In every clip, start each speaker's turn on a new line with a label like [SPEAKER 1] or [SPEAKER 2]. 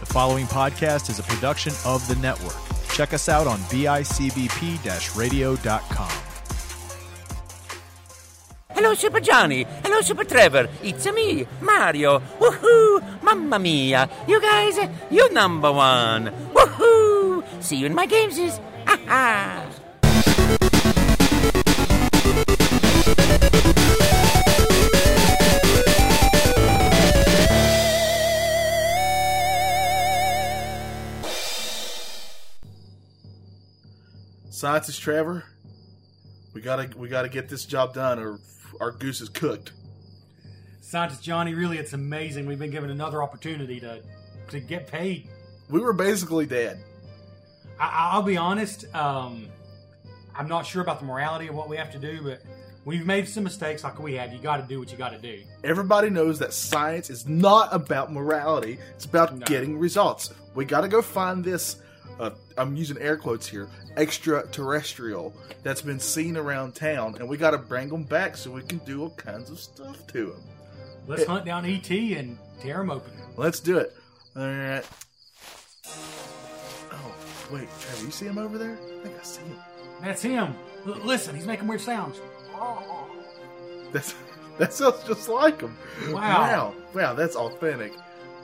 [SPEAKER 1] The following podcast is a production of the network. Check us out on bicbp radio.com.
[SPEAKER 2] Hello, Super Johnny. Hello, Super Trevor. It's me, Mario. Woohoo! Mamma mia! You guys, you number one. Woohoo! See you in my games. Ha ha!
[SPEAKER 3] Scientist Trevor, we gotta we gotta get this job done, or our goose is cooked.
[SPEAKER 4] Scientist Johnny, really, it's amazing. We've been given another opportunity to to get paid.
[SPEAKER 3] We were basically dead.
[SPEAKER 4] I, I'll be honest. Um, I'm not sure about the morality of what we have to do, but we've made some mistakes, like we have. You got to do what you got to do.
[SPEAKER 3] Everybody knows that science is not about morality; it's about
[SPEAKER 4] No.
[SPEAKER 3] getting results. We gotta go find this. Uh, I'm using air quotes here. Extraterrestrial that's been seen around town, and we gotta bring them back so we can do all kinds of stuff to them.
[SPEAKER 4] Let's hunt down ET and tear him open.
[SPEAKER 3] Let's do it. All right. Oh wait, Trevor, you see him over there? I think I see him.
[SPEAKER 4] That's him. L- listen, he's making weird sounds.
[SPEAKER 3] That's that sounds just like him.
[SPEAKER 4] Wow.
[SPEAKER 3] wow, Wow, that's authentic.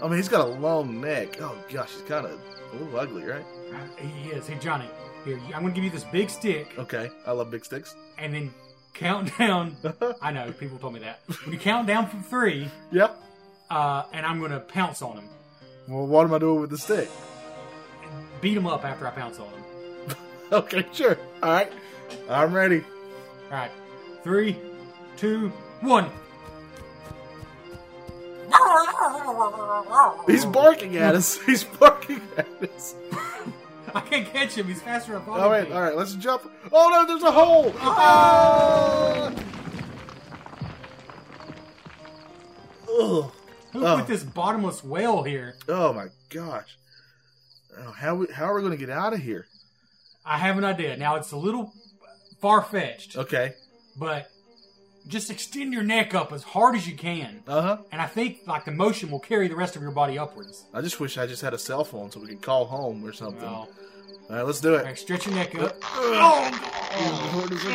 [SPEAKER 3] I mean, he's got a long neck. Oh gosh, he's kind of a little ugly, right?
[SPEAKER 4] He is. Hey, Johnny, here. you- I'm going to give you this big stick,
[SPEAKER 3] Okay, I love big sticks.
[SPEAKER 4] and then count down. I know people told me that. When you count down from three,
[SPEAKER 3] Yep.
[SPEAKER 4] uh, and I'm going to pounce on him,
[SPEAKER 3] Well, what am I doing with the stick?
[SPEAKER 4] beat him up after I pounce on him.
[SPEAKER 3] Okay, sure. All right, I'm ready.
[SPEAKER 4] All right, three, two, one.
[SPEAKER 3] He's barking at us. He's barking at us.
[SPEAKER 4] I can't catch him. He's faster than I thought.
[SPEAKER 3] All
[SPEAKER 4] he'd
[SPEAKER 3] right,
[SPEAKER 4] be.
[SPEAKER 3] Oh, all right. Let's jump. Oh no, there's a hole. Ah! Ugh.
[SPEAKER 4] Who
[SPEAKER 3] Oh.
[SPEAKER 4] put this bottomless well here?
[SPEAKER 3] Oh my gosh. Oh, how we, how are we going to get out of here?
[SPEAKER 4] I have an idea. Now it's a little far fetched,
[SPEAKER 3] Okay.
[SPEAKER 4] but just extend your neck up as hard as you can,
[SPEAKER 3] Uh huh.
[SPEAKER 4] and I think like the motion will carry the rest of your body upwards.
[SPEAKER 3] I just wish I just had a cell phone so we could call home or something.
[SPEAKER 4] Well,
[SPEAKER 3] All right, let's do
[SPEAKER 4] all
[SPEAKER 3] it.
[SPEAKER 4] right, stretch your neck up. uh,
[SPEAKER 3] What is it?
[SPEAKER 4] Did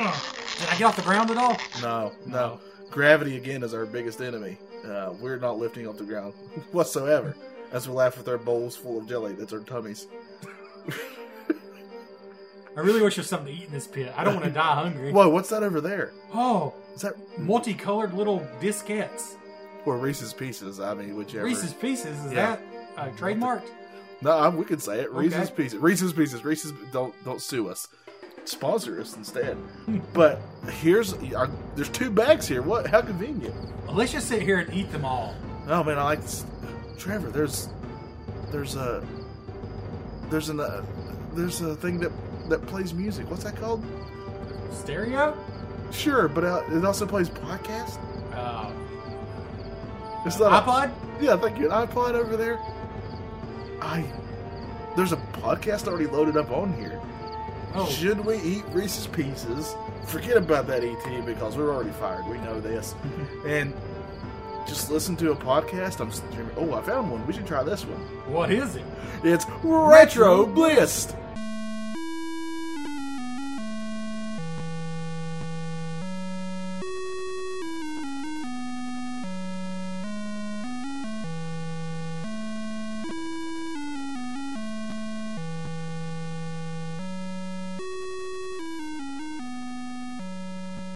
[SPEAKER 4] I get off the ground at all?
[SPEAKER 3] No, no.
[SPEAKER 4] No.
[SPEAKER 3] Gravity again is our biggest enemy. Uh, we're not lifting off the ground whatsoever. As we laugh with our bowls full of jelly, that's our tummies.
[SPEAKER 4] I really wish there's something to eat in this pit. I don't want to die hungry.
[SPEAKER 3] Whoa, what's that over there?
[SPEAKER 4] Oh,
[SPEAKER 3] Is that
[SPEAKER 4] multicolored little diskettes.
[SPEAKER 3] or Reese's Pieces? I mean, whichever.
[SPEAKER 4] Reese's Pieces is
[SPEAKER 3] Yeah.
[SPEAKER 4] that uh, trademarked?
[SPEAKER 3] No, I, we can say it. Reese's
[SPEAKER 4] Okay.
[SPEAKER 3] Pieces. Reese's Pieces. Reese's. Don't don't sue us. Sponsor us instead. but here's our, there's two bags here. What? How convenient.
[SPEAKER 4] Let's just sit here and eat them all.
[SPEAKER 3] Oh man, I like this. Trevor. There's there's a there's an uh, there's a thing that that plays music. What's that called?
[SPEAKER 4] Stereo?
[SPEAKER 3] Sure, but uh, it also plays podcast.
[SPEAKER 4] Uh,
[SPEAKER 3] It's not a-
[SPEAKER 4] iPod?
[SPEAKER 3] yeah, thank you. An iPod over there. I there's a podcast already loaded up on here.
[SPEAKER 4] Oh,
[SPEAKER 3] Should we eat Reese's Pieces? Forget about that ET because we're already fired. We know this. and just listen to a podcast. I'm streaming. Oh, I found one. We should try this one.
[SPEAKER 4] what is it?
[SPEAKER 3] It's Retro Blist.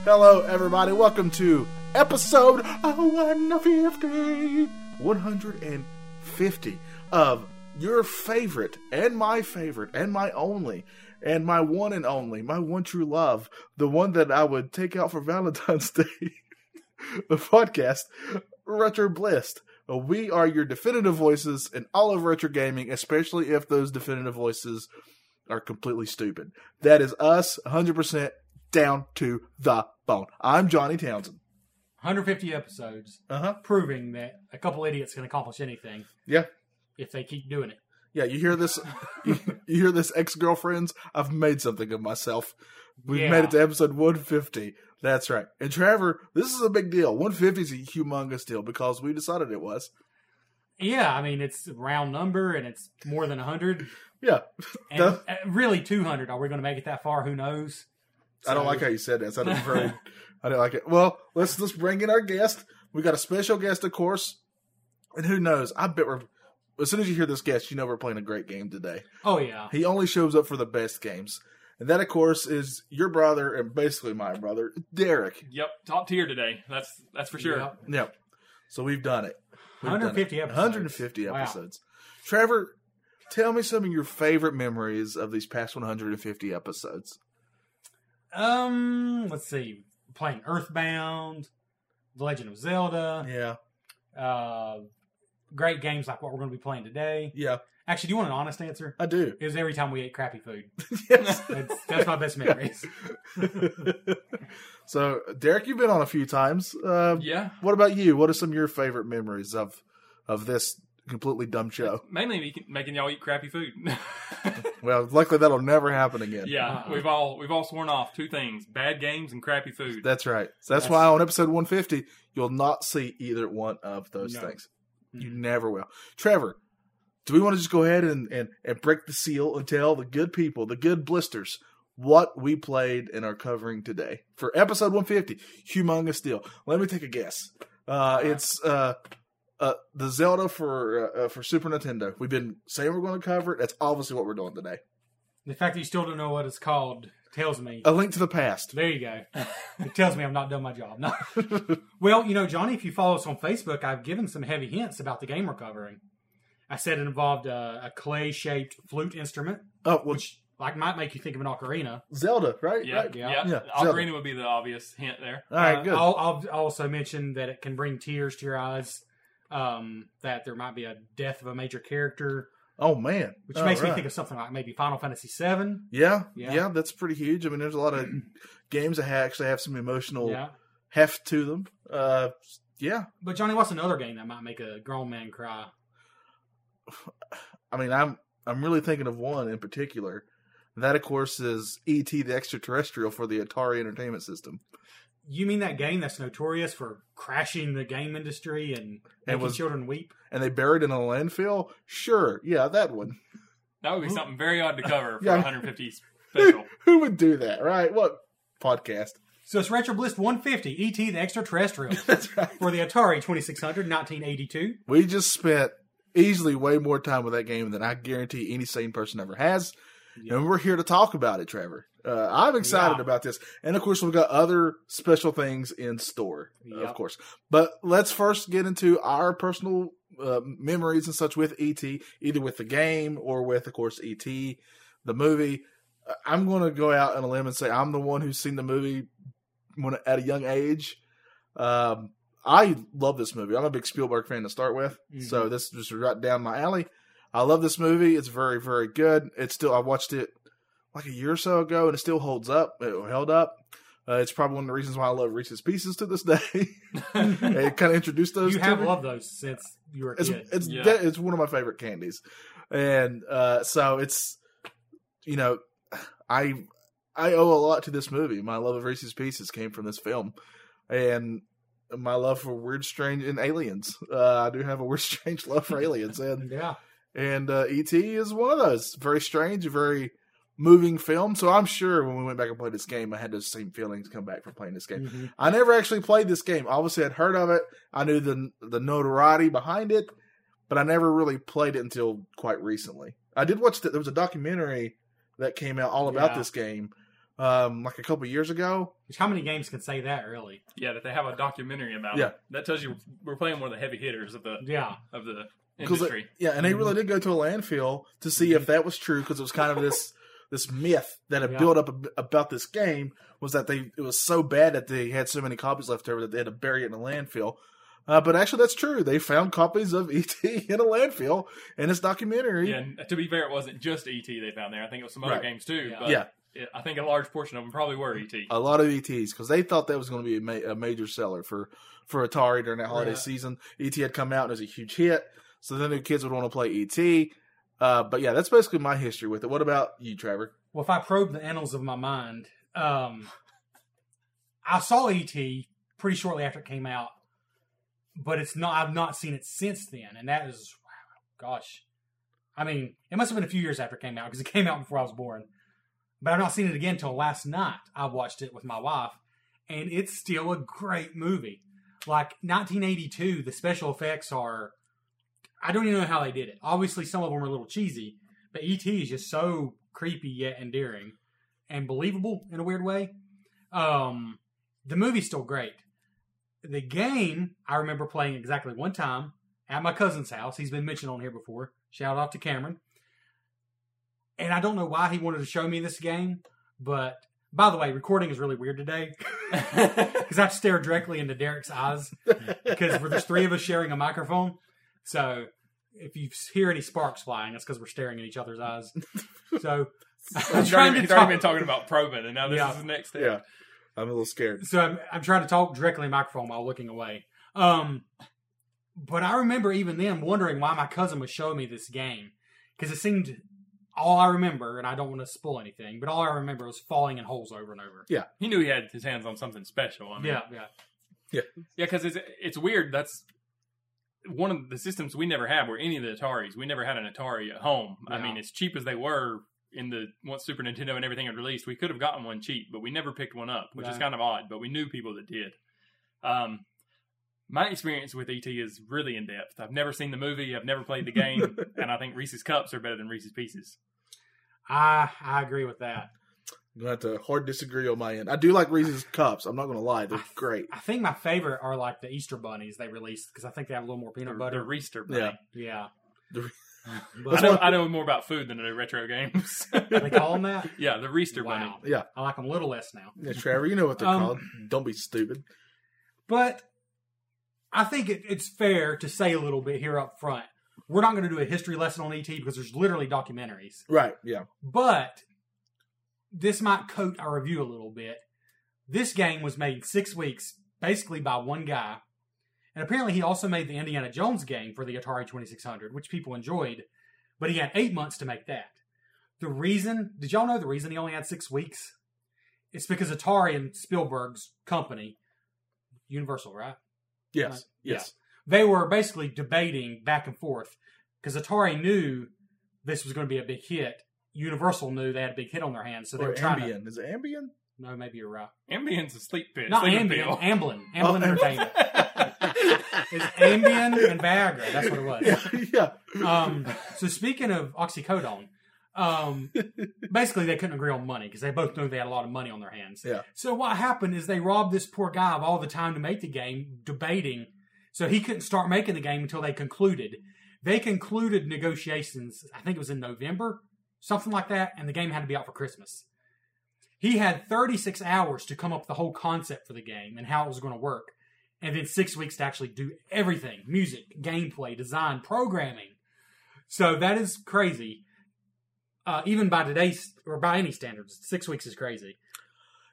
[SPEAKER 3] Hello, everybody. Welcome to episode oh, 150. 150 of your favorite, and my favorite, and my only, and my one and only, my one true love, the one that I would take out for Valentine's Day, the podcast, Retro Blist. We are your definitive voices in all of retro gaming, especially if those definitive voices are completely stupid. That is us, 100% down to the bone. I'm Johnny Townsend.
[SPEAKER 4] 150 episodes
[SPEAKER 3] Uh huh.
[SPEAKER 4] proving that a couple idiots can accomplish anything
[SPEAKER 3] Yeah.
[SPEAKER 4] if they keep doing it.
[SPEAKER 3] Yeah, you hear this? you, you hear this, ex-girlfriends? I've made something of myself. We've
[SPEAKER 4] Yeah.
[SPEAKER 3] made it to episode 150. That's right. And Trevor, this is a big deal. 150 is a humongous deal because we decided it was.
[SPEAKER 4] Yeah, I mean it's a round number and it's more than hundred.
[SPEAKER 3] Yeah,
[SPEAKER 4] And
[SPEAKER 3] No.
[SPEAKER 4] uh, really two hundred. Are we going to make it that far? Who knows?
[SPEAKER 3] I don't
[SPEAKER 4] So-
[SPEAKER 3] like how you said that. so I didn't very, I didn't like it. Well, let's let's bring in our guest. We got a special guest, of course. And who knows? I bet we're as soon as you hear this guest, you know we're playing a great game today.
[SPEAKER 4] Oh yeah,
[SPEAKER 3] He only shows up for the best games. And that of course is your brother and basically my brother, Derek.
[SPEAKER 5] Yep, top tier today. That's that's for sure.
[SPEAKER 4] Yep.
[SPEAKER 3] Yep. So we've done it. We've done it.
[SPEAKER 4] 150 episodes.
[SPEAKER 3] 150
[SPEAKER 4] Wow.
[SPEAKER 3] episodes. Trevor, tell me some of your favorite memories of these past 150 episodes.
[SPEAKER 4] Um, let's see. Playing Earthbound, The Legend of Zelda,
[SPEAKER 3] Yeah.
[SPEAKER 4] uh, great games like what we're going to be playing today.
[SPEAKER 3] Yeah,
[SPEAKER 4] Actually, do you want an honest answer?
[SPEAKER 3] I do.
[SPEAKER 4] It was every time we ate crappy food.
[SPEAKER 3] Yes.
[SPEAKER 4] That's, that's my best memories.
[SPEAKER 3] so, Derek, you've been on a few times. Uh,
[SPEAKER 5] Yeah.
[SPEAKER 3] What about you? What are some of your favorite memories of of this completely dumb show?
[SPEAKER 5] Mainly making- making y'all eat crappy food.
[SPEAKER 3] Well, luckily that'll never happen again.
[SPEAKER 5] yeah, we've all we've all sworn off two things: bad games and crappy food.
[SPEAKER 3] that's right. So that's,
[SPEAKER 4] That's-
[SPEAKER 3] why on episode 150 you'll not see either one of those
[SPEAKER 4] No.
[SPEAKER 3] things. You
[SPEAKER 4] Mhm.
[SPEAKER 3] never will. Trevor, do we want to just go ahead and, and and break the seal and tell the good people, the good blisters, what we played and are covering today for episode 150? Humongous deal. Let me take a guess. Uh, it's uh, uh, the Zelda for uh, uh, for Super Nintendo. We've been saying we're going to cover it. That's obviously what we're doing today.
[SPEAKER 4] The fact that you still don't know what it's called tells me.
[SPEAKER 3] A Link to the Past.
[SPEAKER 4] There you go. It tells me i am not done my job. No. well, you know, Johnny, if you follow us on Facebook, I've given some heavy hints about the game we're covering. I said it involved a, a clay-shaped flute instrument,
[SPEAKER 3] Oh, well,
[SPEAKER 4] which like might make you think of an ocarina.
[SPEAKER 3] Zelda, right?
[SPEAKER 5] yeah,
[SPEAKER 3] Right.
[SPEAKER 5] yeah.
[SPEAKER 4] yeah.
[SPEAKER 3] Yeah,
[SPEAKER 5] Ocarina would be the obvious hint there.
[SPEAKER 3] All right,
[SPEAKER 4] Uh,
[SPEAKER 3] good.
[SPEAKER 4] I'll, I'll also mention that it can bring tears to your eyes. Um, that there might be a death of a major character,
[SPEAKER 3] oh man,
[SPEAKER 4] which
[SPEAKER 3] All
[SPEAKER 4] makes me
[SPEAKER 3] right.
[SPEAKER 4] think of something like maybe Final Fantasy VII.
[SPEAKER 3] Yeah, yeah,
[SPEAKER 4] Yeah.
[SPEAKER 3] that's pretty huge. I mean, there's a lot of games that ha- actually have some emotional
[SPEAKER 4] Yeah.
[SPEAKER 3] heft to them. Uh, yeah,
[SPEAKER 4] But Johnny, what's another game that might make a grown man cry?
[SPEAKER 3] I mean, I'm I'm really thinking of one in particular. That, of course, is E.T. the Extraterrestrial for the Atari Entertainment System.
[SPEAKER 4] You mean that game that's notorious for crashing the game industry and making
[SPEAKER 3] was-
[SPEAKER 4] children weep?
[SPEAKER 3] And they buried it in a landfill? Sure, yeah, that one.
[SPEAKER 5] That would be something very odd to cover for
[SPEAKER 3] Yeah.
[SPEAKER 5] 150 special.
[SPEAKER 3] Who would do that, right? What podcast?
[SPEAKER 4] So it's Retro Bliss 150, E.T. the Extraterrestrial,
[SPEAKER 3] That's right.
[SPEAKER 4] for the Atari 2600, 1982.
[SPEAKER 3] We just spent easily way more time with that game than I guarantee any sane person ever has. And we're here to talk about it, Trevor. Uh, I'm excited
[SPEAKER 4] Yeah.
[SPEAKER 3] about this. And of course, we've got other special things in store, of
[SPEAKER 4] Yep.
[SPEAKER 3] course. But let's first get into our personal uh, memories and such with ET, either with the game or with, of course, ET, the movie. Uh, I'm going to go out on a limb and say I'm the one who's seen the movie when at a young age. Um, I love this movie. I'm a big Spielberg fan to start with, so this was right down my alley. I love this movie. It's very, very good. It's still I watched it like a year or so ago, and it still holds up. It held up. Uh, it's probably one of the reasons why I love Reese's Pieces to this day. it kind of introduced those.
[SPEAKER 4] You
[SPEAKER 3] to
[SPEAKER 4] have
[SPEAKER 3] me.
[SPEAKER 4] loved those since you were a
[SPEAKER 3] It's
[SPEAKER 4] kid.
[SPEAKER 3] it's
[SPEAKER 5] Yeah.
[SPEAKER 3] de- it's one of my favorite candies, and uh, so it's you know I I owe a lot to this movie. My love of Reese's Pieces came from this film, and my love for weird, strange, and aliens. Uh, I do have a weird, strange love for aliens, and
[SPEAKER 4] yeah.
[SPEAKER 3] and uh, ET is one of those very strange, very moving film. So I'm sure when we went back and played this game, I had those same feelings come back from playing this game.
[SPEAKER 4] Mhm.
[SPEAKER 3] I never actually played this game. Obviously, I'd heard of it. I knew the the notoriety behind it, but I never really played it until quite recently. I did watch that. There was a documentary that came out all about
[SPEAKER 4] Yeah.
[SPEAKER 3] this game, um, like a couple years ago.
[SPEAKER 4] Which how many games can say that really?
[SPEAKER 5] yeah, that they have a documentary about.
[SPEAKER 3] Yeah.
[SPEAKER 5] it. that tells you we're playing one of the heavy hitters of the
[SPEAKER 4] Yeah.
[SPEAKER 5] of the
[SPEAKER 3] 'Cause it-
[SPEAKER 5] industry.
[SPEAKER 3] yeah, and they really did go to a landfill to see if that was true because it was kind of this this myth that had
[SPEAKER 4] Yeah.
[SPEAKER 3] built up ab- about this game was that they it was so bad that they had so many copies left over that they had to bury it in a landfill. Uh, but actually, that's true. They found copies of ET in a landfill in this documentary.
[SPEAKER 5] Yeah, and to be fair, it wasn't just ET they found there. I think it was some other
[SPEAKER 3] Right.
[SPEAKER 5] games too.
[SPEAKER 4] Yeah.
[SPEAKER 5] But
[SPEAKER 3] Yeah.
[SPEAKER 5] it- I think a large portion of them probably were E ET.
[SPEAKER 3] a lot of ETs because they thought that was going to be a, ma- a major seller for for Atari during that holiday
[SPEAKER 4] Right.
[SPEAKER 3] season. ET had come out and it was a huge hit, so then the kids would want to play ET. Uh, but yeah, that's basically my history with it. What about you, Trevor?
[SPEAKER 4] Well, if I probe the annals of my mind, E um, I saw ET pretty shortly after it came out, but it's not. I've not seen it since then, and that is, wow, gosh, I mean, it must have been a few years after it came out because it came out before I was born. But I've not seen it again until last night. I watched it with my wife, and it's still a great movie. Like 1982, the special effects are. I don't even know how they did it. Obviously, some of them are a little cheesy, but ET is just so creepy yet endearing and believable in a weird way. Um, the movie's still great. The game I remember playing exactly one time at my cousin's house. He's been mentioned on here before. Shout out to Cameron. And I don't know why he wanted to show me this game, but by the way, recording is really weird today because I've stared directly into Derek's eyes because there's three of us sharing a microphone. So if you hear any sparks flying, it's because we're staring at each other's eyes. So I'm
[SPEAKER 5] He's already,
[SPEAKER 4] trying to
[SPEAKER 5] he's already
[SPEAKER 4] talk.
[SPEAKER 5] been talking about probing, and now this
[SPEAKER 4] Yeah.
[SPEAKER 5] is the next step.
[SPEAKER 3] Yeah, I'm a little scared.
[SPEAKER 4] so I'm, I'm trying to talk directly in the microphone while looking away. Um, but I remember even then wondering why my cousin was showing me this game because it seemed all I remember, and I don't want to spoil anything, but all I remember was falling in holes over and over.
[SPEAKER 5] He knew he had his hands on something special. I mean,
[SPEAKER 4] Yeah, yeah,
[SPEAKER 5] Yeah, because it's it's weird. That's one of the systems we never had. Were any of the Ataris? We never had an Atari at home. I
[SPEAKER 4] Yeah.
[SPEAKER 5] mean, as cheap as they were in the once Super Nintendo and everything had released, we could have gotten one cheap, but we never picked one up, which is
[SPEAKER 4] Right.
[SPEAKER 5] kind of odd. But we knew people that did. Um, my experience with ET is really in depth. I've never seen the movie. I've never played the game, and I think Reese's cups are better than Reese's pieces.
[SPEAKER 4] I I agree with that.
[SPEAKER 3] I'm gonna have to hard disagree on my end. I do like Reese's cups. I'm not gonna lie, they're great.
[SPEAKER 4] I think my favorite are like the Easter bunnies they released because I think they have a little more
[SPEAKER 5] They're,
[SPEAKER 4] peanut
[SPEAKER 5] they're
[SPEAKER 4] butter.
[SPEAKER 5] Reester.
[SPEAKER 3] Yeah.
[SPEAKER 5] Yeah.
[SPEAKER 4] yeah,
[SPEAKER 3] The-
[SPEAKER 4] but
[SPEAKER 5] I know, I know more about food than I do retro games.
[SPEAKER 4] they call them that.
[SPEAKER 5] yeah, the Reester bunny.
[SPEAKER 4] Wow.
[SPEAKER 3] Yeah.
[SPEAKER 4] I like them a little less now.
[SPEAKER 3] Yeah, Trevor, you know what they're
[SPEAKER 4] Um,
[SPEAKER 3] called. Don't be stupid.
[SPEAKER 4] But I think it, it's fair to say a little bit here up front. We're not going to do a history lesson on ET because there's literally documentaries.
[SPEAKER 3] Right? Uh, Yeah.
[SPEAKER 4] But this might coat our review a little bit. This game was made in six weeks, basically by one guy. And apparently, he also made the Indiana Jones game for the Atari 2600, which people enjoyed. But he had eight months to make that. The reason, did y'all know the reason he only had six weeks? It's because Atari and Spielberg's company, Universal, right?
[SPEAKER 3] Yes.
[SPEAKER 4] Right.
[SPEAKER 3] Yes.
[SPEAKER 4] they were basically debating back and forth because Atari knew this was going to be a big hit. Universal knew they had a big hit on their hands, so they
[SPEAKER 3] Or
[SPEAKER 4] were trying to.
[SPEAKER 3] Ambien. Is it Ambien?
[SPEAKER 4] No, maybe you're right.
[SPEAKER 5] Ambien's a sleep pit.
[SPEAKER 4] Not
[SPEAKER 5] sleeping
[SPEAKER 4] Ambien,
[SPEAKER 5] pill.
[SPEAKER 4] Amblin, Amblin
[SPEAKER 3] Oh, Am-
[SPEAKER 4] Entertainment. It's Ambien and Viagra. That's what it was.
[SPEAKER 3] Yeah. yeah.
[SPEAKER 4] Um, so speaking of oxycodone, um, basically they couldn't agree on money because they both knew they had a lot of money on their hands.
[SPEAKER 3] Yeah.
[SPEAKER 4] So what happened is they robbed this poor guy of all the time to make the game, debating. So he couldn't start making the game until they concluded. They concluded negotiations. I think it was in November, something like that, and the game had to be out for Christmas. He had 36 hours to come up with the whole concept for the game and how it was going to work, and then six weeks to actually do everything music, gameplay, design, programming. So that is crazy. Uh, even by today's or by any standards, six weeks is crazy.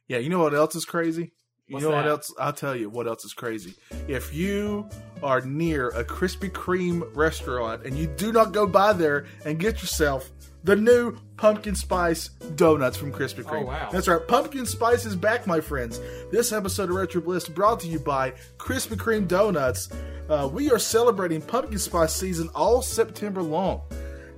[SPEAKER 3] Yeah, you know what else is crazy? You
[SPEAKER 4] What's
[SPEAKER 3] know what
[SPEAKER 4] that?
[SPEAKER 3] else? I'll tell you what else is crazy. If you are near a Krispy Kreme restaurant and you do not go by there and get yourself the new pumpkin spice donuts from Krispy Kreme.
[SPEAKER 4] Oh, wow.
[SPEAKER 3] That's right. Pumpkin spice is back, my friends. This episode of Retro Bliss brought to you by Krispy Kreme Donuts. Uh, we are celebrating pumpkin spice season all September long.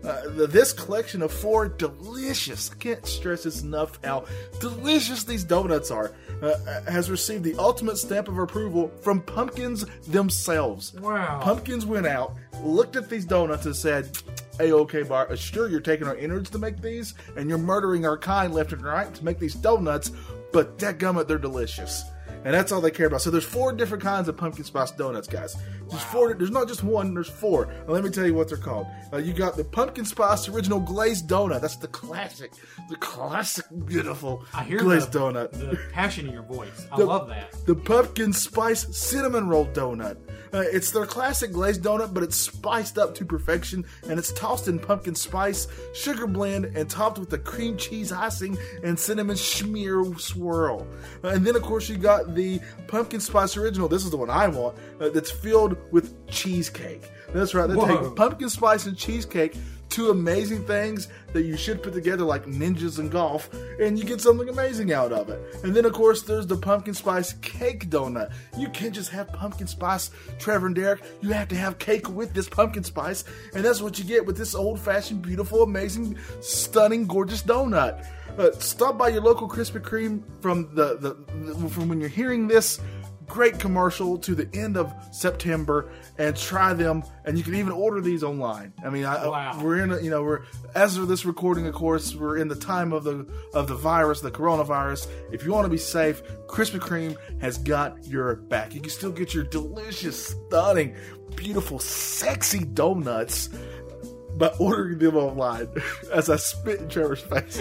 [SPEAKER 3] Uh, th- this collection of four delicious, I can't stress this enough how delicious these donuts are, uh, has received the ultimate stamp of approval from pumpkins themselves.
[SPEAKER 4] Wow.
[SPEAKER 3] Pumpkins went out, looked at these donuts, and said, Hey, okay, Bart, uh, sure, you're taking our innards to make these, and you're murdering our kind left and right to make these donuts, but dadgummit, they're delicious. And that's all they care about. So there's four different kinds of pumpkin spice donuts, guys. There's four. There's not just one. There's four. And let me tell you what they're called. Uh, you got the pumpkin spice original glazed donut. That's the classic, the classic beautiful
[SPEAKER 4] I hear
[SPEAKER 3] glazed
[SPEAKER 4] the,
[SPEAKER 3] donut.
[SPEAKER 4] the passion in your voice. I
[SPEAKER 3] The-
[SPEAKER 4] love that.
[SPEAKER 3] The pumpkin spice cinnamon roll donut. Uh, it's their classic glazed donut, but it's spiced up to perfection and it's tossed in pumpkin spice, sugar blend, and topped with a cream cheese icing and cinnamon smear swirl. Uh, and then, of course, you got the pumpkin spice original. This is the one I want. Uh, that's filled with cheesecake. That's right. They
[SPEAKER 4] Whoa.
[SPEAKER 3] take pumpkin spice and cheesecake, two amazing things that you should put together like ninjas and golf, and you get something amazing out of it. And then, of course, there's the pumpkin spice cake donut. You can't just have pumpkin spice, Trevor and Derek. You have to have cake with this pumpkin spice, and that's what you get with this old fashioned, beautiful, amazing, stunning, gorgeous donut. Uh, stop by your local Krispy Kreme from the, the, the from when you're hearing this great commercial to the end of September and try them. And you can even order these online. I mean, I,
[SPEAKER 4] Wow.
[SPEAKER 3] we're in, a, you know, we're as of this recording, of course, we're in the time of the of the virus, the coronavirus. If you want to be safe, Krispy Kreme has got your back. You can still get your delicious, stunning, beautiful, sexy donuts. By ordering them online, as I spit in Trevor's face.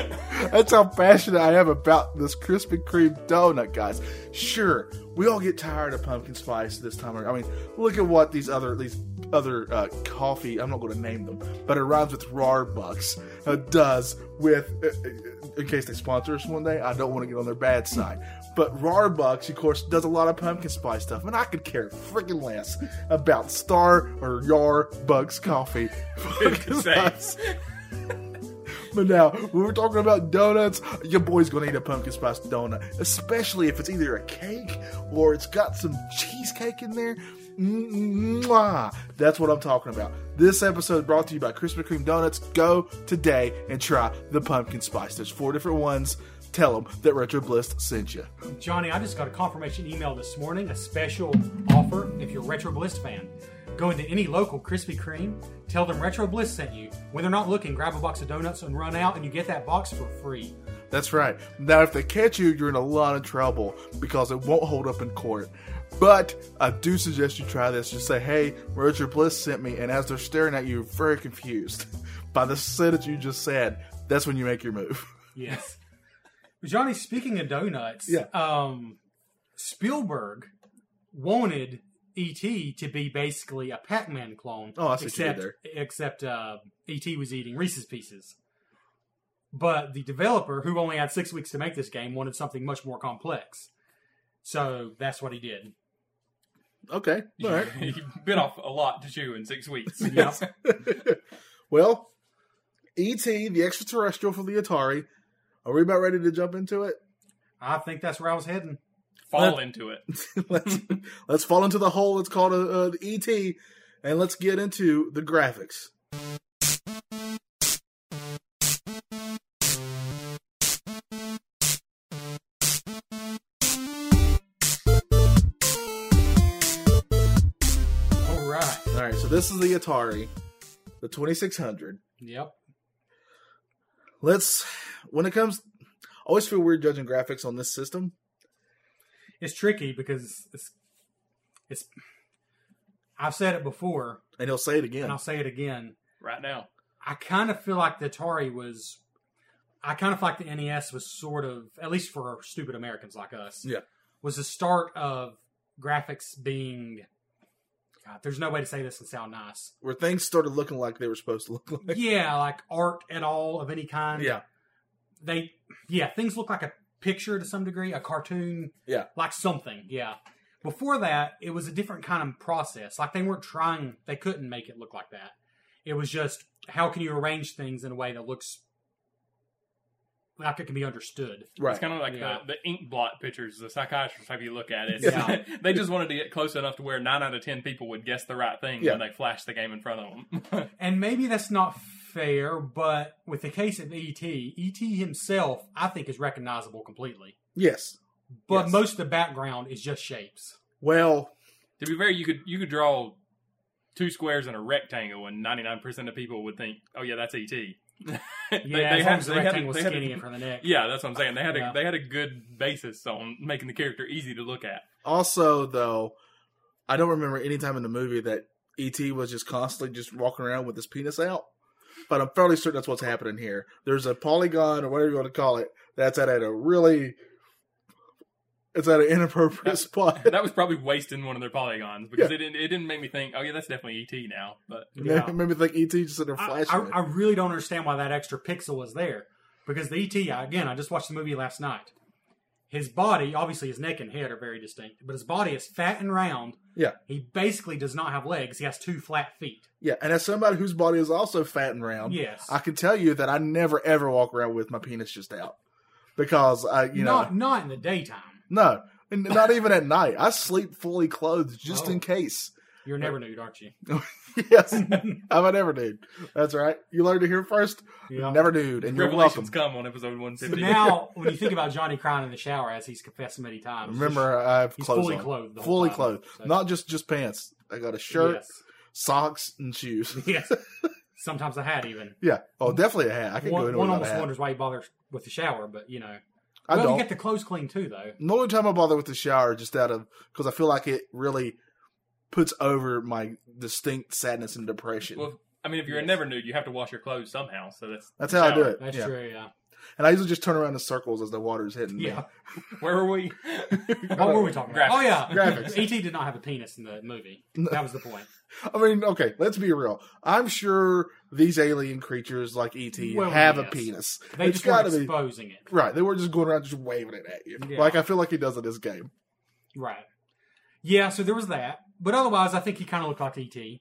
[SPEAKER 3] That's how passionate I am about this Krispy Kreme donut, guys. Sure, we all get tired of pumpkin spice this time. around. I mean, look at what these other these other uh, coffee. I'm not going to name them, but it rhymes with Rarbucks. Uh, does with uh, in case they sponsor us one day. I don't want to get on their bad side. But Rarbucks, of course, does a lot of pumpkin spice stuff, and I could care freaking less about Star or Yarbucks coffee. Pumpkin spice. But now, when we're talking about donuts, your boy's gonna eat a pumpkin spice donut, especially if it's either a cake or it's got some cheesecake in there. Mwah! That's what I'm talking about. This episode brought to you by Krispy Kreme Donuts. Go today and try the pumpkin spice. There's four different ones. Tell them that Retro Bliss sent you.
[SPEAKER 4] Johnny, I just got a confirmation email this morning, a special offer if you're a Retro Bliss fan. Go into any local Krispy Kreme, tell them Retro Bliss sent you. When they're not looking, grab a box of donuts and run out, and you get that box for free.
[SPEAKER 3] That's right. Now, if they catch you, you're in a lot of trouble because it won't hold up in court. But I do suggest you try this. Just say, hey, Richard Bliss sent me. And as they're staring at you, very confused by the sentence you just said, that's when you make your move.
[SPEAKER 4] Yes. But Johnny, speaking of donuts,
[SPEAKER 3] Yeah.
[SPEAKER 4] um, Spielberg wanted E.T. to be basically a Pac-Man clone.
[SPEAKER 3] Oh, I see what you did
[SPEAKER 4] except,
[SPEAKER 3] there.
[SPEAKER 4] Except uh, E.T. was eating Reese's Pieces. But the developer, who only had six weeks to make this game, wanted something much more complex. So that's what he did.
[SPEAKER 3] Okay. All right.
[SPEAKER 5] you bit off a lot to chew in six weeks.
[SPEAKER 4] Yep.
[SPEAKER 3] Well, E.T., the extraterrestrial for the Atari. Are we about ready to jump into it?
[SPEAKER 4] I think that's where I was heading.
[SPEAKER 5] Fall into it.
[SPEAKER 3] let's let's fall into the hole that's called a, uh ET, and let's get into the graphics.
[SPEAKER 4] All right.
[SPEAKER 3] All right, so this is the Atari, the 2600.
[SPEAKER 4] Yep.
[SPEAKER 3] Let's when it comes, I always feel weird judging graphics on this system.
[SPEAKER 4] It's tricky because it's, it's. I've said it before,
[SPEAKER 3] And he'll say it
[SPEAKER 4] and
[SPEAKER 3] again.
[SPEAKER 4] I'll say it again.
[SPEAKER 5] Right now.
[SPEAKER 4] I kind of feel like the Atari was. I kind of feel like the NES was sort of, at least for stupid Americans like us,
[SPEAKER 3] Yeah.
[SPEAKER 4] was the start of graphics being. God, there's no way to say this and sound nice.
[SPEAKER 3] Where things started looking like they were supposed to look like.
[SPEAKER 4] yeah, like art at all of any kind. they, yeah, things look like a picture to some degree, a cartoon,
[SPEAKER 3] Yeah.
[SPEAKER 4] like something. Yeah. Before that, it was a different kind of process. Like they weren't trying; they couldn't make it look like that. It was just how can you arrange things in a way that looks like it can be understood.
[SPEAKER 5] It's
[SPEAKER 3] Right.
[SPEAKER 5] kind of like
[SPEAKER 4] Yeah.
[SPEAKER 5] the, the ink blot pictures the psychiatrists have you look at it.
[SPEAKER 4] Yeah.
[SPEAKER 5] they just wanted to get close enough to where nine out of ten people would guess the right thing
[SPEAKER 3] Yeah.
[SPEAKER 5] when they flash the game in front of them.
[SPEAKER 4] And maybe that's not fair, but with the case of E ET, ET himself, I think, is recognizable completely.
[SPEAKER 3] yes.
[SPEAKER 4] But
[SPEAKER 3] Yes.
[SPEAKER 4] most of the background is just shapes.
[SPEAKER 3] Well,
[SPEAKER 5] to be fair, you could you could draw two squares and a rectangle, and ninety nine percent of people would think, "Oh yeah, that's ET." They-
[SPEAKER 4] Yeah, as long as the
[SPEAKER 5] they
[SPEAKER 4] rectangle was
[SPEAKER 5] they had
[SPEAKER 4] skinny in front of the neck.
[SPEAKER 5] Yeah, that's what I'm saying. They had a,
[SPEAKER 4] Yeah.
[SPEAKER 5] they had a good basis on making the character easy to look at.
[SPEAKER 3] also though, I don't remember any time in the movie that ET was just constantly just walking around with his penis out. But I'm fairly certain that's what's happening here. There's a polygon or whatever you want to call it that's at a really it's at an inappropriate spot.
[SPEAKER 5] That was probably wasting one of their polygons because it didn't it didn't make me think, "Oh yeah, that's definitely ET now." But
[SPEAKER 4] Yeah.
[SPEAKER 3] It made me think ET just in there
[SPEAKER 4] I,
[SPEAKER 3] flashing.
[SPEAKER 4] I,
[SPEAKER 3] it.
[SPEAKER 4] I really don't E understand why that extra pixel was there because the ET I- again. I just watched the movie last night. his body, obviously his neck and head are very distinct, but his body is fat and round.
[SPEAKER 3] Yeah.
[SPEAKER 4] He basically does not have legs. He has two flat feet.
[SPEAKER 3] Yeah, and as somebody whose body is also fat and round,
[SPEAKER 4] Yes.
[SPEAKER 3] I can tell you that I never ever walk around with my penis just out because I, you
[SPEAKER 4] not
[SPEAKER 3] know,
[SPEAKER 4] not in the daytime.
[SPEAKER 3] no, and not even at night. I sleep fully clothed just
[SPEAKER 4] Oh.
[SPEAKER 3] in case.
[SPEAKER 4] You're never nude, aren't you?
[SPEAKER 3] Yes, I'm a never dude. That's right. You learned to hear first.
[SPEAKER 4] Yeah.
[SPEAKER 3] Never dude, and you're welcome.
[SPEAKER 5] Revelations come on episode
[SPEAKER 4] So
[SPEAKER 5] 170.
[SPEAKER 4] now, when you think about Johnny crying in the shower as he's confessed many times,
[SPEAKER 3] Remember, I have
[SPEAKER 4] He's
[SPEAKER 3] clothes
[SPEAKER 4] fully
[SPEAKER 3] on.
[SPEAKER 4] clothed the whole
[SPEAKER 3] fully
[SPEAKER 4] time,
[SPEAKER 3] clothed,
[SPEAKER 4] so-
[SPEAKER 3] not just just pants. I got a shirt, socks, and shoes.
[SPEAKER 4] Yes. yes. Sometimes a hat, even.
[SPEAKER 3] Yeah. Oh, definitely a hat. I can go
[SPEAKER 4] One,
[SPEAKER 3] into
[SPEAKER 4] one
[SPEAKER 3] without a
[SPEAKER 4] almost
[SPEAKER 3] hat.
[SPEAKER 4] wonders why he bothers with the shower, but you know.
[SPEAKER 3] I
[SPEAKER 4] well,
[SPEAKER 3] don't.
[SPEAKER 4] you get the clothes clean too, though.
[SPEAKER 3] The only time I bother with the shower is just out of because I feel like it really puts over my distinct sadness and depression.
[SPEAKER 5] Well, I mean, if you're a never nude, you have to wash your clothes somehow. So that's
[SPEAKER 3] That's
[SPEAKER 5] the
[SPEAKER 3] how I
[SPEAKER 5] shower.
[SPEAKER 3] do it.
[SPEAKER 4] That's
[SPEAKER 3] yeah.
[SPEAKER 4] true. Yeah.
[SPEAKER 3] And I usually just turn around in circles as the water's hitting
[SPEAKER 4] Yeah.
[SPEAKER 3] me.
[SPEAKER 5] Where were we?
[SPEAKER 4] What were we talking about?
[SPEAKER 5] Graphics.
[SPEAKER 4] Oh yeah,
[SPEAKER 3] Graphics.
[SPEAKER 4] ET did not have a penis in the movie. That was the point.
[SPEAKER 3] I mean, okay, let's be real. I'm sure these alien creatures like ET
[SPEAKER 4] Well,
[SPEAKER 3] have a
[SPEAKER 4] yes.
[SPEAKER 3] penis.
[SPEAKER 4] They
[SPEAKER 3] it's
[SPEAKER 4] just were
[SPEAKER 3] got to be
[SPEAKER 4] exposing it.
[SPEAKER 3] right. They were just going around just waving it at you,
[SPEAKER 4] Yeah.
[SPEAKER 3] like I feel like he does in this game.
[SPEAKER 4] Right. Yeah. So there was that, but otherwise, I think he kind of looked like E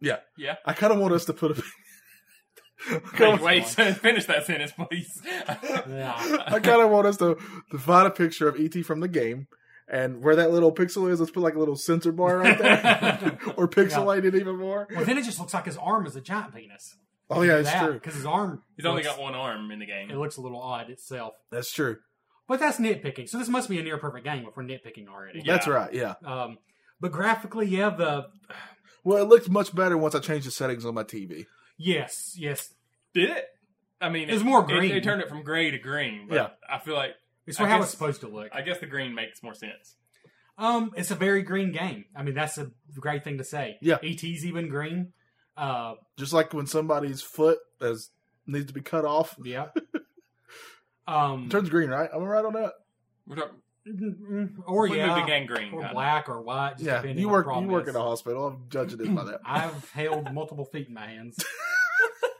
[SPEAKER 4] ET.
[SPEAKER 5] yeah.
[SPEAKER 3] I kind of want us to put a.
[SPEAKER 5] Wait, wait, finish that sentence, please.
[SPEAKER 4] Yeah.
[SPEAKER 3] I kind of want us to, to find a picture of ET from the game, and where that little pixel is, let's put like a little sensor bar right there, or pixelate it even more.
[SPEAKER 4] Well, then it just looks like his arm is a giant penis.
[SPEAKER 3] Oh yeah, that's true.
[SPEAKER 4] Because his arm.
[SPEAKER 5] He's only
[SPEAKER 4] looks-
[SPEAKER 5] got one arm in the
[SPEAKER 4] It
[SPEAKER 5] game.
[SPEAKER 4] looks a little odd itself,
[SPEAKER 3] That's true.
[SPEAKER 4] but that's nitpicking. So this must be a near perfect game if we're nitpicking already.
[SPEAKER 5] Yeah.
[SPEAKER 3] That's right. Yeah.
[SPEAKER 4] Um, but graphically, yeah, the
[SPEAKER 3] Well, it looked much better once I changed the settings on my TV.
[SPEAKER 4] yes, yes,
[SPEAKER 5] Did it? I mean,
[SPEAKER 4] It was more green.
[SPEAKER 5] They turned it from gray to green. But
[SPEAKER 3] Yeah.
[SPEAKER 5] I feel like
[SPEAKER 4] it's
[SPEAKER 5] I
[SPEAKER 4] for how
[SPEAKER 5] guess-
[SPEAKER 4] it's supposed to look.
[SPEAKER 5] I guess the green makes more sense.
[SPEAKER 4] Um, it's a very green game. I mean, that's a great thing to say.
[SPEAKER 3] Yeah.
[SPEAKER 4] ET's even green. Uh,
[SPEAKER 3] Just like when somebody's foot is, needs to be cut off,
[SPEAKER 4] yeah. um,
[SPEAKER 3] it turns green. Right? Am I right on that?
[SPEAKER 5] We're talking
[SPEAKER 4] mm, or
[SPEAKER 5] we
[SPEAKER 4] yeah,
[SPEAKER 5] moved the gang green.
[SPEAKER 4] or
[SPEAKER 5] kinda.
[SPEAKER 4] black or white. Just
[SPEAKER 3] yeah.
[SPEAKER 4] depending
[SPEAKER 3] You
[SPEAKER 4] on what
[SPEAKER 3] work.
[SPEAKER 4] the
[SPEAKER 3] You
[SPEAKER 4] problem
[SPEAKER 3] work
[SPEAKER 4] is.
[SPEAKER 3] in a hospital. I'm judging it by that.
[SPEAKER 4] I've held multiple feet in my hands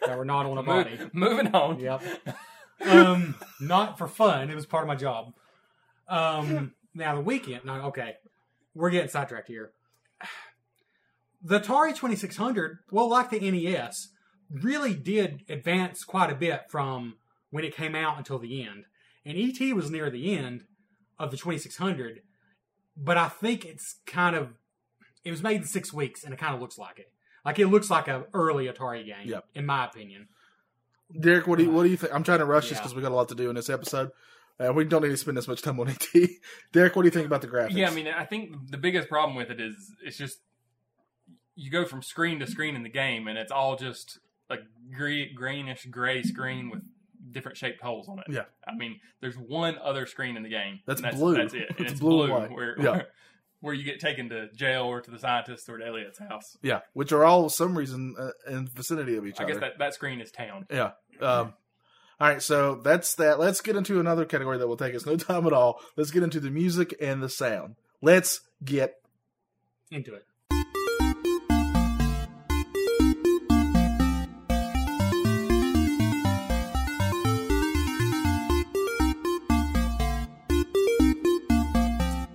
[SPEAKER 4] that were not on a
[SPEAKER 5] Mo-
[SPEAKER 4] body.
[SPEAKER 5] moving on.
[SPEAKER 4] Yep. Um, not for fun. It was part of my job. Um, now the weekend. No, okay, we're getting sidetracked here. The Atari Twenty Six Hundred, well, like the NES, really did advance quite a bit from when it came out until the end. And ET was near the end of the Twenty Six Hundred, but I think it's kind of it was made in six weeks, and it kind of looks like it. Like it looks like a early Atari game,
[SPEAKER 3] Yep.
[SPEAKER 4] in my opinion.
[SPEAKER 3] Derek, what do you, what do you think? I'm trying to rush this
[SPEAKER 4] Yeah.
[SPEAKER 3] because we got a lot to do in this episode, and we don't need to spend this much time on ET. Derek, what do you think about the graphics?
[SPEAKER 5] Yeah, I mean, I think the biggest problem with it is it's just you go from screen to screen in the game, and it's all just a gre- greenish gray screen with different shaped holes on it.
[SPEAKER 3] Yeah.
[SPEAKER 5] I mean, there's one other screen in the game.
[SPEAKER 3] That's
[SPEAKER 5] and
[SPEAKER 3] blue.
[SPEAKER 5] That's it. And
[SPEAKER 3] It's
[SPEAKER 5] it's,
[SPEAKER 3] blue and
[SPEAKER 5] blue,
[SPEAKER 3] white.
[SPEAKER 5] Where,
[SPEAKER 3] Yeah.
[SPEAKER 5] where you get taken to jail or to the scientist or to Elliot's house.
[SPEAKER 3] yeah, which are all some reason uh, in vicinity of each
[SPEAKER 5] I
[SPEAKER 3] other.
[SPEAKER 5] guess that that screen is town.
[SPEAKER 3] Yeah. Um, all right, so that's that. Let's get into another category that will take us no time at all. Let's get into the music and the sound. Let's get
[SPEAKER 4] Into it.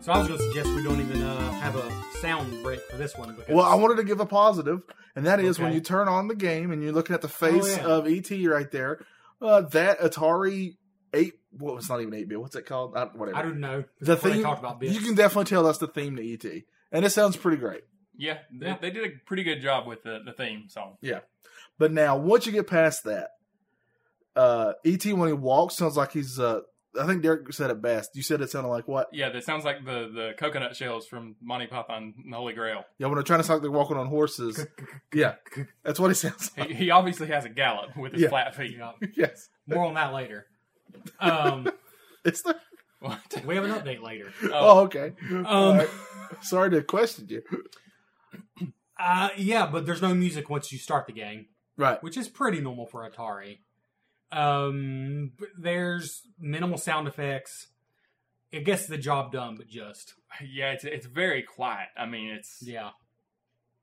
[SPEAKER 4] So I was going to suggest we don't even uh, have a sound break for this one because
[SPEAKER 3] Well, I wanted to give a positive, and that is when
[SPEAKER 4] Okay. Oh,
[SPEAKER 3] you turn on the game and you're looking at the face
[SPEAKER 4] yeah.
[SPEAKER 3] of ET right there. Uh, that Atari eight, well, it's not even eight bit. What's it called? I, whatever.
[SPEAKER 4] I don't know
[SPEAKER 3] the
[SPEAKER 4] Before they
[SPEAKER 3] theme.
[SPEAKER 4] talked about bits.
[SPEAKER 3] you can definitely tell that's the theme to ET, and it sounds pretty great.
[SPEAKER 5] Yeah, they,
[SPEAKER 4] Yeah.
[SPEAKER 5] they did a pretty good job with the, the theme song.
[SPEAKER 3] But now, once you get past that, uh, ET when he walks sounds like he's. Uh, I think Derek said it best. You said it sounded like what?
[SPEAKER 5] Yeah, that sounds like the, the coconut shells from Monty Python and the Holy Grail.
[SPEAKER 3] Yeah, when they're trying to sound like they're walking on horses. yeah, that's what he sounds like.
[SPEAKER 5] He, he obviously has a gallop with his
[SPEAKER 3] Yeah.
[SPEAKER 5] flat feet.
[SPEAKER 4] Yeah,
[SPEAKER 3] yes,
[SPEAKER 4] more on that later. Um,
[SPEAKER 3] it's the.
[SPEAKER 5] What?
[SPEAKER 4] we have an update later.
[SPEAKER 5] Oh,
[SPEAKER 3] Oh, okay. All right. Sorry to question you.
[SPEAKER 4] Uh, yeah, but there's no music once you start the game.
[SPEAKER 3] Right.
[SPEAKER 4] which is pretty normal for Atari. Um, but there's minimal sound effects. It gets the job done, but just
[SPEAKER 5] yeah, it's it's very quiet. I mean, it's yeah,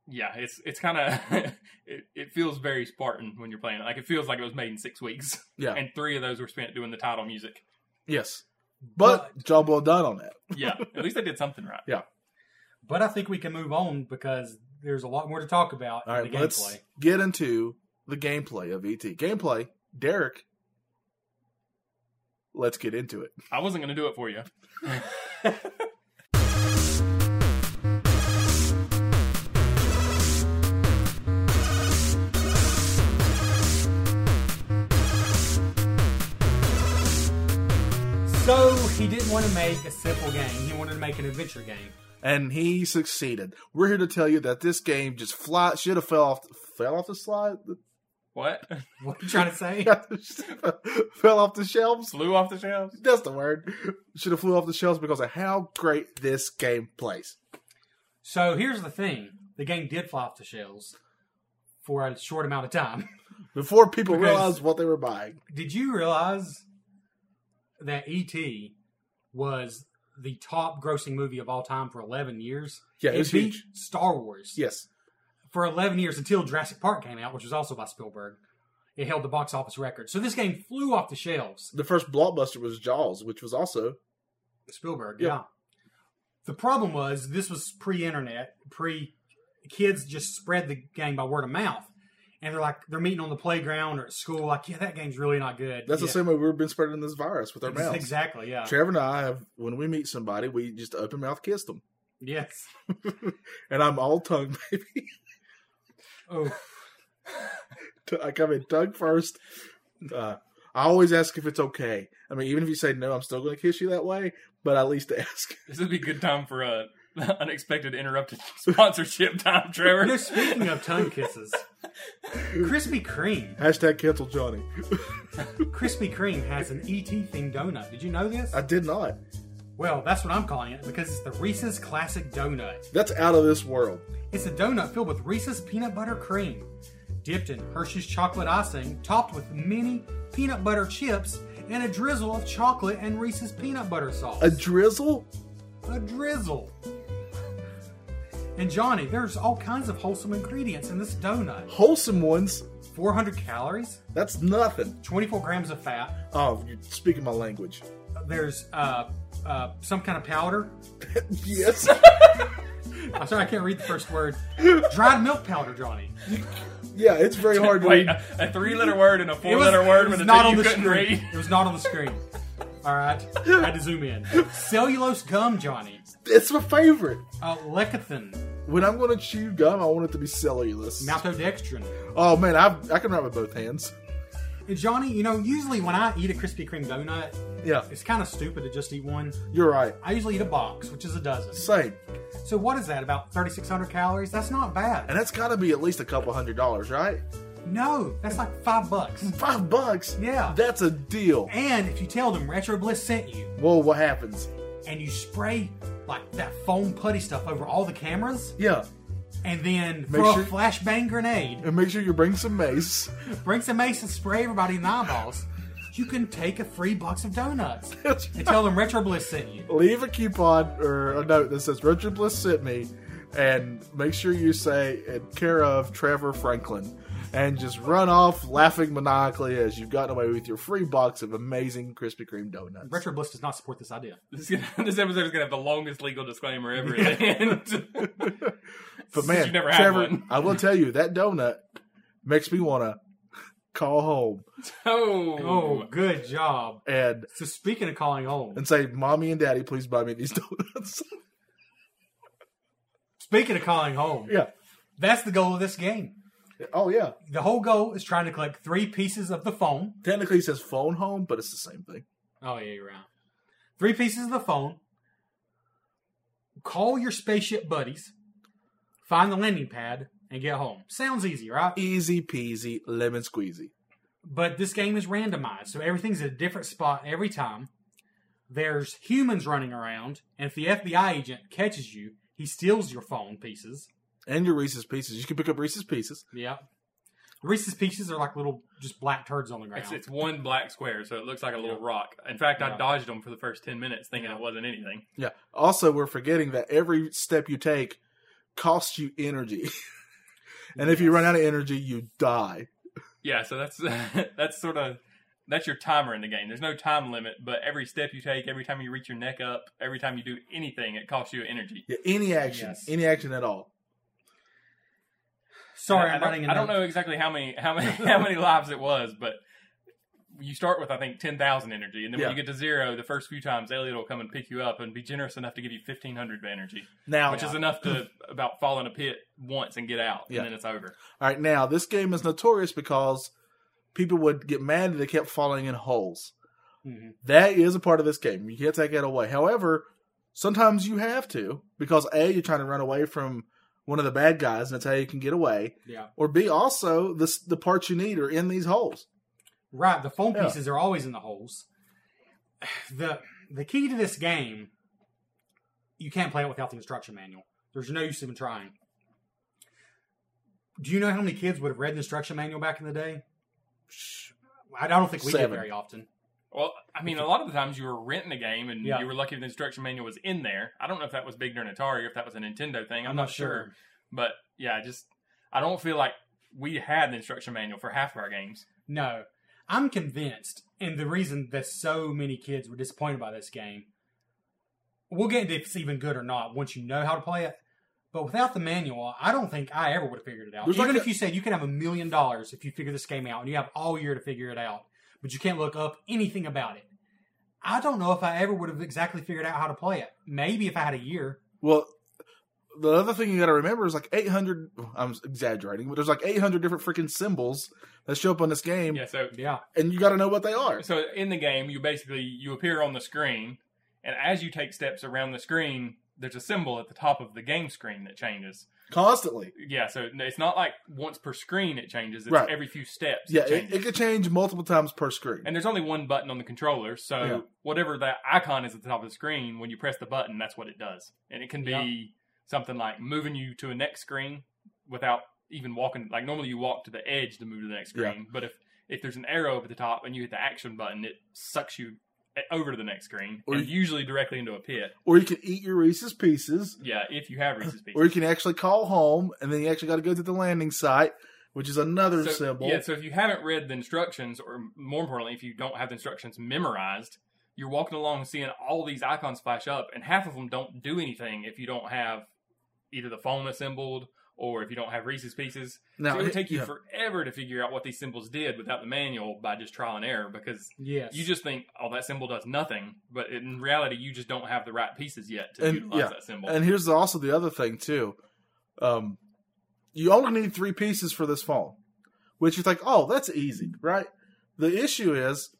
[SPEAKER 4] yeah,
[SPEAKER 5] it's it's kind of it, it feels very Spartan when you're playing it. Like it feels like it was made in six weeks,
[SPEAKER 3] Yeah.
[SPEAKER 5] and three of those were spent doing the title music.
[SPEAKER 3] Yes. But job well done on that.
[SPEAKER 5] Yeah, at least they did something right.
[SPEAKER 4] But I think we can move on because there's a lot more to talk about
[SPEAKER 3] All
[SPEAKER 4] in
[SPEAKER 3] right,
[SPEAKER 4] the
[SPEAKER 3] let's
[SPEAKER 4] gameplay.
[SPEAKER 3] get into the gameplay of ET. Gameplay, Derek. Let's get into it.
[SPEAKER 5] I wasn't going to do it for you.
[SPEAKER 4] So he didn't want to make a simple game. He wanted to make an adventure game.
[SPEAKER 3] And he succeeded. We're here to tell you that this game just fly should have fell off fell off the slide.
[SPEAKER 5] What?
[SPEAKER 4] What are you trying to say?
[SPEAKER 3] fell off the shelves.
[SPEAKER 5] Flew off the shelves?
[SPEAKER 3] That's the word. Should have flew off the shelves because of how great this game plays.
[SPEAKER 4] So here's the thing: the game did fly off the shelves for a short amount of time.
[SPEAKER 3] Before people
[SPEAKER 4] Because-
[SPEAKER 3] realized what they were buying.
[SPEAKER 4] Did you realize that ET was the top grossing movie of all time for 11 years?
[SPEAKER 3] Yeah, it was
[SPEAKER 4] beat
[SPEAKER 3] huge.
[SPEAKER 4] Star Wars
[SPEAKER 3] Yes.
[SPEAKER 4] for 11 years until Jurassic Park came out, which was also by Spielberg. It held the box office record. So this game flew off the shelves.
[SPEAKER 3] The first blockbuster was Jaws, which was also
[SPEAKER 4] Spielberg,
[SPEAKER 3] Yeah.
[SPEAKER 4] yeah. The problem was this was pre-internet, pre kids just spread the game by word of mouth. And they're like they're meeting on the playground or at school, like, yeah, that game's really not good.
[SPEAKER 3] that's the
[SPEAKER 4] Yeah.
[SPEAKER 3] same way we've been spreading this virus with our mouths.
[SPEAKER 4] Exactly, yeah.
[SPEAKER 3] Trevor and I have when we meet somebody, we just open mouth kiss them.
[SPEAKER 4] Yes.
[SPEAKER 3] And I'm all tongue, baby.
[SPEAKER 4] Oh,
[SPEAKER 3] I come in tongue first. Uh, I always ask if it's okay. I mean, even if you say no, I'm still going to kiss you that way, but at least ask.
[SPEAKER 5] This would be a good time for a unexpected interrupted sponsorship time, Trevor.
[SPEAKER 4] you know, speaking of tongue kisses, Krispy Kreme,
[SPEAKER 3] Hashtag cancel Johnny.
[SPEAKER 4] Krispy Kreme has an ET themed donut. Did you know this?
[SPEAKER 3] I did not.
[SPEAKER 4] Well, that's what I'm calling it because it's the Reese's Classic Donut.
[SPEAKER 3] That's out of this world.
[SPEAKER 4] It's a donut filled with Reese's peanut butter cream, dipped in Hershey's chocolate icing, topped with mini peanut butter chips, and a drizzle of chocolate and Reese's peanut butter sauce.
[SPEAKER 3] A drizzle?
[SPEAKER 4] a drizzle. And Johnny, there's all kinds of wholesome ingredients in this donut.
[SPEAKER 3] Wholesome ones?
[SPEAKER 4] 400 calories,
[SPEAKER 3] That's nothing.
[SPEAKER 4] 24 grams of fat,
[SPEAKER 3] Oh, you're speaking my language.
[SPEAKER 4] there's uh, uh, some kind of powder.
[SPEAKER 3] Yes.
[SPEAKER 4] I'm sorry, I can't read the first word. Dried milk powder, Johnny.
[SPEAKER 3] yeah, it's very hard to
[SPEAKER 5] Wait,
[SPEAKER 3] read.
[SPEAKER 5] a, a three-letter word and a
[SPEAKER 4] It was-
[SPEAKER 5] four-letter
[SPEAKER 4] it
[SPEAKER 5] word
[SPEAKER 4] was
[SPEAKER 5] with a
[SPEAKER 4] not
[SPEAKER 5] thing
[SPEAKER 4] on
[SPEAKER 5] you
[SPEAKER 4] the
[SPEAKER 5] couldn't
[SPEAKER 4] screen.
[SPEAKER 5] read.
[SPEAKER 4] It was not on the screen. All right, I had to zoom in. Cellulose gum, Johnny.
[SPEAKER 3] It's my favorite.
[SPEAKER 4] Uh, lecithin,
[SPEAKER 3] When I'm going to chew gum, I want it to be cellulose.
[SPEAKER 4] maltodextrin.
[SPEAKER 3] Oh man, I I can write with both hands.
[SPEAKER 4] And Johnny, you know, usually when I eat a Krispy Kreme donut,
[SPEAKER 3] Yeah,
[SPEAKER 4] it's kind of stupid to just eat one.
[SPEAKER 3] you're right.
[SPEAKER 4] I usually eat a box, which is a dozen.
[SPEAKER 3] Same,
[SPEAKER 4] So what is that? About 3,600 calories? That's not bad.
[SPEAKER 3] and that's got to be at least a couple hundred dollars, right?
[SPEAKER 4] No, that's like five bucks.
[SPEAKER 3] Five bucks.
[SPEAKER 4] Yeah.
[SPEAKER 3] that's a deal.
[SPEAKER 4] And if you tell them Retro Bliss sent you,
[SPEAKER 3] Whoa, what happens?
[SPEAKER 4] and you spray like that foam putty stuff over all the cameras,
[SPEAKER 3] Yeah,
[SPEAKER 4] and then
[SPEAKER 3] Make
[SPEAKER 4] throw
[SPEAKER 3] sure-
[SPEAKER 4] a flashbang grenade,
[SPEAKER 3] and make sure you bring some mace.
[SPEAKER 4] bring some mace and spray everybody in the eyeballs, you can take a free box of donuts
[SPEAKER 3] That's
[SPEAKER 4] and tell them Retro Bliss sent you.
[SPEAKER 3] Leave a coupon or a note that says Richard Bliss sent me, and make sure you say "In care of Trevor Franklin." And just run off laughing maniacally as you've gotten away with your free box of amazing Krispy Kreme donuts.
[SPEAKER 4] Retro Bliss does not support this idea.
[SPEAKER 5] This, is gonna, this episode is going to have the longest legal disclaimer ever at the end.
[SPEAKER 3] But
[SPEAKER 5] Since
[SPEAKER 3] man,
[SPEAKER 5] you never had
[SPEAKER 3] Trevor,
[SPEAKER 5] one.
[SPEAKER 3] I will tell you that donut makes me want to call home
[SPEAKER 5] oh,
[SPEAKER 4] Oh, good job.
[SPEAKER 3] and
[SPEAKER 4] So speaking of calling home,
[SPEAKER 3] and say, "Mommy and Daddy, please buy me these donuts."
[SPEAKER 4] speaking of calling home,
[SPEAKER 3] yeah.
[SPEAKER 4] that's the goal of this game.
[SPEAKER 3] Oh yeah.
[SPEAKER 4] The whole goal is trying to collect three pieces of the foam.
[SPEAKER 3] Technically, it says phone home, but it's the same thing.
[SPEAKER 4] Oh yeah, you're right. Three pieces of the phone. Call your spaceship buddies. Find the landing pad and get home. Sounds easy, right?
[SPEAKER 3] Easy peasy, lemon squeezy.
[SPEAKER 4] But this game is randomized, so everything's at a different spot every time. There's humans running around, and if the FBI agent catches you, he steals your phone pieces.
[SPEAKER 3] And your Reese's Pieces. You can pick up Reese's Pieces.
[SPEAKER 4] Yeah. Reese's pieces are like little, just black turds on the ground.
[SPEAKER 5] It's, it's one black square, so it looks like a little rock. In fact, I
[SPEAKER 4] Yeah.
[SPEAKER 5] dodged them for the first 10 minutes thinking it wasn't anything.
[SPEAKER 3] Yeah. Also, we're forgetting that every step you take costs you energy. and if you run out of energy, you die.
[SPEAKER 5] Yeah, so that's that's sort of that's your timer in the game. There's no time limit, but every step you take, every time you reach your neck up, every time you do anything, it costs you energy.
[SPEAKER 3] Yeah, any action,
[SPEAKER 4] Yes.
[SPEAKER 3] any action at all.
[SPEAKER 4] Sorry,
[SPEAKER 5] I, I
[SPEAKER 4] I'm
[SPEAKER 5] don't-
[SPEAKER 4] running. a
[SPEAKER 5] I don't
[SPEAKER 4] note.
[SPEAKER 5] know exactly how many how many how many lives it was, but you start with I think ten thousand energy, and then
[SPEAKER 3] Yeah.
[SPEAKER 5] when you get to zero, the first few times Elliot will come and pick you up and be generous enough to give you fifteen hundred energy,
[SPEAKER 3] Now,
[SPEAKER 5] which is enough to about fall in a pit once and get out,
[SPEAKER 3] Yeah.
[SPEAKER 5] and then it's over.
[SPEAKER 3] all right, now this game is notorious because people would get mad that they kept falling in holes.
[SPEAKER 4] Mhm.
[SPEAKER 3] That is a part of this game. You can't take that away. However, sometimes you have to because a you're trying to run away from one of the bad guys, and that's how you can get away.
[SPEAKER 4] Yeah,
[SPEAKER 3] Or b also the s- the parts you need are in these holes.
[SPEAKER 4] right. The phone
[SPEAKER 3] Yeah.
[SPEAKER 4] pieces are always in the holes. the The key to this game, you can't play it without the instruction manual. There's no use even trying. Do you know how many kids would have read the instruction manual back in the day? I don't think we
[SPEAKER 3] Seven.
[SPEAKER 4] did very often.
[SPEAKER 5] Well, I mean, a lot of the times you were renting a game and
[SPEAKER 4] Yeah.
[SPEAKER 5] you were lucky if the instruction manual was in there. I don't know if that was big during Atari or if that was a Nintendo thing. I'm, not, sure. But yeah, I just I don't feel like we had the instruction manual for half of our games.
[SPEAKER 4] No, I'm convinced, and the reason that so many kids were disappointed by this game, we'll get into if it's even good or not once you know how to play it. But without the manual, I don't think I ever would have figured it out.
[SPEAKER 3] There's
[SPEAKER 4] even
[SPEAKER 3] like
[SPEAKER 4] if
[SPEAKER 3] a-
[SPEAKER 4] you said you can have a million dollars if you figure this game out, and you have all year to figure it out, but you can't look up anything about it. I don't know if I ever would have exactly figured out how to play it. Maybe if I had a year.
[SPEAKER 3] Well, the other thing you got to remember is like 800. I'm exaggerating, but there's like 800 different freaking symbols that show up on this game,
[SPEAKER 5] Yeah, so
[SPEAKER 4] Yeah.
[SPEAKER 3] and you got to know what they are.
[SPEAKER 5] so in the game you basically you appear on the screen and as you take steps around the screen there's a symbol at the top of the game screen that changes
[SPEAKER 3] constantly.
[SPEAKER 5] yeah so it's not like once per screen it changes it's
[SPEAKER 3] Right.
[SPEAKER 5] every few steps
[SPEAKER 3] Yeah,
[SPEAKER 5] it
[SPEAKER 3] it,
[SPEAKER 5] changes.
[SPEAKER 3] it could change multiple times per screen.
[SPEAKER 5] and there's only one button on the controller so
[SPEAKER 3] Yeah.
[SPEAKER 5] whatever that icon is at the top of the screen when you press the button that's what it does and it can be something like moving you to a next screen without even walking like normally you walk to the edge to move to the next
[SPEAKER 3] Yeah.
[SPEAKER 5] screen but if if there's an arrow over the top and you hit the action button it sucks you eh, over to the next screen
[SPEAKER 3] Or
[SPEAKER 5] and
[SPEAKER 3] you-
[SPEAKER 5] usually directly into a pit
[SPEAKER 3] or you can eat your Reese's Pieces,
[SPEAKER 5] yeah if you have Reese's Pieces
[SPEAKER 3] or you can actually call home, and then you actually got to go to the landing site, which is another
[SPEAKER 5] so,
[SPEAKER 3] symbol.
[SPEAKER 5] Yeah, so if you haven't read the instructions, or more importantly, if you don't have the instructions memorized, you're walking along and seeing all these icons flash up, and half of them don't do anything if you don't have either the phone assembled or if you don't have Reese's pieces.
[SPEAKER 3] now,
[SPEAKER 5] so it would take you
[SPEAKER 3] yeah.
[SPEAKER 5] forever to figure out what these symbols did without the manual by just trial and error because
[SPEAKER 4] Yes.
[SPEAKER 5] you just think, oh, that symbol does nothing, but in reality, you just don't have the right pieces yet to
[SPEAKER 3] And-
[SPEAKER 5] utilize
[SPEAKER 3] yeah,
[SPEAKER 5] that symbol.
[SPEAKER 3] and here's also the other thing too. Um, you only need three pieces for this phone, which you think, oh, that's easy, right? The issue is,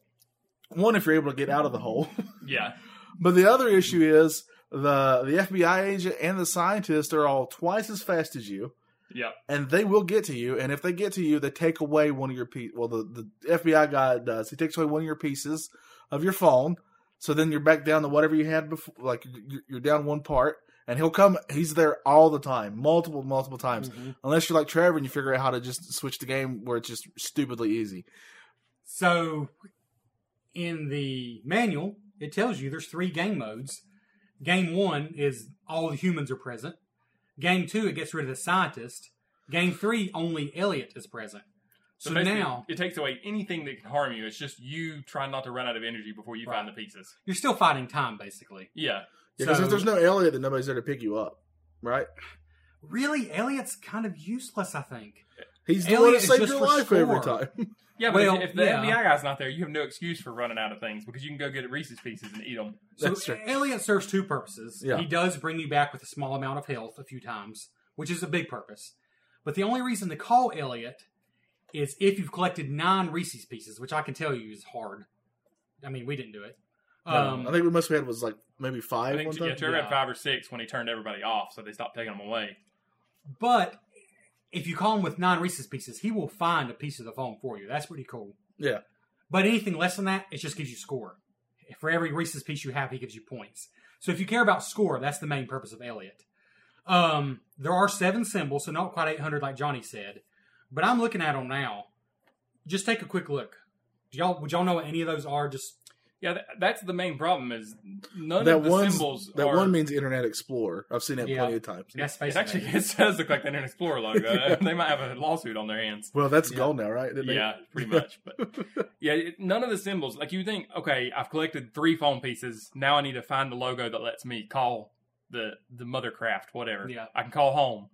[SPEAKER 3] one, if you're able to get out of the hole,
[SPEAKER 5] yeah,
[SPEAKER 3] But the other issue is the the FBI agent and the scientist are all twice as fast as you,
[SPEAKER 5] yeah.
[SPEAKER 3] and they will get to you. And if they get to you, they take away one of your pieces. Well, the, the FBI guy does. He takes away one of your pieces of your phone. So then you're back down to whatever you had before. Like you're, you're down one part, and he'll come. He's there all the time, multiple, multiple times.
[SPEAKER 4] Mhm.
[SPEAKER 3] Unless you're like Trevor and you figure out how to just switch the game where it's just stupidly easy.
[SPEAKER 4] So in the manual, it tells you there's three game modes. Game one is all the humans are present. Game two, it gets rid of the scientist. Game three, only Elliot is present. So,
[SPEAKER 5] basically,
[SPEAKER 4] now
[SPEAKER 5] it takes away anything that can harm you. It's just you trying not to run out of energy before you find the pieces.
[SPEAKER 4] you're still fighting time, basically.
[SPEAKER 5] Yeah.
[SPEAKER 3] Because
[SPEAKER 4] So-
[SPEAKER 3] if there's no Elliot, then nobody's there to pick you up, right?
[SPEAKER 4] Really, Elliot's kind of useless, I think.
[SPEAKER 3] He's the one that
[SPEAKER 4] Elliot is
[SPEAKER 3] saved
[SPEAKER 4] just
[SPEAKER 3] your
[SPEAKER 4] for
[SPEAKER 3] life every
[SPEAKER 4] score.
[SPEAKER 3] time.
[SPEAKER 5] Yeah, but
[SPEAKER 4] Well,
[SPEAKER 5] if, if the
[SPEAKER 4] yeah.
[SPEAKER 5] FBI guy's not there, you have no excuse for running out of things because you can go get Reese's pieces and eat them.
[SPEAKER 4] So
[SPEAKER 3] That's true.
[SPEAKER 4] Elliot serves two purposes.
[SPEAKER 3] Yeah.
[SPEAKER 4] He does bring you back with a small amount of health a few times, which is a big purpose. But the only reason to call Elliot is if you've collected nine Reese's pieces, which I can tell you is hard. I mean, we didn't do it. Um,
[SPEAKER 3] I think we must have had was like maybe
[SPEAKER 5] I
[SPEAKER 3] five
[SPEAKER 5] think
[SPEAKER 3] one
[SPEAKER 5] yeah,
[SPEAKER 3] time.
[SPEAKER 5] Trevor
[SPEAKER 4] Yeah.
[SPEAKER 5] had five or six when he turned everybody off, so they stopped taking them away.
[SPEAKER 4] but if you call him with nine Reese's pieces, he will find a piece of the phone for you. That's pretty cool.
[SPEAKER 3] Yeah.
[SPEAKER 4] But anything less than that, it just gives you score. For every Reese's piece you have, he gives you points. So if you care about score, that's the main purpose of Elliot. Um, there are seven symbols, so not quite 800 like Johnny said. But I'm looking at them now. Just take a quick look. Do y'all would y'all know what any of those are? Just
[SPEAKER 5] Yeah, that, that's the main problem is none
[SPEAKER 3] that
[SPEAKER 5] of the
[SPEAKER 3] one's-
[SPEAKER 5] symbols
[SPEAKER 3] that
[SPEAKER 5] are,
[SPEAKER 3] one means Internet Explorer. I've seen that
[SPEAKER 4] Yeah.
[SPEAKER 3] plenty of times.
[SPEAKER 4] That's
[SPEAKER 5] It
[SPEAKER 4] basically
[SPEAKER 5] actually it does look like the Internet Explorer logo. They might have a lawsuit on their hands.
[SPEAKER 3] Well, that's gone now, right? Didn't they-
[SPEAKER 5] Yeah, pretty much. But yeah, it- none of the symbols. Like you think, okay, I've collected three phone pieces. Now I need to find the logo that lets me call the the mothercraft, whatever.
[SPEAKER 4] Yeah.
[SPEAKER 5] I can call home.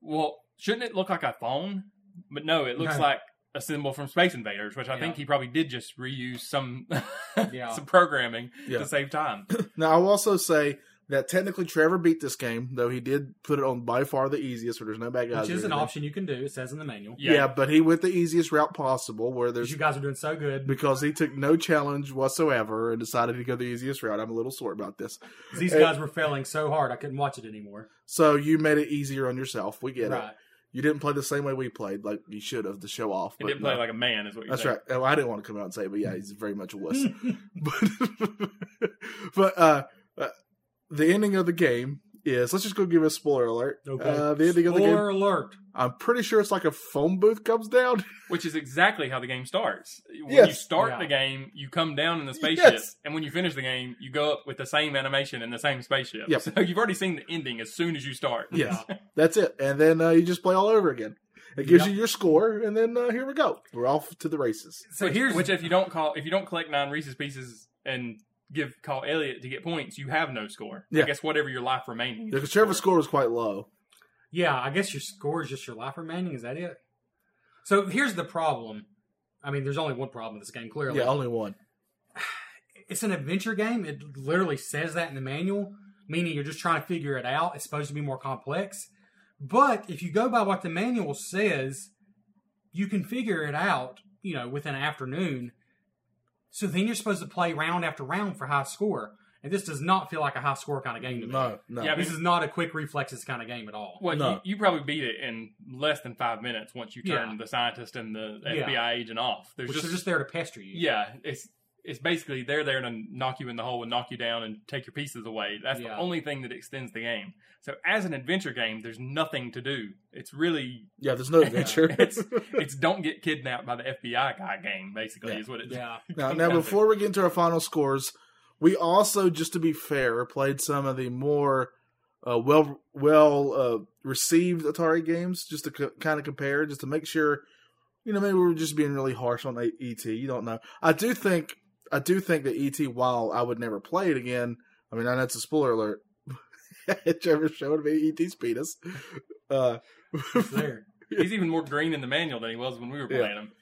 [SPEAKER 5] Well, shouldn't it look like a phone? But no, it looks
[SPEAKER 4] No.
[SPEAKER 5] like a symbol from Space Invaders, which I think
[SPEAKER 4] Yeah.
[SPEAKER 5] he probably did just reuse some
[SPEAKER 4] Yeah.
[SPEAKER 5] some programming
[SPEAKER 3] Yeah.
[SPEAKER 5] to save time.
[SPEAKER 3] Now, I'll also say that technically Trevor beat this game, though he did put it on by far the easiest, where there's no bad guys.
[SPEAKER 4] which
[SPEAKER 3] or
[SPEAKER 4] is an
[SPEAKER 3] anything.
[SPEAKER 4] option you can do. It says in the manual.
[SPEAKER 3] Yeah. but he went the easiest route possible, where
[SPEAKER 4] 'Cause
[SPEAKER 3] there's
[SPEAKER 4] You guys are doing so good.
[SPEAKER 3] because he took no challenge whatsoever and decided to go the easiest route. I'm a little sore about this.
[SPEAKER 4] These
[SPEAKER 3] Hey.
[SPEAKER 4] guys were failing so hard, I couldn't watch it anymore.
[SPEAKER 3] So you made it easier on yourself. We get it.
[SPEAKER 4] right.
[SPEAKER 3] You didn't play the same way we played, like you should have to show off.
[SPEAKER 5] It
[SPEAKER 3] but
[SPEAKER 5] didn't play
[SPEAKER 3] no.
[SPEAKER 5] like a man, is what you're
[SPEAKER 3] That's
[SPEAKER 5] saying.
[SPEAKER 3] right. Oh, I didn't want to come out and say, it, but yeah, he's very much a wuss. but but uh, uh, the ending of the game is let's just go give a spoiler alert.
[SPEAKER 4] Okay.
[SPEAKER 3] Uh, the ending of the game.
[SPEAKER 4] Spoiler alert.
[SPEAKER 3] I'm pretty sure it's like a phone booth comes down.
[SPEAKER 5] Which is exactly how the game starts. When you
[SPEAKER 3] Yes.
[SPEAKER 5] start
[SPEAKER 4] Yeah.
[SPEAKER 5] the game, you come down in the spaceship,
[SPEAKER 3] Yes.
[SPEAKER 5] and when you finish the game, you go up with the same animation and the same spaceship.
[SPEAKER 3] Yep.
[SPEAKER 5] So you've already seen the ending as soon as you start.
[SPEAKER 3] yes, that's it. And then uh, you just play all over again. It gives
[SPEAKER 4] Yep.
[SPEAKER 3] you your score, and then uh, here we go. We're off to the races.
[SPEAKER 4] So
[SPEAKER 5] which,
[SPEAKER 4] here's
[SPEAKER 5] which if you don't call if you don't collect nine Reese's pieces and give call Elliot to get points, you have no score.
[SPEAKER 3] Yeah.
[SPEAKER 5] I guess whatever your life remaining. is
[SPEAKER 3] The
[SPEAKER 5] your
[SPEAKER 3] Trevor's score was quite low.
[SPEAKER 4] Yeah, I guess your score is just your life remaining. Is that it? So here's the problem. I mean, there's only one problem with this game, clearly.
[SPEAKER 3] Yeah, only one.
[SPEAKER 4] It's an adventure game. It literally says that in the manual, meaning you're just trying to figure it out. It's supposed to be more complex. But if you go by what the manual says, you can figure it out, you know, within an afternoon. So then you're supposed to play round after round for high score. And this does not feel like a high score kind of game to me.
[SPEAKER 3] No, no.
[SPEAKER 5] Yeah, I mean-
[SPEAKER 4] This is not a quick reflexes kind of game at all.
[SPEAKER 5] Well,
[SPEAKER 3] No.
[SPEAKER 5] you, you probably beat it in less than five minutes once you turn
[SPEAKER 4] Yeah.
[SPEAKER 5] the scientist and the
[SPEAKER 4] Yeah.
[SPEAKER 5] FBI agent off. There's
[SPEAKER 4] Which
[SPEAKER 5] just,
[SPEAKER 4] they're just there to pester you.
[SPEAKER 5] yeah, it's it's basically they're there to knock you in the hole and knock you down and take your pieces away. That's
[SPEAKER 4] Yeah.
[SPEAKER 5] the only thing that extends the game. So as an adventure game, there's nothing to do. It's really
[SPEAKER 3] Yeah, there's no adventure.
[SPEAKER 5] it's it's don't get kidnapped by the FBI guy game. Basically,
[SPEAKER 3] Yeah.
[SPEAKER 5] is what it is.
[SPEAKER 4] Yeah.
[SPEAKER 3] Now, now
[SPEAKER 5] Nothing.
[SPEAKER 3] before we get into our final scores, we also, just to be fair, played some of the more uh, well well uh, received Atari games, just to co- kind of compare, just to make sure. You know, maybe we were just being really harsh on A- ET. You don't know. I do think I do think that ET. While I would never play it again, I mean, I know it's a spoiler alert. Trevor showed me ET's penis. Uh,
[SPEAKER 4] It's there.
[SPEAKER 5] He's even more green in the manual than he was when we were
[SPEAKER 3] Yeah.
[SPEAKER 5] playing him.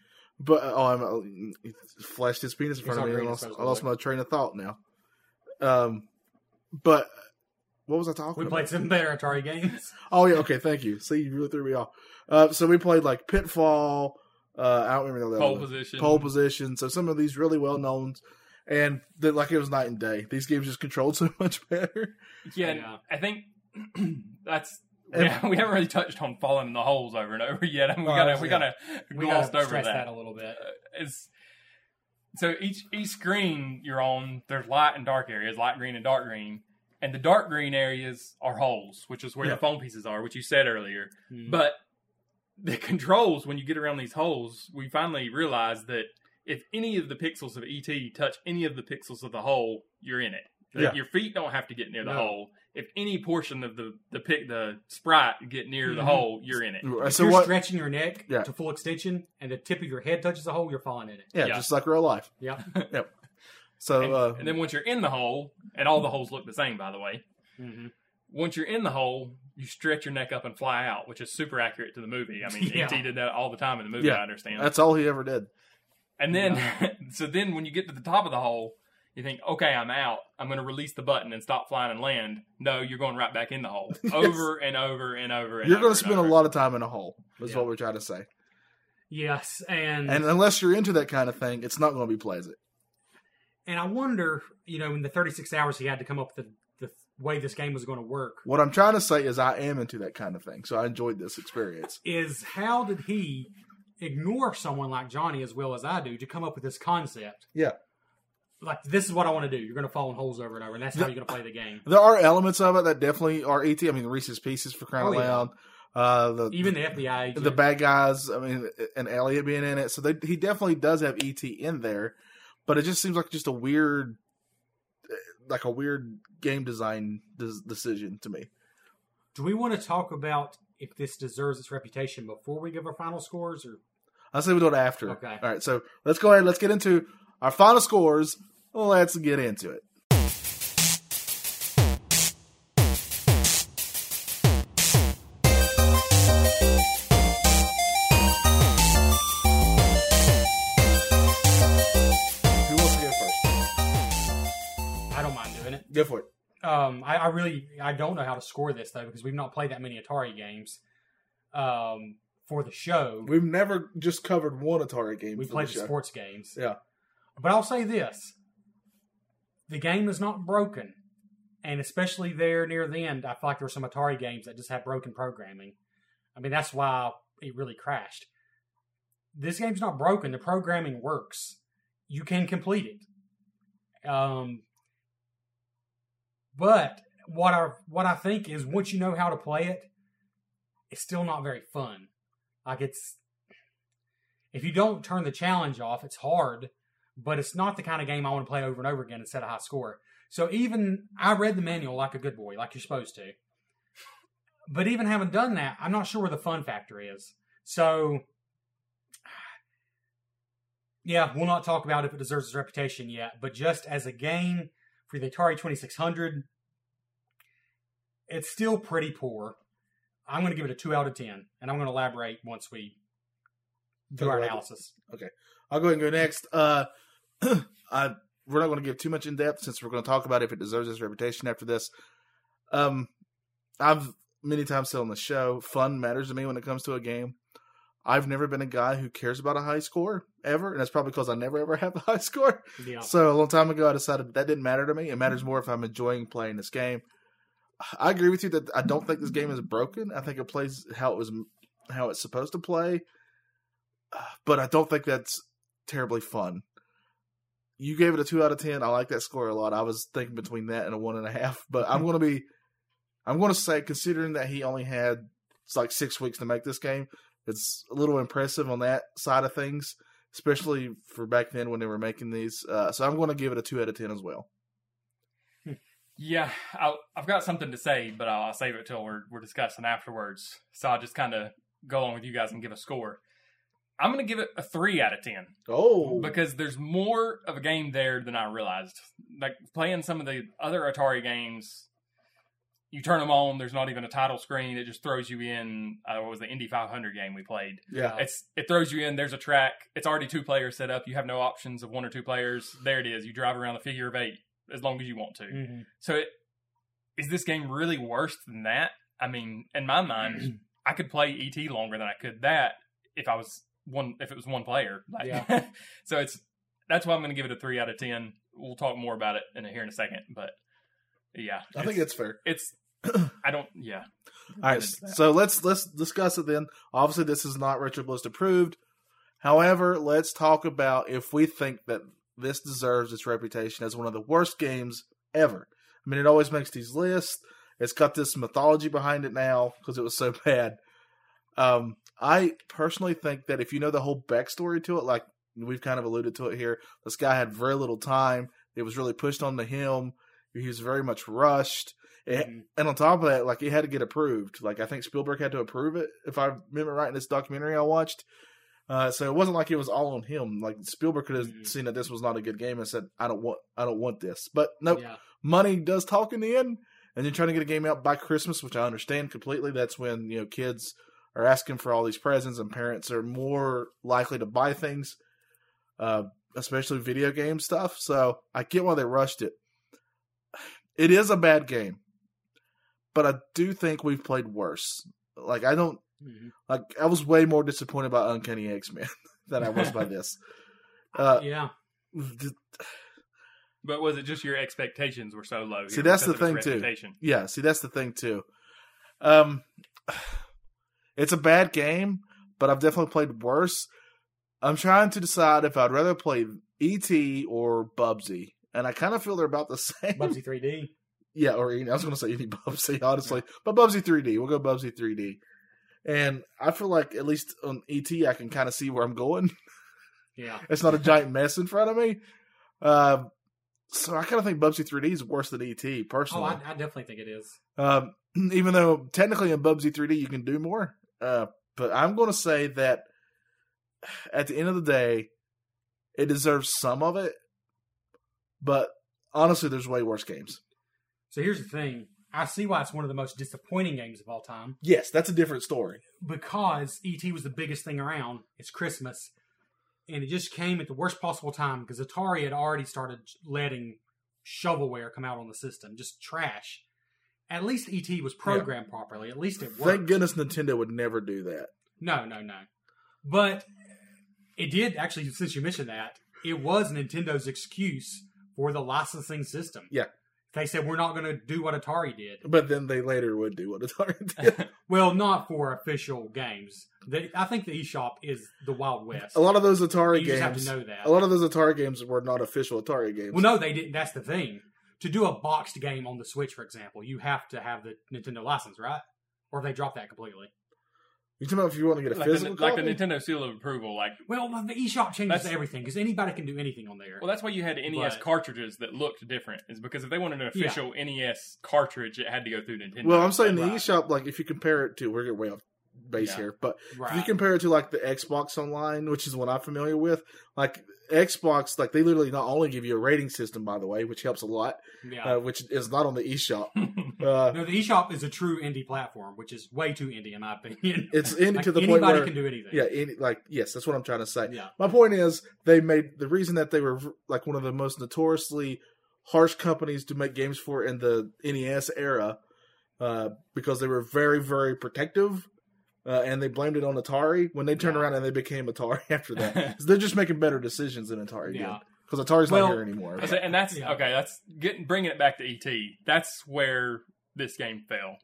[SPEAKER 3] But uh, oh, I'm, uh, he flashed his penis in
[SPEAKER 4] It's
[SPEAKER 3] front of
[SPEAKER 4] not
[SPEAKER 3] me. And I
[SPEAKER 4] green,
[SPEAKER 3] lost,
[SPEAKER 4] it's
[SPEAKER 3] I lost
[SPEAKER 4] supposed
[SPEAKER 3] my train of thought now. Um, but what was I talking
[SPEAKER 4] We
[SPEAKER 3] about?
[SPEAKER 4] played some better Atari games.
[SPEAKER 3] Oh yeah, okay, thank you. See, you really threw me off. Uh, so we played like Pitfall. Uh, I don't remember the other
[SPEAKER 5] Pole
[SPEAKER 3] one.
[SPEAKER 5] position.
[SPEAKER 3] Pole position. So some of these really well known, and the, like it was night and day. These games just controlled so much better.
[SPEAKER 5] Yeah, and
[SPEAKER 4] Yeah.
[SPEAKER 5] I think that's.
[SPEAKER 3] And-
[SPEAKER 5] Yeah, we haven't really touched on falling in the holes over and over yet, and we
[SPEAKER 3] Oh,
[SPEAKER 5] gotta we
[SPEAKER 3] yeah.
[SPEAKER 5] gotta
[SPEAKER 4] We
[SPEAKER 5] glossed
[SPEAKER 4] gotta
[SPEAKER 5] over
[SPEAKER 4] stress
[SPEAKER 5] that.
[SPEAKER 4] that. a little bit.
[SPEAKER 3] Uh,
[SPEAKER 5] It's so each each screen you're on, there's light and dark areas, light green and dark green, and the dark green areas are holes, which is where
[SPEAKER 3] Yeah. Mm-hmm.
[SPEAKER 5] the phone pieces are, which you said earlier.
[SPEAKER 4] Mm.
[SPEAKER 5] But the controls, when you get around these holes, we finally realize that if any of the pixels of ET touch any of the pixels of the hole, you're in it. Like,
[SPEAKER 3] Yeah.
[SPEAKER 5] Your feet don't have to get near the
[SPEAKER 4] No.
[SPEAKER 5] hole. If any portion of the the pick the sprite get near
[SPEAKER 3] Mm-hmm.
[SPEAKER 5] the
[SPEAKER 4] Mhm.
[SPEAKER 5] hole, you're in it.
[SPEAKER 4] if
[SPEAKER 3] so
[SPEAKER 4] you're
[SPEAKER 3] what?
[SPEAKER 4] stretching your neck
[SPEAKER 3] Yeah.
[SPEAKER 4] to full extension and the tip of your head touches the hole, you're falling in it.
[SPEAKER 3] Yeah,
[SPEAKER 5] Yeah.
[SPEAKER 3] just like real life.
[SPEAKER 4] Yep.
[SPEAKER 3] So
[SPEAKER 5] And,
[SPEAKER 3] uh,
[SPEAKER 5] and then once you're in the hole, and all the holes look the same, by the way.
[SPEAKER 4] Mhm.
[SPEAKER 5] Once you're in the hole, you stretch your neck up and fly out, which is super accurate to the movie. I mean,
[SPEAKER 4] Yeah.
[SPEAKER 5] ET did that all the time in the movie.
[SPEAKER 3] Yeah.
[SPEAKER 5] I understand.
[SPEAKER 3] that's all he ever did.
[SPEAKER 5] And then, so then when you get to the top of the hole, you think, okay, I'm out. I'm going to release the button and stop flying and land. No, you're going right back in the hole over and over and over. And
[SPEAKER 3] You're
[SPEAKER 5] going
[SPEAKER 3] going to spend a lot of time in a hole. That's
[SPEAKER 4] Yeah.
[SPEAKER 3] what we're trying to say.
[SPEAKER 4] Yes, and
[SPEAKER 3] And
[SPEAKER 4] and,
[SPEAKER 3] unless you're into that kind of thing, it's not going to be pleasant.
[SPEAKER 4] I wonder, you know, in the 36 hours he had to come up with the, the way this game was going to work,
[SPEAKER 3] What I'm trying to say is, I am into that kind of thing, so I enjoyed this experience.
[SPEAKER 4] is how did he ignore someone like Johnny as well as I do to come up with this concept?
[SPEAKER 3] Yeah.
[SPEAKER 4] Like this is what I want to do. You're going to fall in holes over and over, and that's how you're going to play the game.
[SPEAKER 3] There are elements of it that definitely are ET. I mean, Reese's Pieces for crying
[SPEAKER 4] Oh,
[SPEAKER 3] out
[SPEAKER 4] yeah.
[SPEAKER 3] loud. Uh, the
[SPEAKER 4] Even the FBI,
[SPEAKER 3] the
[SPEAKER 4] agent-
[SPEAKER 3] bad guys. I mean, and Elliot being E in it, so they, he definitely does have ET in there. But it just seems like just a weird, eh, like a weird game design des- decision to me.
[SPEAKER 4] Do we want to talk about if this deserves its reputation before we give our final scores, or
[SPEAKER 3] I say we do it after.
[SPEAKER 4] Okay.
[SPEAKER 3] All right. So let's go ahead. Let's get into our final scores. Let's get into it. Who wants to go first?
[SPEAKER 4] I don't mind doing it.
[SPEAKER 3] Go for it.
[SPEAKER 4] Um, I, I really I don't know how to score this though because we've not played that many Atari games. Um, for the show,
[SPEAKER 3] We've never just covered one Atari game.
[SPEAKER 4] we
[SPEAKER 3] for
[SPEAKER 4] played
[SPEAKER 3] the
[SPEAKER 4] the
[SPEAKER 3] show.
[SPEAKER 4] sports games.
[SPEAKER 3] Yeah.
[SPEAKER 4] But I'll say this the game is not broken. And especially there near the end, I feel like there were some Atari games that just had broken programming. I mean, that's why it really crashed. This game's not broken. The programming works. You can complete it. Um, but what I what I think is once you know how to play it, it's still not very fun. Like it's if you don't turn the challenge off, it's hard but it's not the kind of game I want to play over and over again and set a high score. So even I read the manual like a good boy, like you're supposed to. But even having done that, I'm not sure where the fun factor is. So yeah, we'll not talk about if it deserves its reputation yet, but just as a game for the Atari 2600, it's still pretty poor. I'm going to give it a 2 out of 10, and I'm going to elaborate once we do our
[SPEAKER 3] Elaborate.
[SPEAKER 4] analysis.
[SPEAKER 3] I'll go ahead and go next. Uh, I we're not going to give too much in depth since we're going to talk about if it deserves its reputation after this. Um, I've many times said on the show, fun matters to me when it comes to a game. I've never been a guy who cares about a high score ever, and that's probably because I never ever have a high score.
[SPEAKER 4] Yeah.
[SPEAKER 3] So a long time ago, I decided that didn't matter to me. It matters more if I'm enjoying playing this game. I agree with you that I don't think this game is broken. I think it plays how it was, how it's supposed to play. Uh, But I don't think that's terribly fun. You gave it a two out of ten. I like that score a lot. I was thinking between that and a one and a half, but I'm going to be, I'm going to say, considering that he only had it's like six weeks to make this game, it's a little impressive on that side of things especially for back then when they were making these. Uh, so I'm going to give it a two out of ten as well.
[SPEAKER 5] Yeah, I, I've got something to say, but I'll, I'll save it till we're we're discussing afterwards. So I'll just kind of go along with you guys and give a score. I'm going to give it a three out of ten
[SPEAKER 3] Oh,
[SPEAKER 5] because there's more of a game there than I realized. Like playing some of the other Atari games, you turn them on. There's not even a title screen. It just throws you in. Uh, what was the Indy 500 game we played?
[SPEAKER 3] yeah,
[SPEAKER 5] It's it throws you in. There's a track. It's already two players set up. You have no options of one or two players. There it is. You drive around the figure of eight as long as you want to.
[SPEAKER 4] Mhm.
[SPEAKER 5] So, it, is this game really worse than that? I mean, in my
[SPEAKER 3] Mm-hmm.
[SPEAKER 5] mind, I could play ET longer than I could that if I was one if it was one player. Like,
[SPEAKER 4] Yeah.
[SPEAKER 5] so it's that's why I'm going to give it a three out of ten. We'll talk more about it in here in a second, but yeah,
[SPEAKER 3] I think
[SPEAKER 5] it's
[SPEAKER 3] that's fair.
[SPEAKER 5] it's. I don't. Yeah.
[SPEAKER 3] All right,
[SPEAKER 5] Get into that.
[SPEAKER 3] so let's let's discuss it then. Obviously, this is not Retro Bliss approved. However, let's talk about if we think that this deserves its reputation as one of the worst games ever. I mean, it always makes these lists. It's got this mythology behind it now because it was so bad. Um, I personally think that if you know the whole backstory to it, like we've kind of alluded to it here, this guy had very little time. It was really pushed onto him. He was very much rushed. It,
[SPEAKER 4] Mhm.
[SPEAKER 3] And on top of that, like it had to get approved. Like I think Spielberg had to approve it, if I remember right, in this documentary I watched. Uh, so it wasn't like it was all on him. Like Spielberg could have
[SPEAKER 4] Mhm.
[SPEAKER 3] seen that this was not a good game and said, "I don't want, I don't want this." But nope,
[SPEAKER 4] Yeah.
[SPEAKER 3] money does talk in the end, and you're trying to get a game out by Christmas, which I understand completely. That's when you know kids are asking for all these presents, and parents are more likely to buy things, uh, especially video game stuff. So I get why they rushed it. It is a bad game, but I do think we've played worse. Like I don't
[SPEAKER 4] Mhm.
[SPEAKER 3] like I was way more disappointed by Uncanny X Men than I was by this. Uh,
[SPEAKER 4] yeah.
[SPEAKER 3] th-
[SPEAKER 5] But was it just your expectations were so low?
[SPEAKER 3] See,
[SPEAKER 5] here
[SPEAKER 3] that's
[SPEAKER 5] because
[SPEAKER 3] the
[SPEAKER 5] of its
[SPEAKER 3] thing, too.
[SPEAKER 5] reputation?
[SPEAKER 3] Yeah, see that's the thing too. Um it's a bad game, but I've definitely played worse. I'm trying to decide if I'd rather play E.T. or Bubsy. And I kind of feel they're about the same.
[SPEAKER 4] Bubsy 3D.
[SPEAKER 3] Yeah, or E- I was going to say E.T. Bubsy, honestly. But Bubsy 3D. We'll go Bubsy 3D. And I feel like at E least on E.T. I can kind of see where I'm going.
[SPEAKER 4] Yeah.
[SPEAKER 3] It's not a giant mess in front of me. Um, so I kind of think Bubsy 3D is worse than ET
[SPEAKER 4] Oh, I,
[SPEAKER 3] personally.
[SPEAKER 4] I definitely think it is.
[SPEAKER 3] um, even though technically in Bubsy 3D you can do more, uh, but I'm going to say that at the end of the day, it deserves some of it. But honestly, there's way worse games.
[SPEAKER 4] So here's the thing. I see why it's one of the most disappointing games of all time
[SPEAKER 3] Yes, that's a different story.
[SPEAKER 4] because ET was the biggest thing around. It's Christmas, and it just came at the worst possible time because Atari had already started letting shovelware come out on the system, just trash. At least ET was programmed properly. At least it worked.
[SPEAKER 3] Thank goodness Nintendo would never do that.
[SPEAKER 4] No, no, no. But it did actually, since you mentioned that, it was Nintendo's excuse for the licensing system.
[SPEAKER 3] Yeah.
[SPEAKER 4] They said, we're not going to do what Atari did.
[SPEAKER 3] But then they later would do what Atari did.
[SPEAKER 4] Well, not for official games. They, I think the eShop is the Wild West.
[SPEAKER 3] a lot of those Atari
[SPEAKER 4] You
[SPEAKER 3] games.
[SPEAKER 4] just have to know that.
[SPEAKER 3] A lot of those Atari games were not official Atari games.
[SPEAKER 4] well, no, they didn't. That's the thing. To do a boxed game on the Switch, for example, you have to have the Nintendo license, right? Or they dropped that completely.
[SPEAKER 3] You talking about if you want to get a
[SPEAKER 5] Like the,
[SPEAKER 3] physical
[SPEAKER 5] like the
[SPEAKER 3] copy?
[SPEAKER 5] Nintendo seal of approval. Like,
[SPEAKER 4] Well, the eShop changes
[SPEAKER 5] That's-
[SPEAKER 4] everything because anybody can do anything on there.
[SPEAKER 5] well, that's why you had NES
[SPEAKER 4] But-
[SPEAKER 5] cartridges that looked different. Is because if they wanted an
[SPEAKER 4] Yeah.
[SPEAKER 5] official NES cartridge, it had to go through Nintendo.
[SPEAKER 3] Well, I'm saying the
[SPEAKER 4] Right.
[SPEAKER 3] eShop, like if you compare it to, we're getting way off base
[SPEAKER 5] Yeah.
[SPEAKER 3] here, but if you
[SPEAKER 4] right.
[SPEAKER 3] compare it to like the Xbox Online, which is what I'm familiar with, like Xbox, like they literally not only give you a rating system, by the way, which helps a lot,
[SPEAKER 4] yeah.
[SPEAKER 3] uh, which is not on the eShop. uh,
[SPEAKER 4] No, the eShop is a true indie platform, which is way too indie in my opinion.
[SPEAKER 3] it's in
[SPEAKER 4] Like,
[SPEAKER 3] to the point
[SPEAKER 4] anybody
[SPEAKER 3] where
[SPEAKER 4] can do anything.
[SPEAKER 3] yeah, any, like yes, that's what I'm trying to say.
[SPEAKER 4] Yeah.
[SPEAKER 3] My point is, they made the reason that they were like one of the most notoriously harsh companies to make games for in the NES era, uh, because they were very, very protective, uh, and they blamed it on Atari when they turned
[SPEAKER 4] Yeah.
[SPEAKER 3] around and they became Atari after that. so they're just making better decisions than Atari
[SPEAKER 4] Yeah.
[SPEAKER 3] did because Atari's
[SPEAKER 4] Well-
[SPEAKER 3] not here anymore.
[SPEAKER 5] I say- and that's
[SPEAKER 4] Yeah.
[SPEAKER 5] okay. That's getting bringing it back to ET. That's where this game fell.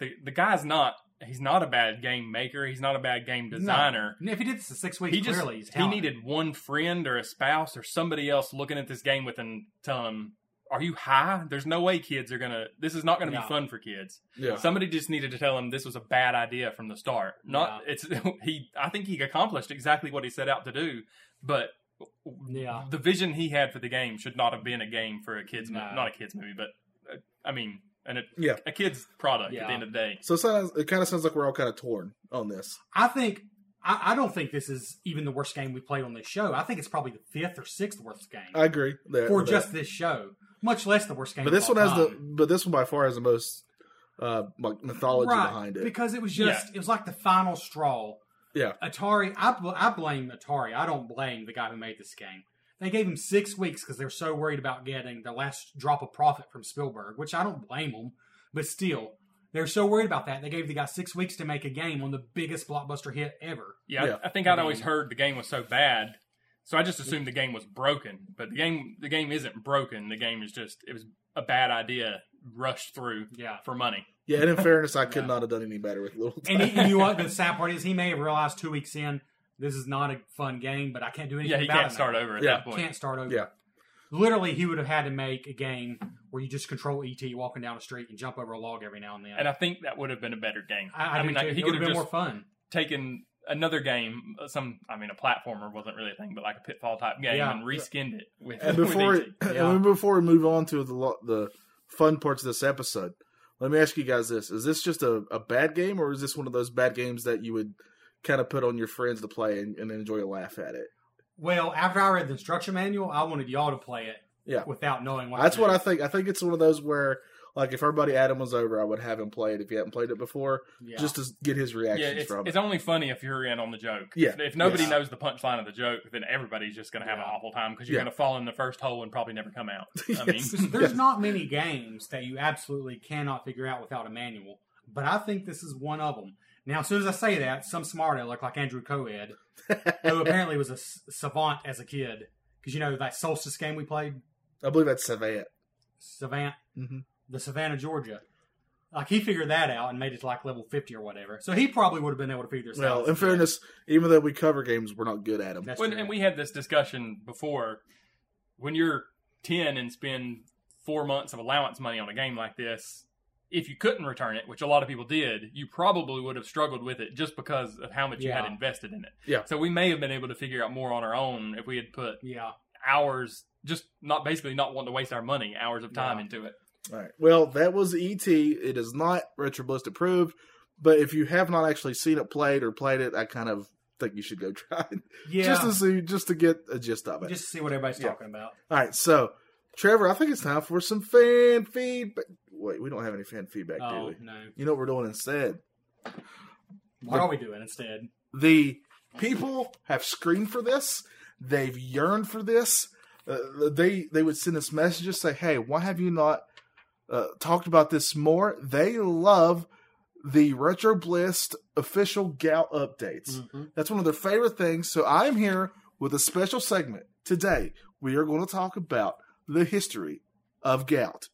[SPEAKER 5] The the guy's not he's not a bad game maker. He's not a bad game
[SPEAKER 4] No.
[SPEAKER 5] designer.
[SPEAKER 4] And if he did this in six weeks,
[SPEAKER 5] He just
[SPEAKER 4] clearly he's
[SPEAKER 5] he
[SPEAKER 4] talented.
[SPEAKER 5] needed one friend or a spouse or somebody else looking at this game with and telling him, "Are you high? There's no way kids are gonna. This is not gonna
[SPEAKER 4] No.
[SPEAKER 5] be fun for kids."
[SPEAKER 3] Yeah.
[SPEAKER 5] Somebody just needed to tell him this was a bad idea from the start. Not it's he. I think he accomplished exactly what he set out to do, but
[SPEAKER 4] Yeah.
[SPEAKER 5] the vision he had for the game should not have been a game for a kids,
[SPEAKER 4] No.
[SPEAKER 5] movie. not a kids movie, but uh, I mean, and a,
[SPEAKER 3] Yeah.
[SPEAKER 5] a kids product
[SPEAKER 4] Yeah.
[SPEAKER 5] at the end of the day.
[SPEAKER 3] So it, sounds, it kind of sounds like we're all kind of torn on this.
[SPEAKER 4] I think I, I don't think this is even the worst game we played on this show. I think it's probably the fifth or sixth worst game
[SPEAKER 3] I agree. That,
[SPEAKER 4] for
[SPEAKER 3] that-
[SPEAKER 4] just this show. Much less the worst game.
[SPEAKER 3] but
[SPEAKER 4] of
[SPEAKER 3] this
[SPEAKER 4] all
[SPEAKER 3] one has the
[SPEAKER 4] time.
[SPEAKER 3] but this one by far has the most uh like mythology
[SPEAKER 4] right,
[SPEAKER 3] behind it.
[SPEAKER 4] because it was just it was like the final straw.
[SPEAKER 3] yeah.
[SPEAKER 4] Atari, I, bl- I blame Atari. I don't blame the guy who made this game. They gave him six weeks because they're so worried about getting the last drop of profit from Spielberg, which I don't blame them. But still, they're so worried about that. They gave the guy six weeks to make a game on the biggest blockbuster hit ever.
[SPEAKER 5] Yeah, I-
[SPEAKER 3] Yeah.
[SPEAKER 5] I, think I'd always heard the game was so bad, so I just assumed the game was broken. But the game, the game isn't broken. The game is just it was a bad idea rushed through
[SPEAKER 4] Yeah.
[SPEAKER 5] for money.
[SPEAKER 3] Yeah, and in fairness, I could
[SPEAKER 4] Yeah.
[SPEAKER 3] not have done any better with little time.
[SPEAKER 4] And, he, and you know what? The sad part is he may have realized two weeks in, this is not a fun game, but I can't do anything
[SPEAKER 5] Yeah, he
[SPEAKER 4] about
[SPEAKER 5] can't
[SPEAKER 4] it
[SPEAKER 5] start
[SPEAKER 4] now.
[SPEAKER 5] over at
[SPEAKER 3] Yeah.
[SPEAKER 5] that point.
[SPEAKER 4] Can't start over.
[SPEAKER 3] Yeah.
[SPEAKER 4] Literally, he would have had to make a game where you just control ET walking down a street and jump over a log every now and then.
[SPEAKER 5] And I think that would have been a better game.
[SPEAKER 4] I, I, do
[SPEAKER 5] mean,
[SPEAKER 4] too.
[SPEAKER 5] like, he
[SPEAKER 4] it would
[SPEAKER 5] could
[SPEAKER 4] have
[SPEAKER 5] have
[SPEAKER 4] been
[SPEAKER 5] just
[SPEAKER 4] more fun.
[SPEAKER 5] taken another game, uh, some I mean, a platformer wasn't really a thing, but like a pitfall type game,
[SPEAKER 4] Yeah.
[SPEAKER 5] and reskinned it with.
[SPEAKER 3] and before
[SPEAKER 5] with
[SPEAKER 3] it,
[SPEAKER 5] ET.
[SPEAKER 4] Yeah.
[SPEAKER 3] and before we move on to the lo- the fun parts of this episode, let me ask you guys this: Is this just a, a bad game, or is this one of those bad games that you would kind of put on your friends to play and, and enjoy a laugh at it?
[SPEAKER 4] Well, after I read the instruction manual, I wanted y'all to play it.
[SPEAKER 3] Yeah.
[SPEAKER 4] Without knowing what.
[SPEAKER 3] That's
[SPEAKER 4] to
[SPEAKER 3] what
[SPEAKER 4] do.
[SPEAKER 3] I think. I think it's one of those where, like, if our buddy Adam was over, I would have him play it if he hadn't played it before,
[SPEAKER 4] Yeah.
[SPEAKER 3] just to get his
[SPEAKER 5] Yeah,
[SPEAKER 3] reactions
[SPEAKER 5] it's,
[SPEAKER 3] from
[SPEAKER 5] it's
[SPEAKER 3] it.
[SPEAKER 5] only funny if you're in on the joke.
[SPEAKER 3] Yeah.
[SPEAKER 5] If, if nobody
[SPEAKER 4] Yes.
[SPEAKER 5] knows the punchline of the joke, then everybody's just going to have an
[SPEAKER 4] Yeah.
[SPEAKER 5] awful time because you're
[SPEAKER 3] Yeah.
[SPEAKER 5] going to fall in the first hole and probably never come out. I
[SPEAKER 3] Yes.
[SPEAKER 5] mean,
[SPEAKER 4] There's not many games that you absolutely cannot figure out without a manual, but I think this is one of them. Now, as soon as I say that, some smarto like like Andrew Coed, who apparently was a s- savant as a kid, because you know that Solstice game we played,
[SPEAKER 3] I believe that's Savant.
[SPEAKER 4] Savant,
[SPEAKER 3] hmm
[SPEAKER 4] the Savannah, Georgia. Like he figured that out and made it to like level fifty or whatever. So he probably would have been able to figure this out.
[SPEAKER 3] Well,
[SPEAKER 4] as a
[SPEAKER 3] in
[SPEAKER 4] kid.
[SPEAKER 3] fairness, even though we cover games, we're not good at them.
[SPEAKER 4] That's
[SPEAKER 5] when,
[SPEAKER 4] true.
[SPEAKER 5] and we had this discussion before. When you're 10 and spend four months of allowance money on a game like this, if you couldn't return it, which a lot of people did, you probably would have struggled with it just because of how much you
[SPEAKER 4] Yeah.
[SPEAKER 5] had invested in it.
[SPEAKER 3] Yeah.
[SPEAKER 5] So we may have been able to figure out more on our own if we had put
[SPEAKER 4] yeah,
[SPEAKER 5] hours, just not basically not wanting to waste our money, hours of time
[SPEAKER 4] No.
[SPEAKER 5] into it.
[SPEAKER 3] All right. Well, that was ET. It is not RetroBlist approved, but if you have not actually seen it played or played it, I kind of think you should go try it
[SPEAKER 4] Yeah,
[SPEAKER 3] just to see, just to get a gist of it.
[SPEAKER 4] just to see what everybody's
[SPEAKER 3] Yeah.
[SPEAKER 4] talking about.
[SPEAKER 3] All right. So, Trevor, I think it's time for some fan feedback. Wait, we don't have any fan feedback, do
[SPEAKER 4] Oh
[SPEAKER 3] we?
[SPEAKER 4] no,
[SPEAKER 3] You know what we're doing instead?
[SPEAKER 4] what are we doing instead?
[SPEAKER 3] the people have screamed for this. They've yearned for this. Uh, they they would send us messages say, "Hey, why have you not uh, talked about this more?" They love the Retro Blist official Gal updates. That's one of their favorite things. So I'm here with a special segment today. We are going to talk about the history of gout.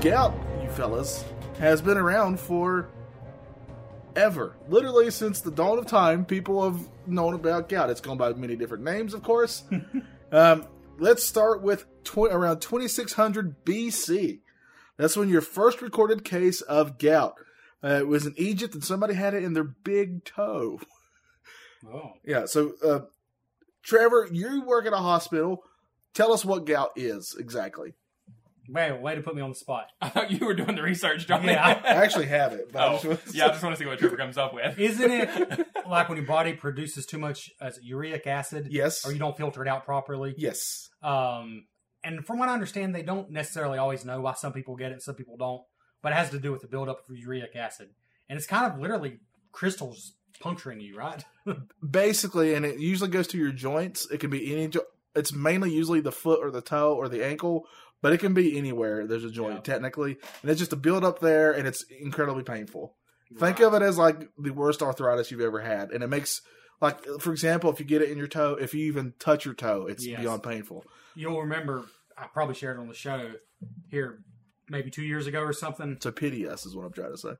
[SPEAKER 3] Gout, you fellas, has been around for ever. Literally since the dawn of time, people have known about gout. It's gone by many different names, of course. um, let's start with tw- around 2600 BC. That's when your first recorded case of gout. Uh, it was in Egypt, and somebody had it in their big toe.
[SPEAKER 4] Oh,
[SPEAKER 3] Yeah. So, uh, Trevor, you work at a hospital. Tell us what gout is exactly.
[SPEAKER 4] man, way to put me on the spot.
[SPEAKER 5] I thought you were doing the research, Johnny.
[SPEAKER 3] I
[SPEAKER 4] Yeah.
[SPEAKER 3] actually have it. But I
[SPEAKER 5] oh,
[SPEAKER 3] just wanna-
[SPEAKER 5] yeah, I just want to see what Trevor comes up with.
[SPEAKER 4] Isn't it like when your body produces too much uh, uric acid?
[SPEAKER 3] Yes.
[SPEAKER 4] Or you don't filter it out properly?
[SPEAKER 3] Yes.
[SPEAKER 4] Um, and from what I understand, they don't necessarily always know why some people get it, some people don't. But it has to do with the buildup of uric acid, and it's kind of literally crystals puncturing you, right?
[SPEAKER 3] Basically, and it usually goes to your joints. It can be any. Jo- it's mainly usually the foot or the toe or the ankle, but it can be anywhere. There's a joint
[SPEAKER 4] Yeah.
[SPEAKER 3] technically, and it's just a build up there, and it's incredibly painful. Think of it as like the worst arthritis you've ever had, and it makes like, for example, if you get it in your toe, if you even touch your toe, it's
[SPEAKER 4] Yes.
[SPEAKER 3] beyond painful.
[SPEAKER 4] You'll remember I probably shared it on the show here maybe two years ago or something.
[SPEAKER 3] To pity us is what I'm trying to say.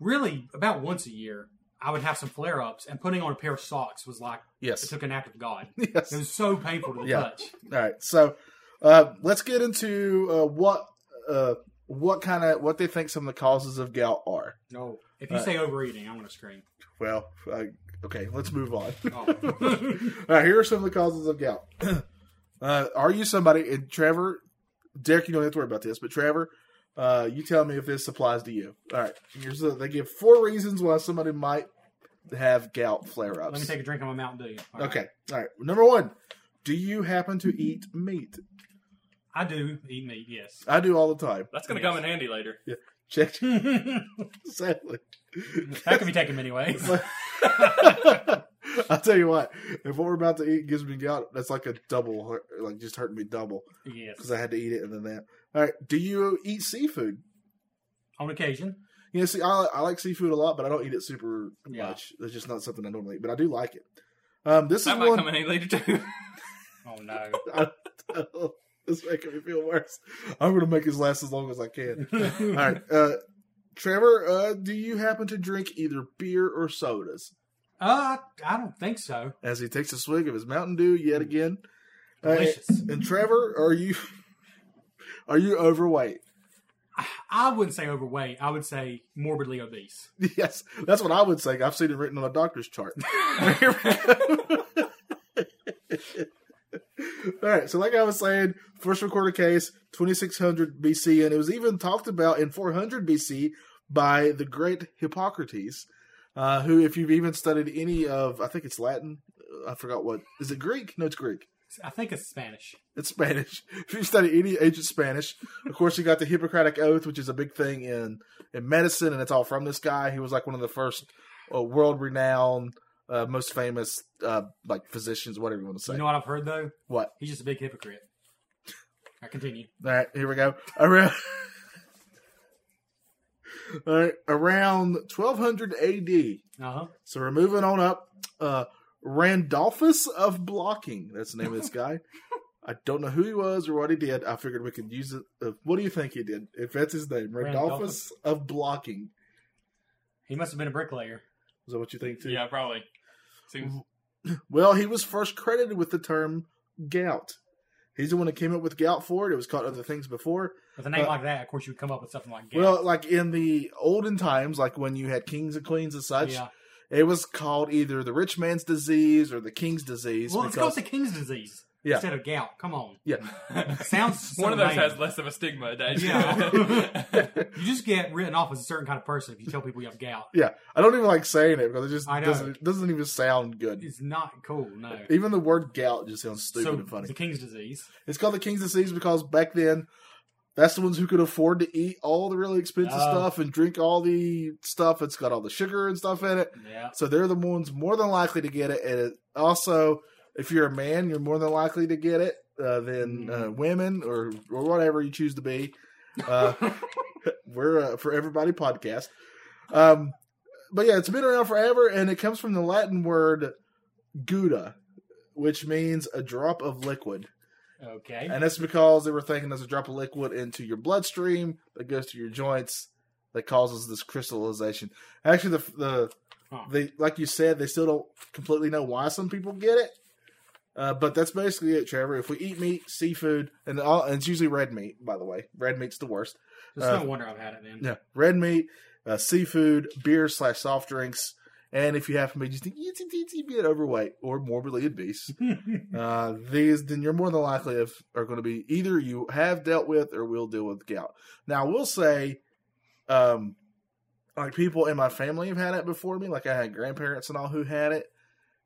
[SPEAKER 4] Really, about once a year, I would have some flare ups, and putting on a pair of socks was like it
[SPEAKER 3] Yes.
[SPEAKER 4] took an act of God.
[SPEAKER 3] Yes.
[SPEAKER 4] It was so painful to the
[SPEAKER 3] Yeah.
[SPEAKER 4] touch.
[SPEAKER 3] All right, so uh, let's get into uh, what uh, what kind of what they think some of the causes of gout are.
[SPEAKER 4] No, if you
[SPEAKER 3] Uh,
[SPEAKER 4] say overeating, I'm going to scream.
[SPEAKER 3] Well, uh, okay, let's move on.
[SPEAKER 4] Oh.
[SPEAKER 3] All right, here are some of the causes of gout. uh, are you somebody, and Trevor, Derek, you don't have to worry about this, but Trevor, uh, you tell me if this applies to you. All right, here's the, they give four reasons why somebody might have gout flare ups.
[SPEAKER 4] Let me take a drink of my Mountain Dew. All right.
[SPEAKER 3] Okay, all right. Number one, do you happen to eat meat?
[SPEAKER 4] I do eat meat. Yes.
[SPEAKER 3] I do all the time.
[SPEAKER 5] That's going to
[SPEAKER 4] Yes.
[SPEAKER 5] come in handy later.
[SPEAKER 3] Check,
[SPEAKER 4] that
[SPEAKER 3] sadly.
[SPEAKER 4] could be taken many ways.
[SPEAKER 3] I'll tell you what, if what we're about to eat gives me gout, that's like a double, hurt- like just hurting me double.
[SPEAKER 4] Yes.
[SPEAKER 3] because I had to eat it and then that. All right. Do you eat seafood?
[SPEAKER 4] On occasion.
[SPEAKER 3] You know, see, I, I like seafood a lot, but I don't eat it super
[SPEAKER 4] Yeah.
[SPEAKER 3] much. It's just not something I normally eat, but I do like it. Um, this is
[SPEAKER 5] That might
[SPEAKER 3] one.
[SPEAKER 5] come in handy later too.
[SPEAKER 4] Oh no.
[SPEAKER 3] this making me feel worse. I'm going to make this last as long as I can. All right. Uh, Trevor, uh, do you happen to drink either beer or sodas?
[SPEAKER 4] Uh, I don't think so.
[SPEAKER 3] As he takes a swig of his Mountain Dew yet again. Uh,
[SPEAKER 4] Delicious.
[SPEAKER 3] and Trevor, are you are you overweight?
[SPEAKER 4] I wouldn't say overweight. I would say morbidly obese.
[SPEAKER 3] Yes, that's what I would say. I've seen it written on a doctor's chart. All right, so like I was saying, first recorded case 2600 BC, and it was even talked about in 400 BC by the great Hippocrates, uh, who, if you've even studied any of, I think it's Latin, uh, I forgot what, is it Greek? No, it's Greek.
[SPEAKER 4] I think it's Spanish.
[SPEAKER 3] It's Spanish. If you study any ancient Spanish, of course, you got the Hippocratic Oath, which is a big thing in in medicine, and it's all from this guy. He was like one of the first uh, world renowned, uh, most famous uh, like physicians, whatever you want to say.
[SPEAKER 4] You know what I've heard though?
[SPEAKER 3] what?
[SPEAKER 4] He's just a big hypocrite. I continue.
[SPEAKER 3] All right, here we go. Around All right, around 1200 AD.
[SPEAKER 4] Uh huh.
[SPEAKER 3] So we're moving on up. Uh, Randolphus of Blocking. That's the name of this guy. I don't know who he was or what he did. I figured we could use it. Uh, what do you think he did? If that's his name, Randolphus,
[SPEAKER 4] Randolphus.
[SPEAKER 3] of Blocking.
[SPEAKER 4] He must have been a bricklayer.
[SPEAKER 3] Is that what you think too?
[SPEAKER 5] Yeah, probably. Seems
[SPEAKER 3] Well, he was first credited with the term gout. He's the one that came up with gout for it. It was called other things before.
[SPEAKER 4] With a name
[SPEAKER 3] Uh,
[SPEAKER 4] like that, of course, you would come up with something like Gap.
[SPEAKER 3] Well, like in the olden times, like when you had kings and queens and such,
[SPEAKER 4] yeah.
[SPEAKER 3] it was called either the rich man's disease or the king's disease.
[SPEAKER 4] Well, let's go
[SPEAKER 3] because-
[SPEAKER 4] to King's disease
[SPEAKER 3] Yeah.
[SPEAKER 4] instead of gout. Come on.
[SPEAKER 3] yeah.
[SPEAKER 4] Sounds
[SPEAKER 5] one of those
[SPEAKER 4] so lame.
[SPEAKER 5] has less of a stigma attached.
[SPEAKER 4] Yeah. You just get written off as a certain kind of person if you tell people you have gout.
[SPEAKER 3] Yeah, I don't even like saying it because it just
[SPEAKER 4] I know.
[SPEAKER 3] doesn't doesn't even sound good.
[SPEAKER 4] It's not cool, no.
[SPEAKER 3] Even the word gout just sounds stupid
[SPEAKER 4] so
[SPEAKER 3] and funny.
[SPEAKER 4] the King's disease.
[SPEAKER 3] It's called the king's disease because back then, that's the ones who could afford to eat all the really expensive
[SPEAKER 4] Oh.
[SPEAKER 3] stuff and drink all the stuff that's got all the sugar and stuff in it.
[SPEAKER 4] Yeah.
[SPEAKER 3] So they're the ones more than likely to get it. And it, also, if you're a man, you're more than likely to get it uh, than uh, women or or whatever you choose to be. Uh, we're uh, for everybody podcast. Um, but yeah, it's been around forever, and it comes from the Latin word "gouda," which means a drop of liquid.
[SPEAKER 4] Okay.
[SPEAKER 3] And that's because they were thinking there's a drop of liquid into your bloodstream that goes to your joints that causes this crystallization. Actually, the the
[SPEAKER 4] Huh.
[SPEAKER 3] they like you said, they still don't completely know why some people get it. Uh, but that's basically it, Trevor. If we eat meat, seafood, and all, and it's usually red meat, by the way. Red meat's the worst.
[SPEAKER 4] It's
[SPEAKER 3] uh,
[SPEAKER 4] no wonder I've had it then.
[SPEAKER 3] Yeah, red meat, uh, seafood, beer slash soft drinks, and if you happen to be just an itty bitty bit overweight or morbidly obese, uh, these then you're more than likely if, are going to be either you have dealt with or will deal with gout. Now, I will say, um, like people in my family have had it before me. Like I had grandparents and all who had it,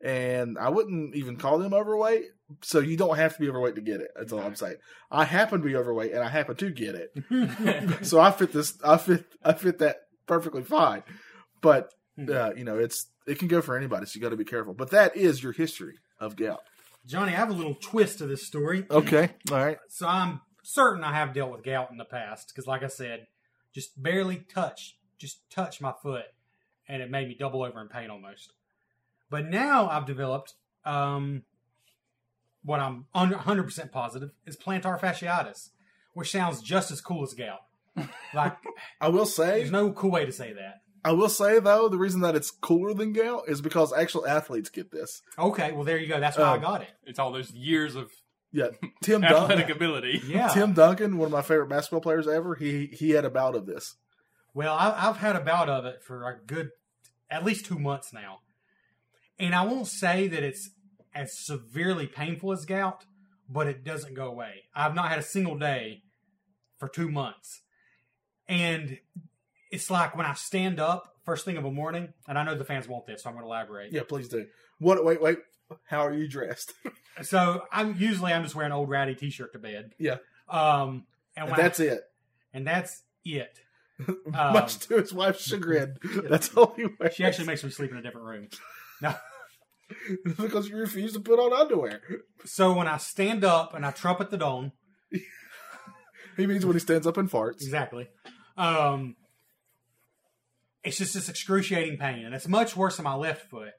[SPEAKER 3] and I wouldn't even call them overweight. So you don't have to be overweight to get it. That's all I'm saying. I happen to be overweight, and I happen to get it so I fit this. I fit. I fit that perfectly fine. But uh, you know, it's it can go for anybody, so you got to be careful. But that is your history of gout.
[SPEAKER 4] Johnny, I have a little twist to this story.
[SPEAKER 3] Okay. All right.
[SPEAKER 4] So I'm certain I have dealt with gout in the past because, like I said, just barely touch, just touch my foot, and it made me double over in pain almost. But now I've developed um, what I'm un- 100% positive is plantar fasciitis, which sounds just as cool as gout. Like,
[SPEAKER 3] I will say.
[SPEAKER 4] there's no cool way to say that.
[SPEAKER 3] I will say though, the reason that it's cooler than gout is because actual athletes get this.
[SPEAKER 4] Okay, well, there you go. That's why I
[SPEAKER 3] Um,
[SPEAKER 4] got it.
[SPEAKER 5] it's all those years of
[SPEAKER 3] Yeah. Tim
[SPEAKER 5] athletic
[SPEAKER 3] Duncan.
[SPEAKER 5] ability.
[SPEAKER 4] Yeah.
[SPEAKER 3] Tim Duncan, one of my favorite basketball players ever, he he had a bout of this.
[SPEAKER 4] Well, I, I've had a bout of it for a good, at least two months now. And I won't say that it's as severely painful as gout, but it doesn't go away. I've not had a single day for two months. And it's like when I stand up first thing of a morning, and I know the fans want this, so I'm going to elaborate.
[SPEAKER 3] Yeah, please do. What? Wait, wait. How are you dressed?
[SPEAKER 4] So I'm usually I'm just wearing an old ratty t-shirt to bed.
[SPEAKER 3] Yeah.
[SPEAKER 4] Um, and, when I-
[SPEAKER 3] That's it.
[SPEAKER 4] and that's it. Um,
[SPEAKER 3] Much to his wife's chagrin. That's all he wears.
[SPEAKER 4] she actually makes me sleep in a different room. No.
[SPEAKER 3] because you refuse to put on underwear.
[SPEAKER 4] So when I stand up and I trumpet the dawn,
[SPEAKER 3] He means when he stands up and farts.
[SPEAKER 4] exactly, um, it's just this excruciating pain, and it's much worse on my left foot.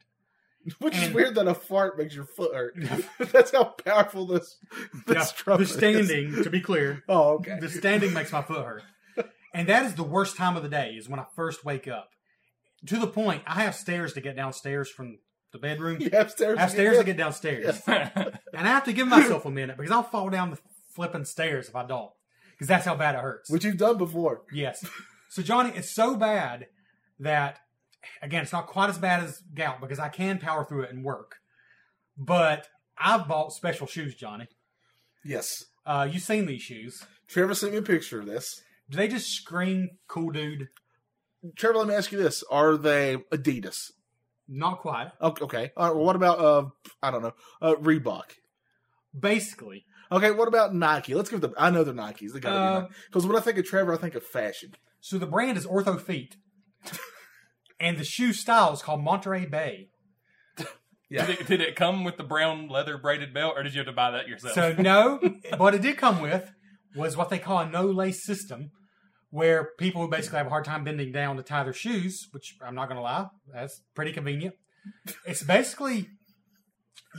[SPEAKER 3] Which is
[SPEAKER 4] And-
[SPEAKER 3] weird that a fart makes your foot hurt. That's how powerful this this
[SPEAKER 4] Yeah,
[SPEAKER 3] trumpet
[SPEAKER 4] the
[SPEAKER 3] is.
[SPEAKER 4] standing, to be clear,
[SPEAKER 3] Oh, okay.
[SPEAKER 4] the standing makes my foot hurt, and that is the worst time of the day. Is when I first wake up. To the point, I have stairs to get downstairs from the bedroom.
[SPEAKER 3] You have stairs.
[SPEAKER 4] I have stairs to
[SPEAKER 3] in.
[SPEAKER 4] get downstairs, and I have to give myself a minute because I'll fall down the flipping stairs if I don't, because that's how bad it hurts.
[SPEAKER 3] which you've done before.
[SPEAKER 4] Yes. So Johnny, it's so bad that again, it's not quite as bad as gout because I can power through it and work. But I've bought special shoes, Johnny.
[SPEAKER 3] Yes.
[SPEAKER 4] Uh, you've seen these shoes.
[SPEAKER 3] Trevor sent me a picture of this.
[SPEAKER 4] Do they just scream "cool dude"?
[SPEAKER 3] Trevor, let me ask you this: Are they Adidas?
[SPEAKER 4] Not quite.
[SPEAKER 3] Oh, Okay. All right, well, what about uh? I don't know. Uh, Reebok.
[SPEAKER 4] Basically,
[SPEAKER 3] Okay. What about Nike? Let's give them. I know they're Nikes. They gotta
[SPEAKER 4] Uh,
[SPEAKER 3] be Because when I think of Trevor, I think of fashion.
[SPEAKER 4] so the brand is Ortho Feet, and the shoe style is called Monterey Bay.
[SPEAKER 3] Yeah.
[SPEAKER 5] Did, it, did it come with the brown leather braided belt, or did you have to buy that yourself?
[SPEAKER 4] So no, what it did come with was what they call a no lace system, where people who basically have a hard time bending down to tie their shoes, which I'm not going to lie, that's pretty convenient. It's basically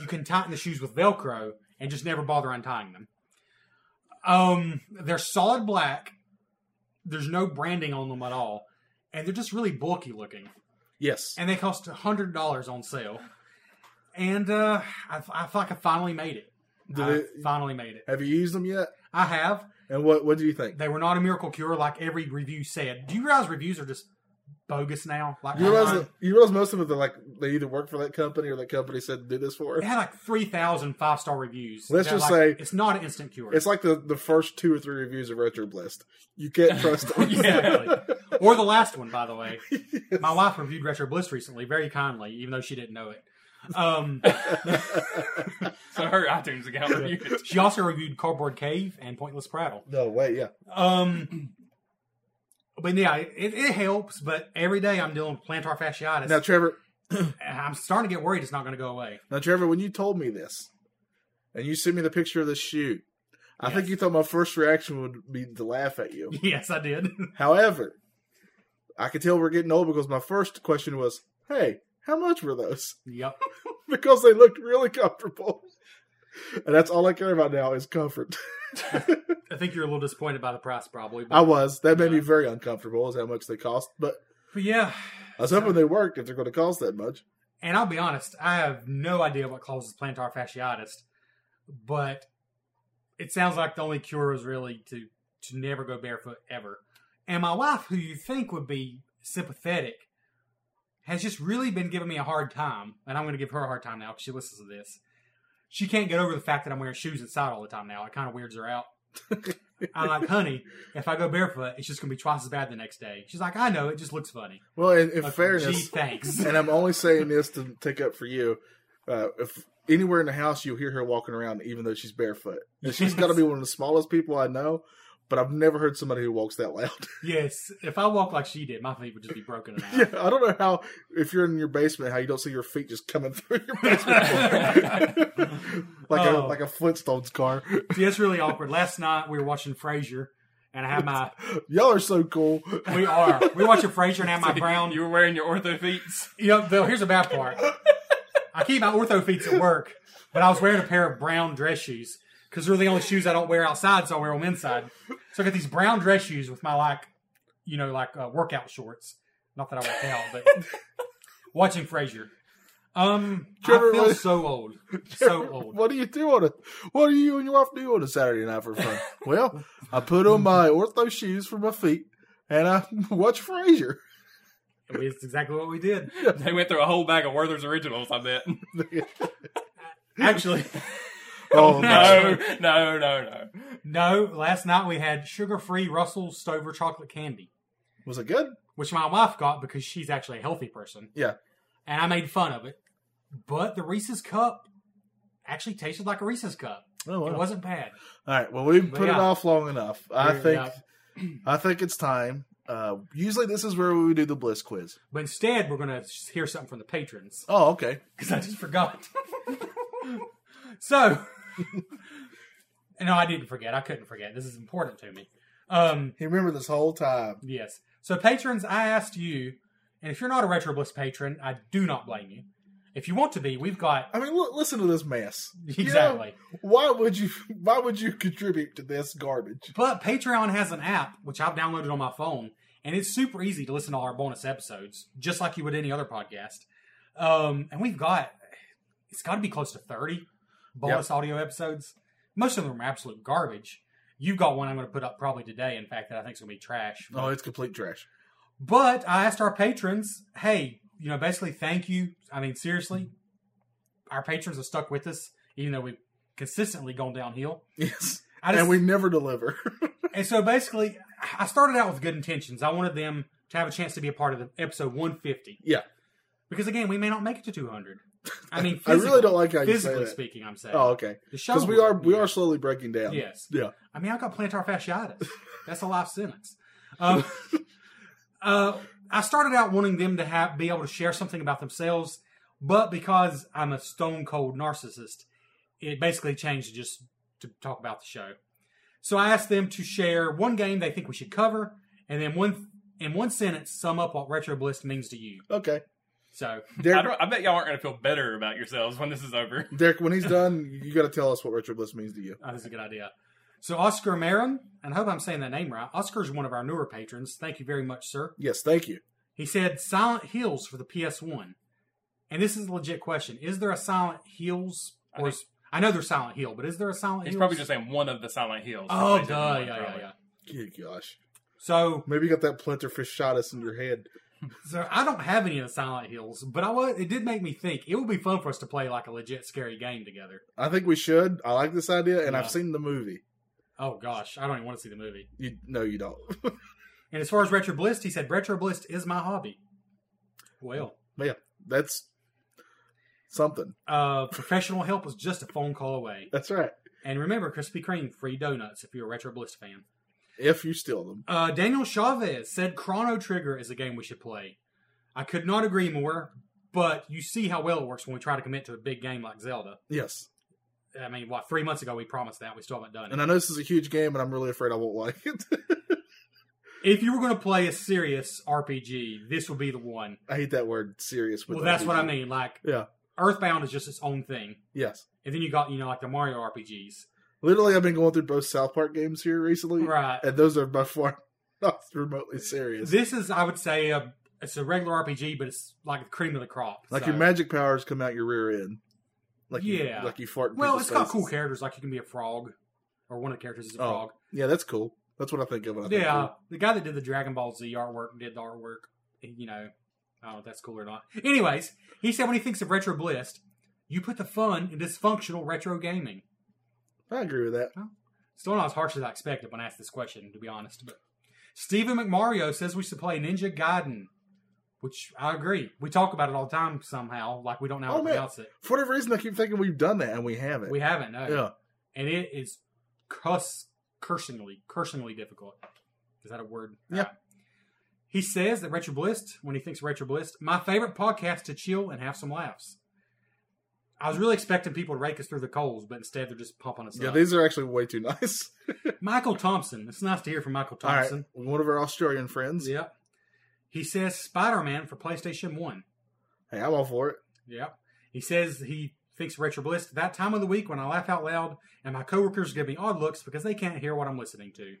[SPEAKER 4] you can tighten the shoes with Velcro and just never bother untying them. Um, they're solid black. There's no branding on them at all, and they're just really bulky looking
[SPEAKER 3] Yes.
[SPEAKER 4] and they cost hundred dollars on sale. And uh, I, I feel like I finally made it.
[SPEAKER 3] Did
[SPEAKER 4] I
[SPEAKER 3] it-
[SPEAKER 4] finally made it.
[SPEAKER 3] Have you used them yet?
[SPEAKER 4] I have.
[SPEAKER 3] And what what do you think?
[SPEAKER 4] They were not a miracle cure, like every review said. Do you realize reviews are just bogus now? Like
[SPEAKER 3] You realize
[SPEAKER 4] online?
[SPEAKER 3] that, you realize most of them are like they either work for that company or that company said do this for.
[SPEAKER 4] it had like 3,000 five star reviews.
[SPEAKER 3] Let's
[SPEAKER 4] They're
[SPEAKER 3] just
[SPEAKER 4] like,
[SPEAKER 3] say-
[SPEAKER 4] it's not an instant cure.
[SPEAKER 3] It's like the, the first two or three reviews of Retro Blast. You can't trust them.
[SPEAKER 4] Exactly. or the last one, by the way. My wife reviewed Retro Bliss recently, very kindly, even though she didn't know it. Um,
[SPEAKER 5] So her iTunes account reviewed it.
[SPEAKER 4] she also reviewed Cardboard Cave and Pointless Prattle.
[SPEAKER 3] No way. Yeah.
[SPEAKER 4] Um, but yeah, it, it helps. But every day I'm dealing with plantar fasciitis.
[SPEAKER 3] Now Trevor,
[SPEAKER 4] and I'm starting to get worried it's not going to go away.
[SPEAKER 3] now Trevor, when you told me this, and you sent me the picture of the shoe, I think
[SPEAKER 4] Yes.
[SPEAKER 3] you thought my first reaction would be to laugh at you.
[SPEAKER 4] Yes, I did.
[SPEAKER 3] However, I could tell we're getting old because my first question was, "Hey, how much were those?"
[SPEAKER 4] yep.
[SPEAKER 3] Because they looked really comfortable, and that's all I care about now is comfort.
[SPEAKER 4] I think you're a little disappointed by the price, probably. But,
[SPEAKER 3] I was that made me very uncomfortable is how much they cost, but
[SPEAKER 4] but yeah,
[SPEAKER 3] I was hoping they worked if they're going to cost that much.
[SPEAKER 4] and I'll be honest, I have no idea what causes plantar fasciitis, but it sounds like the only cure is really to to never go barefoot ever. And my wife, who you think would be sympathetic, has just really been giving me a hard time, and I'm going to give her a hard time now because she listens to this. She can't get over the fact that I'm wearing shoes inside all the time now. It kind of weirds her out. I'm like, honey, if I go barefoot, it's just going to be twice as bad the next day. She's like, I know, it just looks funny.
[SPEAKER 3] Well, in, in
[SPEAKER 4] Like, Gee,
[SPEAKER 3] fairness,
[SPEAKER 4] thanks.
[SPEAKER 3] and I'm only saying this to take up for you. Uh, if anywhere in the house you'll hear her walking around, even though she's barefoot, and she's got to be one of the smallest people I know. But I've never heard somebody who walks that loud.
[SPEAKER 4] Yes, if I walk like she did, my feet would just be broken. And out.
[SPEAKER 3] yeah, I don't know how if you're in your basement, how you don't see your feet just coming through your basement floor. like
[SPEAKER 4] Oh.
[SPEAKER 3] a like a Flintstones car.
[SPEAKER 4] See, it's really awkward. Last night we were watching Frasier, and I had my
[SPEAKER 3] Y'all are so cool.
[SPEAKER 4] we are we were watching Frasier and I had my brown.
[SPEAKER 5] You were wearing your ortho feets.
[SPEAKER 4] Yep. Though here's the bad part. I keep my ortho feet at work, but I was wearing a pair of brown dress shoes because they're the only shoes I don't wear outside, so I wear them inside. So I got these brown dress shoes with my like, you know, like uh, workout shorts. Not that I work out, but watching Frasier. Um,
[SPEAKER 3] Trevor,
[SPEAKER 4] I feel
[SPEAKER 3] what-
[SPEAKER 4] so old, so old.
[SPEAKER 3] What do you do on a What do you and your wife do on a Saturday night for fun? well, I put on my ortho shoes for my feet, and I watch Frasier.
[SPEAKER 4] It's exactly what we did.
[SPEAKER 5] They went through a whole bag of Werther's originals, I bet.
[SPEAKER 4] Actually,
[SPEAKER 3] Oh no!
[SPEAKER 5] No, no, no, no.
[SPEAKER 4] no. Last night we had sugar-free Russell Stover chocolate candy,
[SPEAKER 3] Was it good?
[SPEAKER 4] which my wife got because she's actually a healthy person,
[SPEAKER 3] Yeah.
[SPEAKER 4] and I made fun of it. But the Reese's cup actually tasted like a Reese's cup.
[SPEAKER 3] Oh, wow.
[SPEAKER 4] It wasn't bad.
[SPEAKER 3] All right. Well, we've put it
[SPEAKER 4] yeah.
[SPEAKER 3] off long enough. I
[SPEAKER 4] Yeah.
[SPEAKER 3] think I think it's time. Uh, usually, this is where we do the bliss quiz.
[SPEAKER 4] But instead, we're gonna hear something from the patrons
[SPEAKER 3] Oh, okay.
[SPEAKER 4] because I just forgot. so, no, I didn't forget. I couldn't forget. This is important to me. Um,
[SPEAKER 3] He remembered this whole time.
[SPEAKER 4] Yes. So, patrons, I asked you, and if you're not a RetroBliss patron, I do not blame you. If you want to be, we've got
[SPEAKER 3] I mean, look, listen to this mess. You know,
[SPEAKER 4] exactly.
[SPEAKER 3] why would you? Why would you contribute to this garbage?
[SPEAKER 4] But Patreon has an app which I've downloaded on my phone, and it's super easy to listen to all our bonus episodes, just like you would any other podcast. Um, and we've got it's got to be close to thirty bonus audio episodes. Most of them are absolute garbage. You've got one I'm going to put up probably today. In fact, that I think is going to be trash.
[SPEAKER 3] Oh, it's complete trash.
[SPEAKER 4] But I asked our patrons, hey, you know, basically, thank you. I mean, seriously, our patrons have stuck with us, even though we've consistently gone downhill.
[SPEAKER 3] Yes,
[SPEAKER 4] I just,
[SPEAKER 3] and
[SPEAKER 4] and,
[SPEAKER 3] we never deliver.
[SPEAKER 4] so basically, I started out with good intentions. I wanted them to have a chance to be a part of the episode 150
[SPEAKER 3] yeah,
[SPEAKER 4] because, again, we may not make it to 200. I mean,
[SPEAKER 3] I really don't like how you say
[SPEAKER 4] physically
[SPEAKER 3] that.
[SPEAKER 4] speaking. I'm saying,
[SPEAKER 3] Oh, okay.
[SPEAKER 4] The show
[SPEAKER 3] Because we
[SPEAKER 4] will-
[SPEAKER 3] are we
[SPEAKER 4] yeah.
[SPEAKER 3] are slowly breaking down.
[SPEAKER 4] Yes.
[SPEAKER 3] Yeah.
[SPEAKER 4] I mean, I've got plantar fasciitis. That's a life sentence. Um, uh, I started out wanting them to have, be able to share something about themselves, but because I'm a stone cold narcissist, it basically changed to just to talk about the show. So I asked them to share one game they think we should cover and then one in one sentence sum up what retro bliss means to you.
[SPEAKER 3] Okay,
[SPEAKER 4] So
[SPEAKER 5] I,
[SPEAKER 3] Derek.
[SPEAKER 5] don't, I bet y'all aren't going to feel better about yourselves when this is over.
[SPEAKER 3] Derek, when he's done, you got to tell us what retro bliss means to you.
[SPEAKER 4] oh, that's a good idea. So Oscar Marin, and I hope I'm saying that name right. Oscar's one of our newer patrons. Thank you very much, sir.
[SPEAKER 3] Yes, thank you.
[SPEAKER 4] He said Silent Hills for the PS1. And this is a legit question. Is there a Silent Hills
[SPEAKER 5] I
[SPEAKER 4] or I, know there's Silent Hill, but is there a Silent
[SPEAKER 5] He's
[SPEAKER 4] Hills?
[SPEAKER 5] probably just saying one of the Silent Hills.
[SPEAKER 4] Oh
[SPEAKER 5] He's
[SPEAKER 4] duh,
[SPEAKER 5] just
[SPEAKER 4] yeah,
[SPEAKER 5] one,
[SPEAKER 4] yeah,
[SPEAKER 5] probably.
[SPEAKER 4] yeah.
[SPEAKER 3] Good gosh,
[SPEAKER 4] So
[SPEAKER 3] maybe you got that plantar fasciitis in your head.
[SPEAKER 4] so I don't have any of the Silent Hills, but I was it did make me think it would be fun for us to play like a legit scary game together.
[SPEAKER 3] I think we should. I like this idea, and
[SPEAKER 4] Yeah.
[SPEAKER 3] I've seen the movie.
[SPEAKER 4] Oh gosh, I don't even want to see the movie.
[SPEAKER 3] You no, you don't.
[SPEAKER 4] And as far as Retro Bliss, he said Retro Bliss is my hobby. Well,
[SPEAKER 3] but yeah, that's something.
[SPEAKER 4] uh, professional help was just a phone call away.
[SPEAKER 3] That's right.
[SPEAKER 4] And remember, Krispy Kreme free donuts if you're a Retro Bliss fan.
[SPEAKER 3] If you steal them,
[SPEAKER 4] Uh, Daniel Chavez said Chrono Trigger is a game we should play. I could not agree more, but you see how well it works when we try to commit to a big game like Zelda.
[SPEAKER 3] yes.
[SPEAKER 4] I mean, what, three months ago we promised that, we still haven't done it.
[SPEAKER 3] And I know this is a huge game, and I'm really afraid I won't like it.
[SPEAKER 4] If you were going to play a serious RPG, this would be the one.
[SPEAKER 3] I hate that word serious. with
[SPEAKER 4] Well, that's what I
[SPEAKER 3] RPG.
[SPEAKER 4] mean. Like,
[SPEAKER 3] Yeah.
[SPEAKER 4] Earthbound is just its own thing.
[SPEAKER 3] Yes.
[SPEAKER 4] And then you got, you know, like the Mario RPGs.
[SPEAKER 3] Literally, I've been going through both South Park games here recently,
[SPEAKER 4] Right.
[SPEAKER 3] and those are by far not remotely serious.
[SPEAKER 4] This is, I would say, a, it's a regular RPG, but it's like the cream of the crop.
[SPEAKER 3] like
[SPEAKER 4] So-
[SPEAKER 3] your magic powers come out your rear end. Like
[SPEAKER 4] Yeah.
[SPEAKER 3] you, like you fart. in
[SPEAKER 4] Well,
[SPEAKER 3] people's
[SPEAKER 4] it's got cool
[SPEAKER 3] faces.
[SPEAKER 4] characters. Like you can be a frog, or one of the characters is a
[SPEAKER 3] Oh,
[SPEAKER 4] frog.
[SPEAKER 3] Yeah, that's cool. That's what I think of. When I think
[SPEAKER 4] Yeah, uh,
[SPEAKER 3] of it.
[SPEAKER 4] the guy that did the Dragon Ball Z artwork did the artwork. You know, I don't know if that's cool or not. Anyways, he said when he thinks of retro blist, you put the fun in dysfunctional retro gaming.
[SPEAKER 3] I agree with that.
[SPEAKER 4] Still not as harsh as I expected when I asked this question, to be honest. But Stephen McMario says we should play Ninja Gaiden, which I agree. We talk about it all the time somehow, like we don't know how
[SPEAKER 3] Oh,
[SPEAKER 4] to
[SPEAKER 3] man.
[SPEAKER 4] pronounce it.
[SPEAKER 3] For whatever reason, I keep thinking we've done that and we haven't.
[SPEAKER 4] We haven't, no.
[SPEAKER 3] yeah,
[SPEAKER 4] And it is cuss cursingly, cursingly difficult. Is that a word?
[SPEAKER 3] Yeah.
[SPEAKER 4] Uh, he says that Retro Blist, when he thinks of Retro Blist, my favorite podcast to chill and have some laughs. I was really expecting people to rake us through the coals, but instead they're just pumping us
[SPEAKER 3] yeah.
[SPEAKER 4] up.
[SPEAKER 3] These are actually way too nice.
[SPEAKER 4] Michael Thompson. It's nice to hear from Michael
[SPEAKER 3] All right,
[SPEAKER 4] Thompson.
[SPEAKER 3] one of our Australian friends.
[SPEAKER 4] Yep. He says Spider Man for PlayStation 1.
[SPEAKER 3] Hey, I'm all for it.
[SPEAKER 4] Yep. He says he thinks Retro Bliss that time of the week when I laugh out loud and my coworkers give me odd looks because they can't hear what I'm listening to.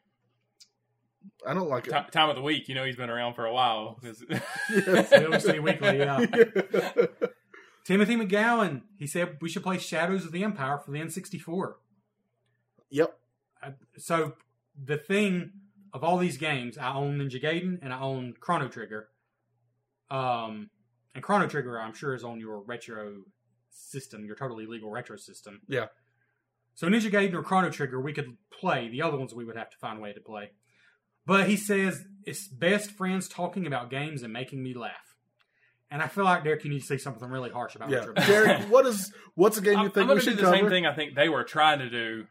[SPEAKER 3] I don't like it.
[SPEAKER 5] Ti- time of the week, you know, he's been around for a while. 'cause-
[SPEAKER 4] They always say weekly, yeah.
[SPEAKER 3] Yeah.
[SPEAKER 4] Timothy McGowan, he said we should play Shadows of the Empire for the N64.
[SPEAKER 3] yep.
[SPEAKER 4] So the thing of all these games, I own Ninja Gaiden and I own Chrono Trigger. Um, and Chrono Trigger, I'm sure, is on your retro system, your totally legal retro system.
[SPEAKER 3] Yeah.
[SPEAKER 4] So Ninja Gaiden or Chrono Trigger, we could play. The other ones we would have to find a way to play. But he says it's best friends talking about games and making me laugh. And I feel like Derek, you need to say something really harsh about
[SPEAKER 3] Yeah.
[SPEAKER 4] retro.
[SPEAKER 3] Derek, what is what's a game
[SPEAKER 5] I'm,
[SPEAKER 3] you think
[SPEAKER 5] going
[SPEAKER 3] we
[SPEAKER 5] to do
[SPEAKER 3] should
[SPEAKER 5] the
[SPEAKER 3] cover?
[SPEAKER 5] same thing I think they were trying to do,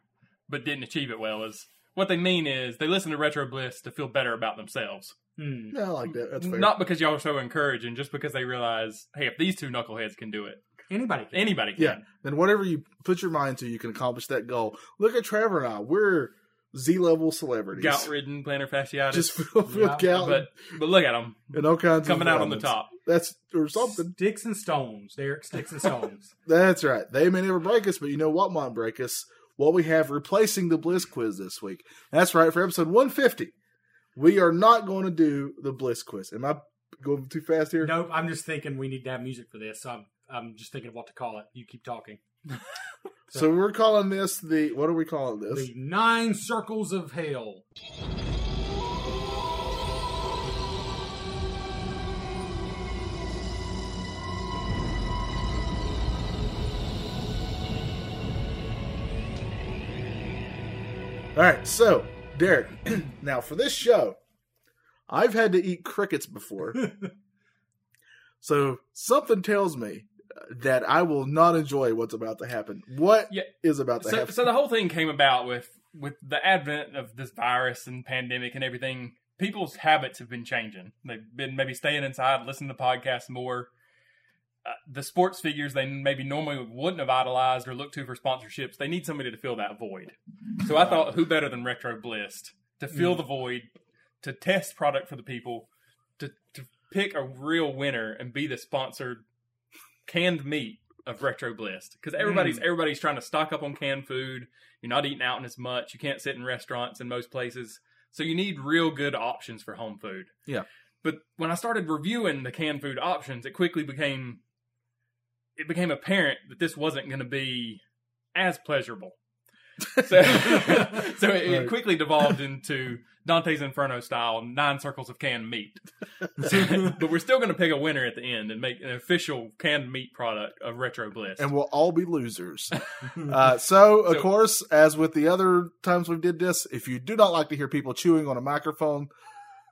[SPEAKER 5] but didn't achieve it well. Is what they mean is they listen to Retro Bliss to feel better about themselves,
[SPEAKER 4] Hmm.
[SPEAKER 3] Yeah, I like that. That's fair.
[SPEAKER 5] not because y'all are so encouraging, just because they realize, hey, if these two knuckleheads can do it,
[SPEAKER 4] Anybody can.
[SPEAKER 5] anybody can.
[SPEAKER 3] Yeah. then whatever you put your mind to, you can accomplish that goal. Look at Trevor and I. We're Z level celebrities.
[SPEAKER 5] Gout ridden, plantar fasciitis,
[SPEAKER 3] Just filled
[SPEAKER 4] Yeah,
[SPEAKER 3] with gout
[SPEAKER 5] but but look at them
[SPEAKER 3] and all kinds of
[SPEAKER 5] coming out on the
[SPEAKER 3] ailments.
[SPEAKER 5] top.
[SPEAKER 3] That's or something.
[SPEAKER 4] Sticks and stones, Derek. Sticks and stones.
[SPEAKER 3] That's right. They may never break us, but you know what might break us? What we have replacing the Bliss quiz this week. That's right. For episode 150, we are not going to do the Bliss quiz. Am I going too fast here?
[SPEAKER 4] nope. I'm just thinking we need to have music for this. So I'm, I'm just thinking of what to call it. You keep talking.
[SPEAKER 3] So we're calling this the what are we calling this?
[SPEAKER 4] The nine circles of hell.
[SPEAKER 3] All right. So Derek, now for this show, I've had to eat crickets before, so something tells me that I will not enjoy what's about to happen. What is
[SPEAKER 5] Yeah.
[SPEAKER 3] about to
[SPEAKER 5] so,
[SPEAKER 3] happen?
[SPEAKER 5] so the whole thing came about with with the advent of this virus and pandemic and everything people's habits have been changing they've been maybe staying inside listening to podcasts more uh, the sports figures they maybe normally wouldn't have idolized or looked to for sponsorships they
[SPEAKER 3] Mm.
[SPEAKER 5] need somebody to fill that void so i thought who better than retro blist to fill the void to test product for the people, to to pick a real winner and be the sponsored canned meat of Retro Blist because everybody's everybody's trying to stock up on canned food. You're not eating out as much. You can't sit in restaurants in most places, so you need real good options for home food.
[SPEAKER 3] Yeah.
[SPEAKER 5] But when I started reviewing the canned food options, it quickly became it became apparent that this wasn't going to be as pleasurable. So, so it, it
[SPEAKER 3] Right.
[SPEAKER 5] quickly devolved into Dante's Inferno style nine circles of canned meat. So- but we're still going to pick a winner at the end and make an official canned meat product of Retro Bliss.
[SPEAKER 3] and we'll all be losers. uh, so, of
[SPEAKER 5] So-
[SPEAKER 3] course, as with the other times we did this, if you do not like to hear people chewing on a microphone,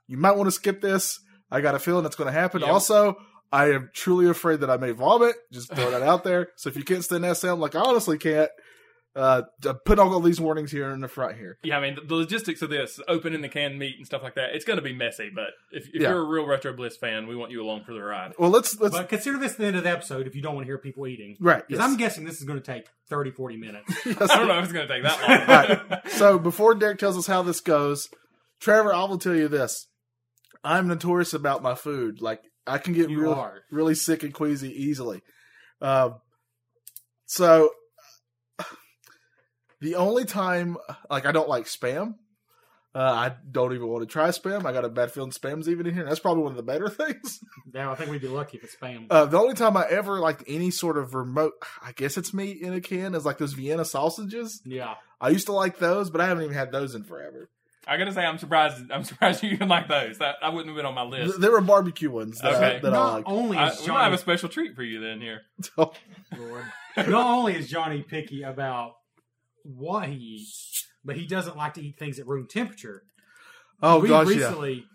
[SPEAKER 3] you might want to skip this. I got a feeling that's going to happen.
[SPEAKER 5] Yep.
[SPEAKER 3] Also, I am truly afraid that I may vomit. Just throw that out there. So, if you can't stand that sound, like I honestly can't, uh, to put all of these warnings here in the front here.
[SPEAKER 5] yeah, I mean the, the logistics of this, opening the canned meat and stuff like that, it's going to be messy. But if, if
[SPEAKER 3] Yeah.
[SPEAKER 5] you're a real Retro Bliss fan, we want you along for the ride.
[SPEAKER 3] Well, let's let's
[SPEAKER 4] But consider this the end of the episode if you don't want to hear people eating.
[SPEAKER 3] right.
[SPEAKER 4] Because
[SPEAKER 3] yes.
[SPEAKER 4] I'm guessing this is going to take 30, 40 minutes.
[SPEAKER 3] Yes.
[SPEAKER 5] I don't know if it's going to take that long.
[SPEAKER 3] right. So before Derek tells us how this goes, Trevor, I will tell you this: I'm notorious about my food. Like I can get
[SPEAKER 4] You
[SPEAKER 3] real,
[SPEAKER 4] are.
[SPEAKER 3] really sick and queasy easily. Um, so the only time, like I don't like spam. Uh, I don't even want to try spam. I got a bad feeling spam's even in here. That's probably one of the better things.
[SPEAKER 4] now, I think we'd be lucky if it's spam.
[SPEAKER 3] Uh, the only time I ever liked any sort of remote, I guess it's meat in a can, is like those Vienna sausages.
[SPEAKER 4] yeah.
[SPEAKER 3] I used to like those, but I haven't even had those in forever.
[SPEAKER 5] I gotta say, I'm surprised. I'm surprised you even like those. That I wouldn't have been on my
[SPEAKER 3] Th-
[SPEAKER 5] list.
[SPEAKER 3] There were barbecue ones that, I,
[SPEAKER 5] Okay.
[SPEAKER 3] that I
[SPEAKER 4] Not
[SPEAKER 3] like.
[SPEAKER 4] only
[SPEAKER 5] I,
[SPEAKER 4] is
[SPEAKER 5] we might have
[SPEAKER 4] Johnny
[SPEAKER 5] a special treat for you then here.
[SPEAKER 3] So,
[SPEAKER 4] Lord. Not only is Johnny picky about what he eats, but he doesn't like to eat things at room temperature.
[SPEAKER 3] oh
[SPEAKER 4] we
[SPEAKER 3] gosh, yeah.
[SPEAKER 4] recently,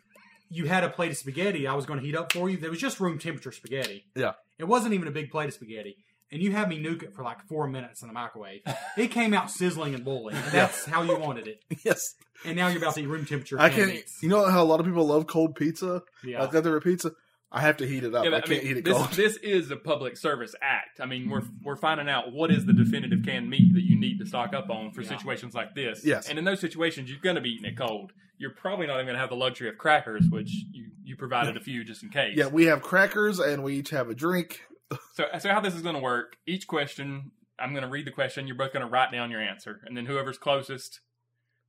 [SPEAKER 4] you had a plate of spaghetti I was going to heat up for you. There was just room temperature spaghetti.
[SPEAKER 3] Yeah.
[SPEAKER 4] It wasn't even a big plate of spaghetti. And you had me nuke it for like four minutes in the microwave. It came out sizzling and boiling. And that's how you wanted it.
[SPEAKER 3] Yes,
[SPEAKER 4] And now you're about to eat room temperature.
[SPEAKER 3] I
[SPEAKER 4] canned
[SPEAKER 3] can.
[SPEAKER 4] meats.
[SPEAKER 3] You know how a lot of people love cold pizza.
[SPEAKER 4] Yeah.
[SPEAKER 3] Like other pizza, I have to heat it up.
[SPEAKER 5] Yeah,
[SPEAKER 3] I
[SPEAKER 5] but,
[SPEAKER 3] can't
[SPEAKER 5] mean,
[SPEAKER 3] eat it
[SPEAKER 5] this,
[SPEAKER 3] cold. Mm-hmm.
[SPEAKER 5] this is a public service act. I mean, we're we're finding out what is the definitive canned meat that you need to stock up on for
[SPEAKER 4] Yeah.
[SPEAKER 5] situations like this.
[SPEAKER 3] Yes.
[SPEAKER 5] And in those situations, you're going to be eating it cold. You're probably not even going to have the luxury of crackers, which you, you provided a few just in case.
[SPEAKER 3] Yeah, we have crackers and we each have a drink.
[SPEAKER 5] So so how this is going to work? Each question, I'm going to read the question. You're both going to write down your answer, and then whoever's closest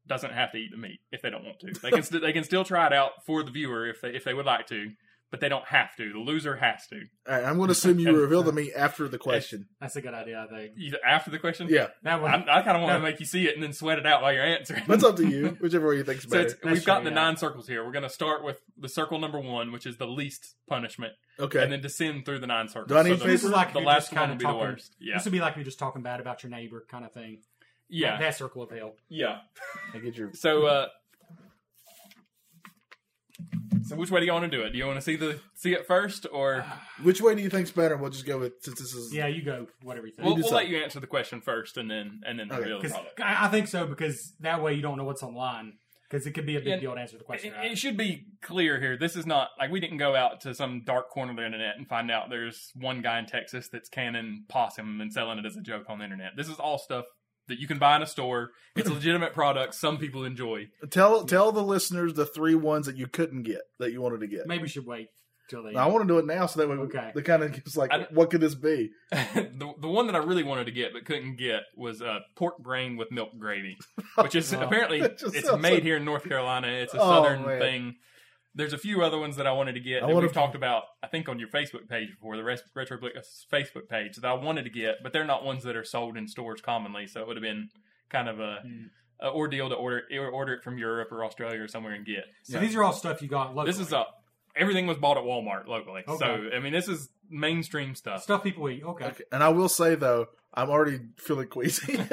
[SPEAKER 5] doesn't have to eat the meat if they don't want to. They can st- they can still try it out for the viewer if they if they would like to, but they don't have to. The loser has to.
[SPEAKER 3] All right, I'm going to assume you reveal to me after the question.
[SPEAKER 4] That's a good idea, I think.
[SPEAKER 5] Either after the question,
[SPEAKER 3] Yeah,
[SPEAKER 4] That
[SPEAKER 5] I,
[SPEAKER 4] one.
[SPEAKER 5] I kind of want to make you see it and then sweat it out while you're answering.
[SPEAKER 3] that's up to you. Whichever way you think's
[SPEAKER 5] so
[SPEAKER 3] better.
[SPEAKER 5] it's, we've
[SPEAKER 4] true,
[SPEAKER 5] got the
[SPEAKER 4] yeah.
[SPEAKER 5] nine circles here. We're going to start with the circle number one, which is the least punishment,
[SPEAKER 3] okay.
[SPEAKER 5] and then descend through the nine circles.
[SPEAKER 3] Do I need
[SPEAKER 5] so
[SPEAKER 3] paper?
[SPEAKER 5] the,
[SPEAKER 4] This is like
[SPEAKER 5] the
[SPEAKER 4] if you're
[SPEAKER 5] last
[SPEAKER 4] just
[SPEAKER 5] one
[SPEAKER 4] kind
[SPEAKER 5] will
[SPEAKER 4] of
[SPEAKER 5] be the
[SPEAKER 4] talking.
[SPEAKER 5] worst. Yeah,
[SPEAKER 4] This would be like you're just talking bad about your neighbor, kind of thing.
[SPEAKER 5] yeah,
[SPEAKER 4] that circle of hell.
[SPEAKER 5] yeah.
[SPEAKER 3] I get your.
[SPEAKER 5] So, uh, so which way do you want to do it? Do you want to see the see it first, or
[SPEAKER 3] Which way do you think's better? We'll just go with since this is.
[SPEAKER 4] Yeah, you go whatever you
[SPEAKER 5] we'll,
[SPEAKER 4] think.
[SPEAKER 3] do
[SPEAKER 5] we'll
[SPEAKER 3] so.
[SPEAKER 5] let you answer the question first, and then and then
[SPEAKER 3] Okay,
[SPEAKER 5] reveal the
[SPEAKER 4] 'Cause
[SPEAKER 5] product.
[SPEAKER 4] I I think so because that way you don't know what's online because it could be a big
[SPEAKER 5] Yeah,
[SPEAKER 4] deal to answer the question.
[SPEAKER 5] It,
[SPEAKER 4] right?
[SPEAKER 5] it should be clear here. This is not like we didn't go out to some dark corner of the internet and find out there's one guy in Texas that's canning possum and selling it as a joke on the internet. This is all stuff that you can buy in a store. It's a legitimate product. Some people enjoy.
[SPEAKER 3] Tell tell the listeners the three ones that you couldn't get that you wanted to get.
[SPEAKER 4] Maybe we should wait till they.
[SPEAKER 3] I want to do it now so that way
[SPEAKER 4] Okay.
[SPEAKER 3] the kind of gives like
[SPEAKER 5] I-
[SPEAKER 3] what could this be?
[SPEAKER 5] the the one that I really wanted to get but couldn't get was uh, pork brain with milk gravy, which is
[SPEAKER 4] Wow.
[SPEAKER 5] apparently
[SPEAKER 3] That Oh, just
[SPEAKER 5] it's
[SPEAKER 3] sounds
[SPEAKER 5] made
[SPEAKER 3] like-
[SPEAKER 5] here in North Carolina. It's a
[SPEAKER 3] Oh,
[SPEAKER 5] southern
[SPEAKER 3] man.
[SPEAKER 5] thing. There's a few other ones that I wanted to get
[SPEAKER 3] I
[SPEAKER 5] that
[SPEAKER 3] would've-
[SPEAKER 5] we've talked about, I think, on your Facebook page before the Res- Retro Blick- uh, Facebook page that I wanted to get, but they're not ones that are sold in stores commonly. So it would have been kind of a,
[SPEAKER 3] Hmm.
[SPEAKER 4] Mm.
[SPEAKER 5] a ordeal to order e-, order it from Europe or Australia or somewhere and get.
[SPEAKER 4] So these are all stuff you got. Locally.
[SPEAKER 5] This is a everything was bought at Walmart locally. So
[SPEAKER 4] Okay.
[SPEAKER 5] I mean, this is mainstream stuff.
[SPEAKER 4] stuff people eat. Okay,
[SPEAKER 3] Okay. And I will say though, I'm already feeling queasy.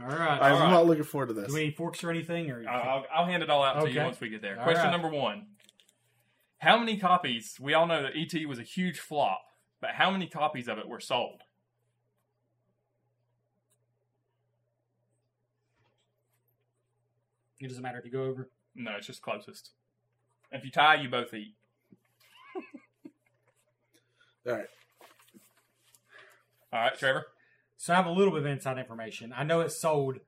[SPEAKER 4] all right.
[SPEAKER 3] I'm
[SPEAKER 5] right.
[SPEAKER 3] not looking forward to this.
[SPEAKER 4] Do we need forks or anything? Or
[SPEAKER 5] I'll, I'll- I'll hand it all out to you
[SPEAKER 4] Okay.
[SPEAKER 5] once we get there.
[SPEAKER 4] All
[SPEAKER 5] Question
[SPEAKER 4] right.
[SPEAKER 5] number one: How many copies? We all know that ET was a huge flop, but how many copies of it were sold?
[SPEAKER 4] it doesn't matter if you go over.
[SPEAKER 5] No, it's just closest. If you tie, you both eat.
[SPEAKER 3] All right.
[SPEAKER 5] All right, Trevor.
[SPEAKER 4] So I have a little bit of inside information. I know it sold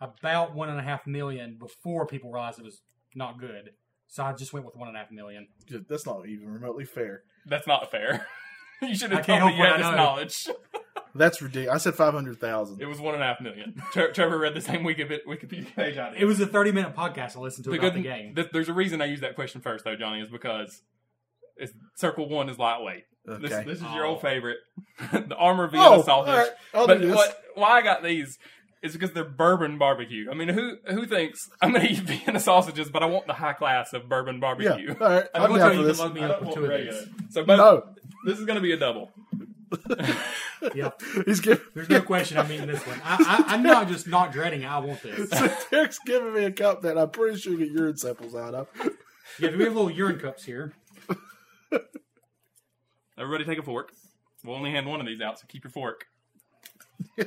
[SPEAKER 4] about one and a half million before people realized it was not good. So I just went with one and a half million.
[SPEAKER 3] Ju- That's not even remotely fair.
[SPEAKER 5] That's not fair. you should
[SPEAKER 4] I
[SPEAKER 5] have
[SPEAKER 4] can't
[SPEAKER 5] told me you
[SPEAKER 4] help
[SPEAKER 5] had this
[SPEAKER 4] what I know.
[SPEAKER 5] knowledge.
[SPEAKER 3] That's ridiculous. I said five hundred thousand.
[SPEAKER 5] It was one and a half million. Tre- Trevor read the same Wikipedia, Wikipedia page I did.
[SPEAKER 4] It was a 30 minute podcast I listened to
[SPEAKER 5] The
[SPEAKER 4] about
[SPEAKER 5] good-
[SPEAKER 4] the game.
[SPEAKER 5] th- there's a reason I used that question first, though, Johnny, is because it's, circle one is lightweight.
[SPEAKER 3] Okay.
[SPEAKER 5] This, this is your
[SPEAKER 4] Oh.
[SPEAKER 5] old favorite, the armor Vienna
[SPEAKER 3] oh, all
[SPEAKER 5] sausage.
[SPEAKER 3] right. I'll
[SPEAKER 5] but
[SPEAKER 3] do this.
[SPEAKER 5] what? Why I got these is because they're bourbon barbecue. I mean, who who thinks I'm going to eat Vienna sausages, but I want the high class of bourbon
[SPEAKER 3] Yeah.
[SPEAKER 5] barbecue.
[SPEAKER 3] All right.
[SPEAKER 5] I
[SPEAKER 3] I'm
[SPEAKER 5] will
[SPEAKER 4] tell
[SPEAKER 3] down for
[SPEAKER 4] you to
[SPEAKER 3] this.
[SPEAKER 4] love me
[SPEAKER 5] I
[SPEAKER 4] up
[SPEAKER 5] don't
[SPEAKER 4] with
[SPEAKER 5] want
[SPEAKER 4] two of
[SPEAKER 5] regular.
[SPEAKER 4] these.
[SPEAKER 5] So both,
[SPEAKER 3] No,
[SPEAKER 5] this is going to be a double.
[SPEAKER 4] Yep.
[SPEAKER 3] he's giving.
[SPEAKER 4] There's no question I'm eating this one. I, I, I'm not just not dreading it. I want this.
[SPEAKER 3] Derek's giving me a cup that I'm pretty sure you get urine samples out of.
[SPEAKER 4] Yeah, we have little urine cups here.
[SPEAKER 5] Everybody, take a fork. We'll only hand one of these out, so keep your fork.
[SPEAKER 3] We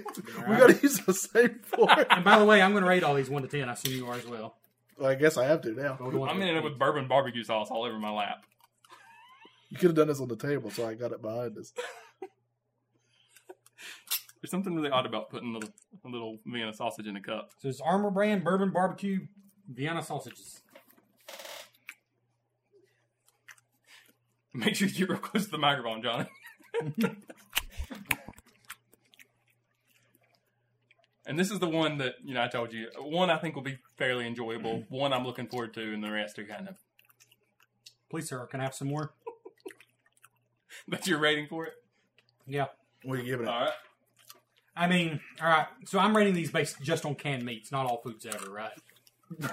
[SPEAKER 3] got to use the same fork.
[SPEAKER 4] And by the way, I'm going to rate all these one to ten. I assume you are as well.
[SPEAKER 3] well, I guess I have to now.
[SPEAKER 4] But we'll go
[SPEAKER 5] I'm
[SPEAKER 4] on
[SPEAKER 5] going to end up with bourbon barbecue sauce all over my lap.
[SPEAKER 3] You could have done this on the table, so I got it behind us.
[SPEAKER 5] There's something really odd about putting a little, a little Vienna sausage in a cup.
[SPEAKER 4] So it's Armor Brand Bourbon Barbecue Vienna sausages.
[SPEAKER 5] Make sure you get real close to the microphone, Johnny. and this is the one that you know I told you. One I think will be fairly enjoyable. One I'm looking forward to, and the rest are kind of
[SPEAKER 4] Please, sir, can I have some more?
[SPEAKER 5] that you're rating for it.
[SPEAKER 4] Yeah.
[SPEAKER 3] What are you giving it?
[SPEAKER 5] All right.
[SPEAKER 4] I mean, all right. So I'm rating these based just on canned meats, not all foods ever, right?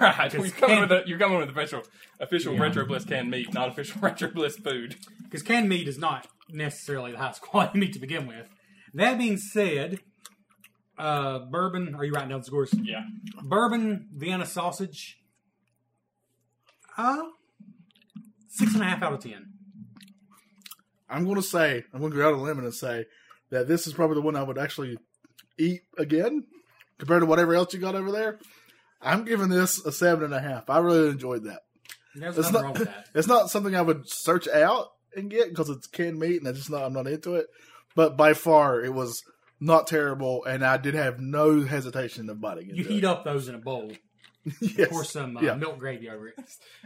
[SPEAKER 5] Right,
[SPEAKER 4] Just
[SPEAKER 5] we coming
[SPEAKER 4] canned-
[SPEAKER 5] with a, you're coming with official, official Retro Bliss canned meat, not official Retro Bliss food.
[SPEAKER 4] Because canned meat is not necessarily the highest quality meat to begin with. That being said, uh, bourbon. Are you writing down the scores?
[SPEAKER 5] Yeah,
[SPEAKER 4] Bourbon Vienna sausage. Uh, six and a half out of ten.
[SPEAKER 3] I'm going to say, I'm going to go out on a limb and say that this is probably the one I would actually eat again compared to whatever else you got over there. I'm giving this a seven and a half. I really enjoyed that.
[SPEAKER 4] There's
[SPEAKER 3] It's
[SPEAKER 4] nothing
[SPEAKER 3] not-
[SPEAKER 4] wrong with that.
[SPEAKER 3] It's not something I would search out and get because it's canned meat, and I just not I'm not into it. But by far, it was not terrible, and I did have no hesitation of biting into
[SPEAKER 4] You
[SPEAKER 3] it.
[SPEAKER 4] heat up those in a bowl,
[SPEAKER 3] yes.
[SPEAKER 4] pour some uh,
[SPEAKER 3] Yeah.
[SPEAKER 4] milk gravy over it.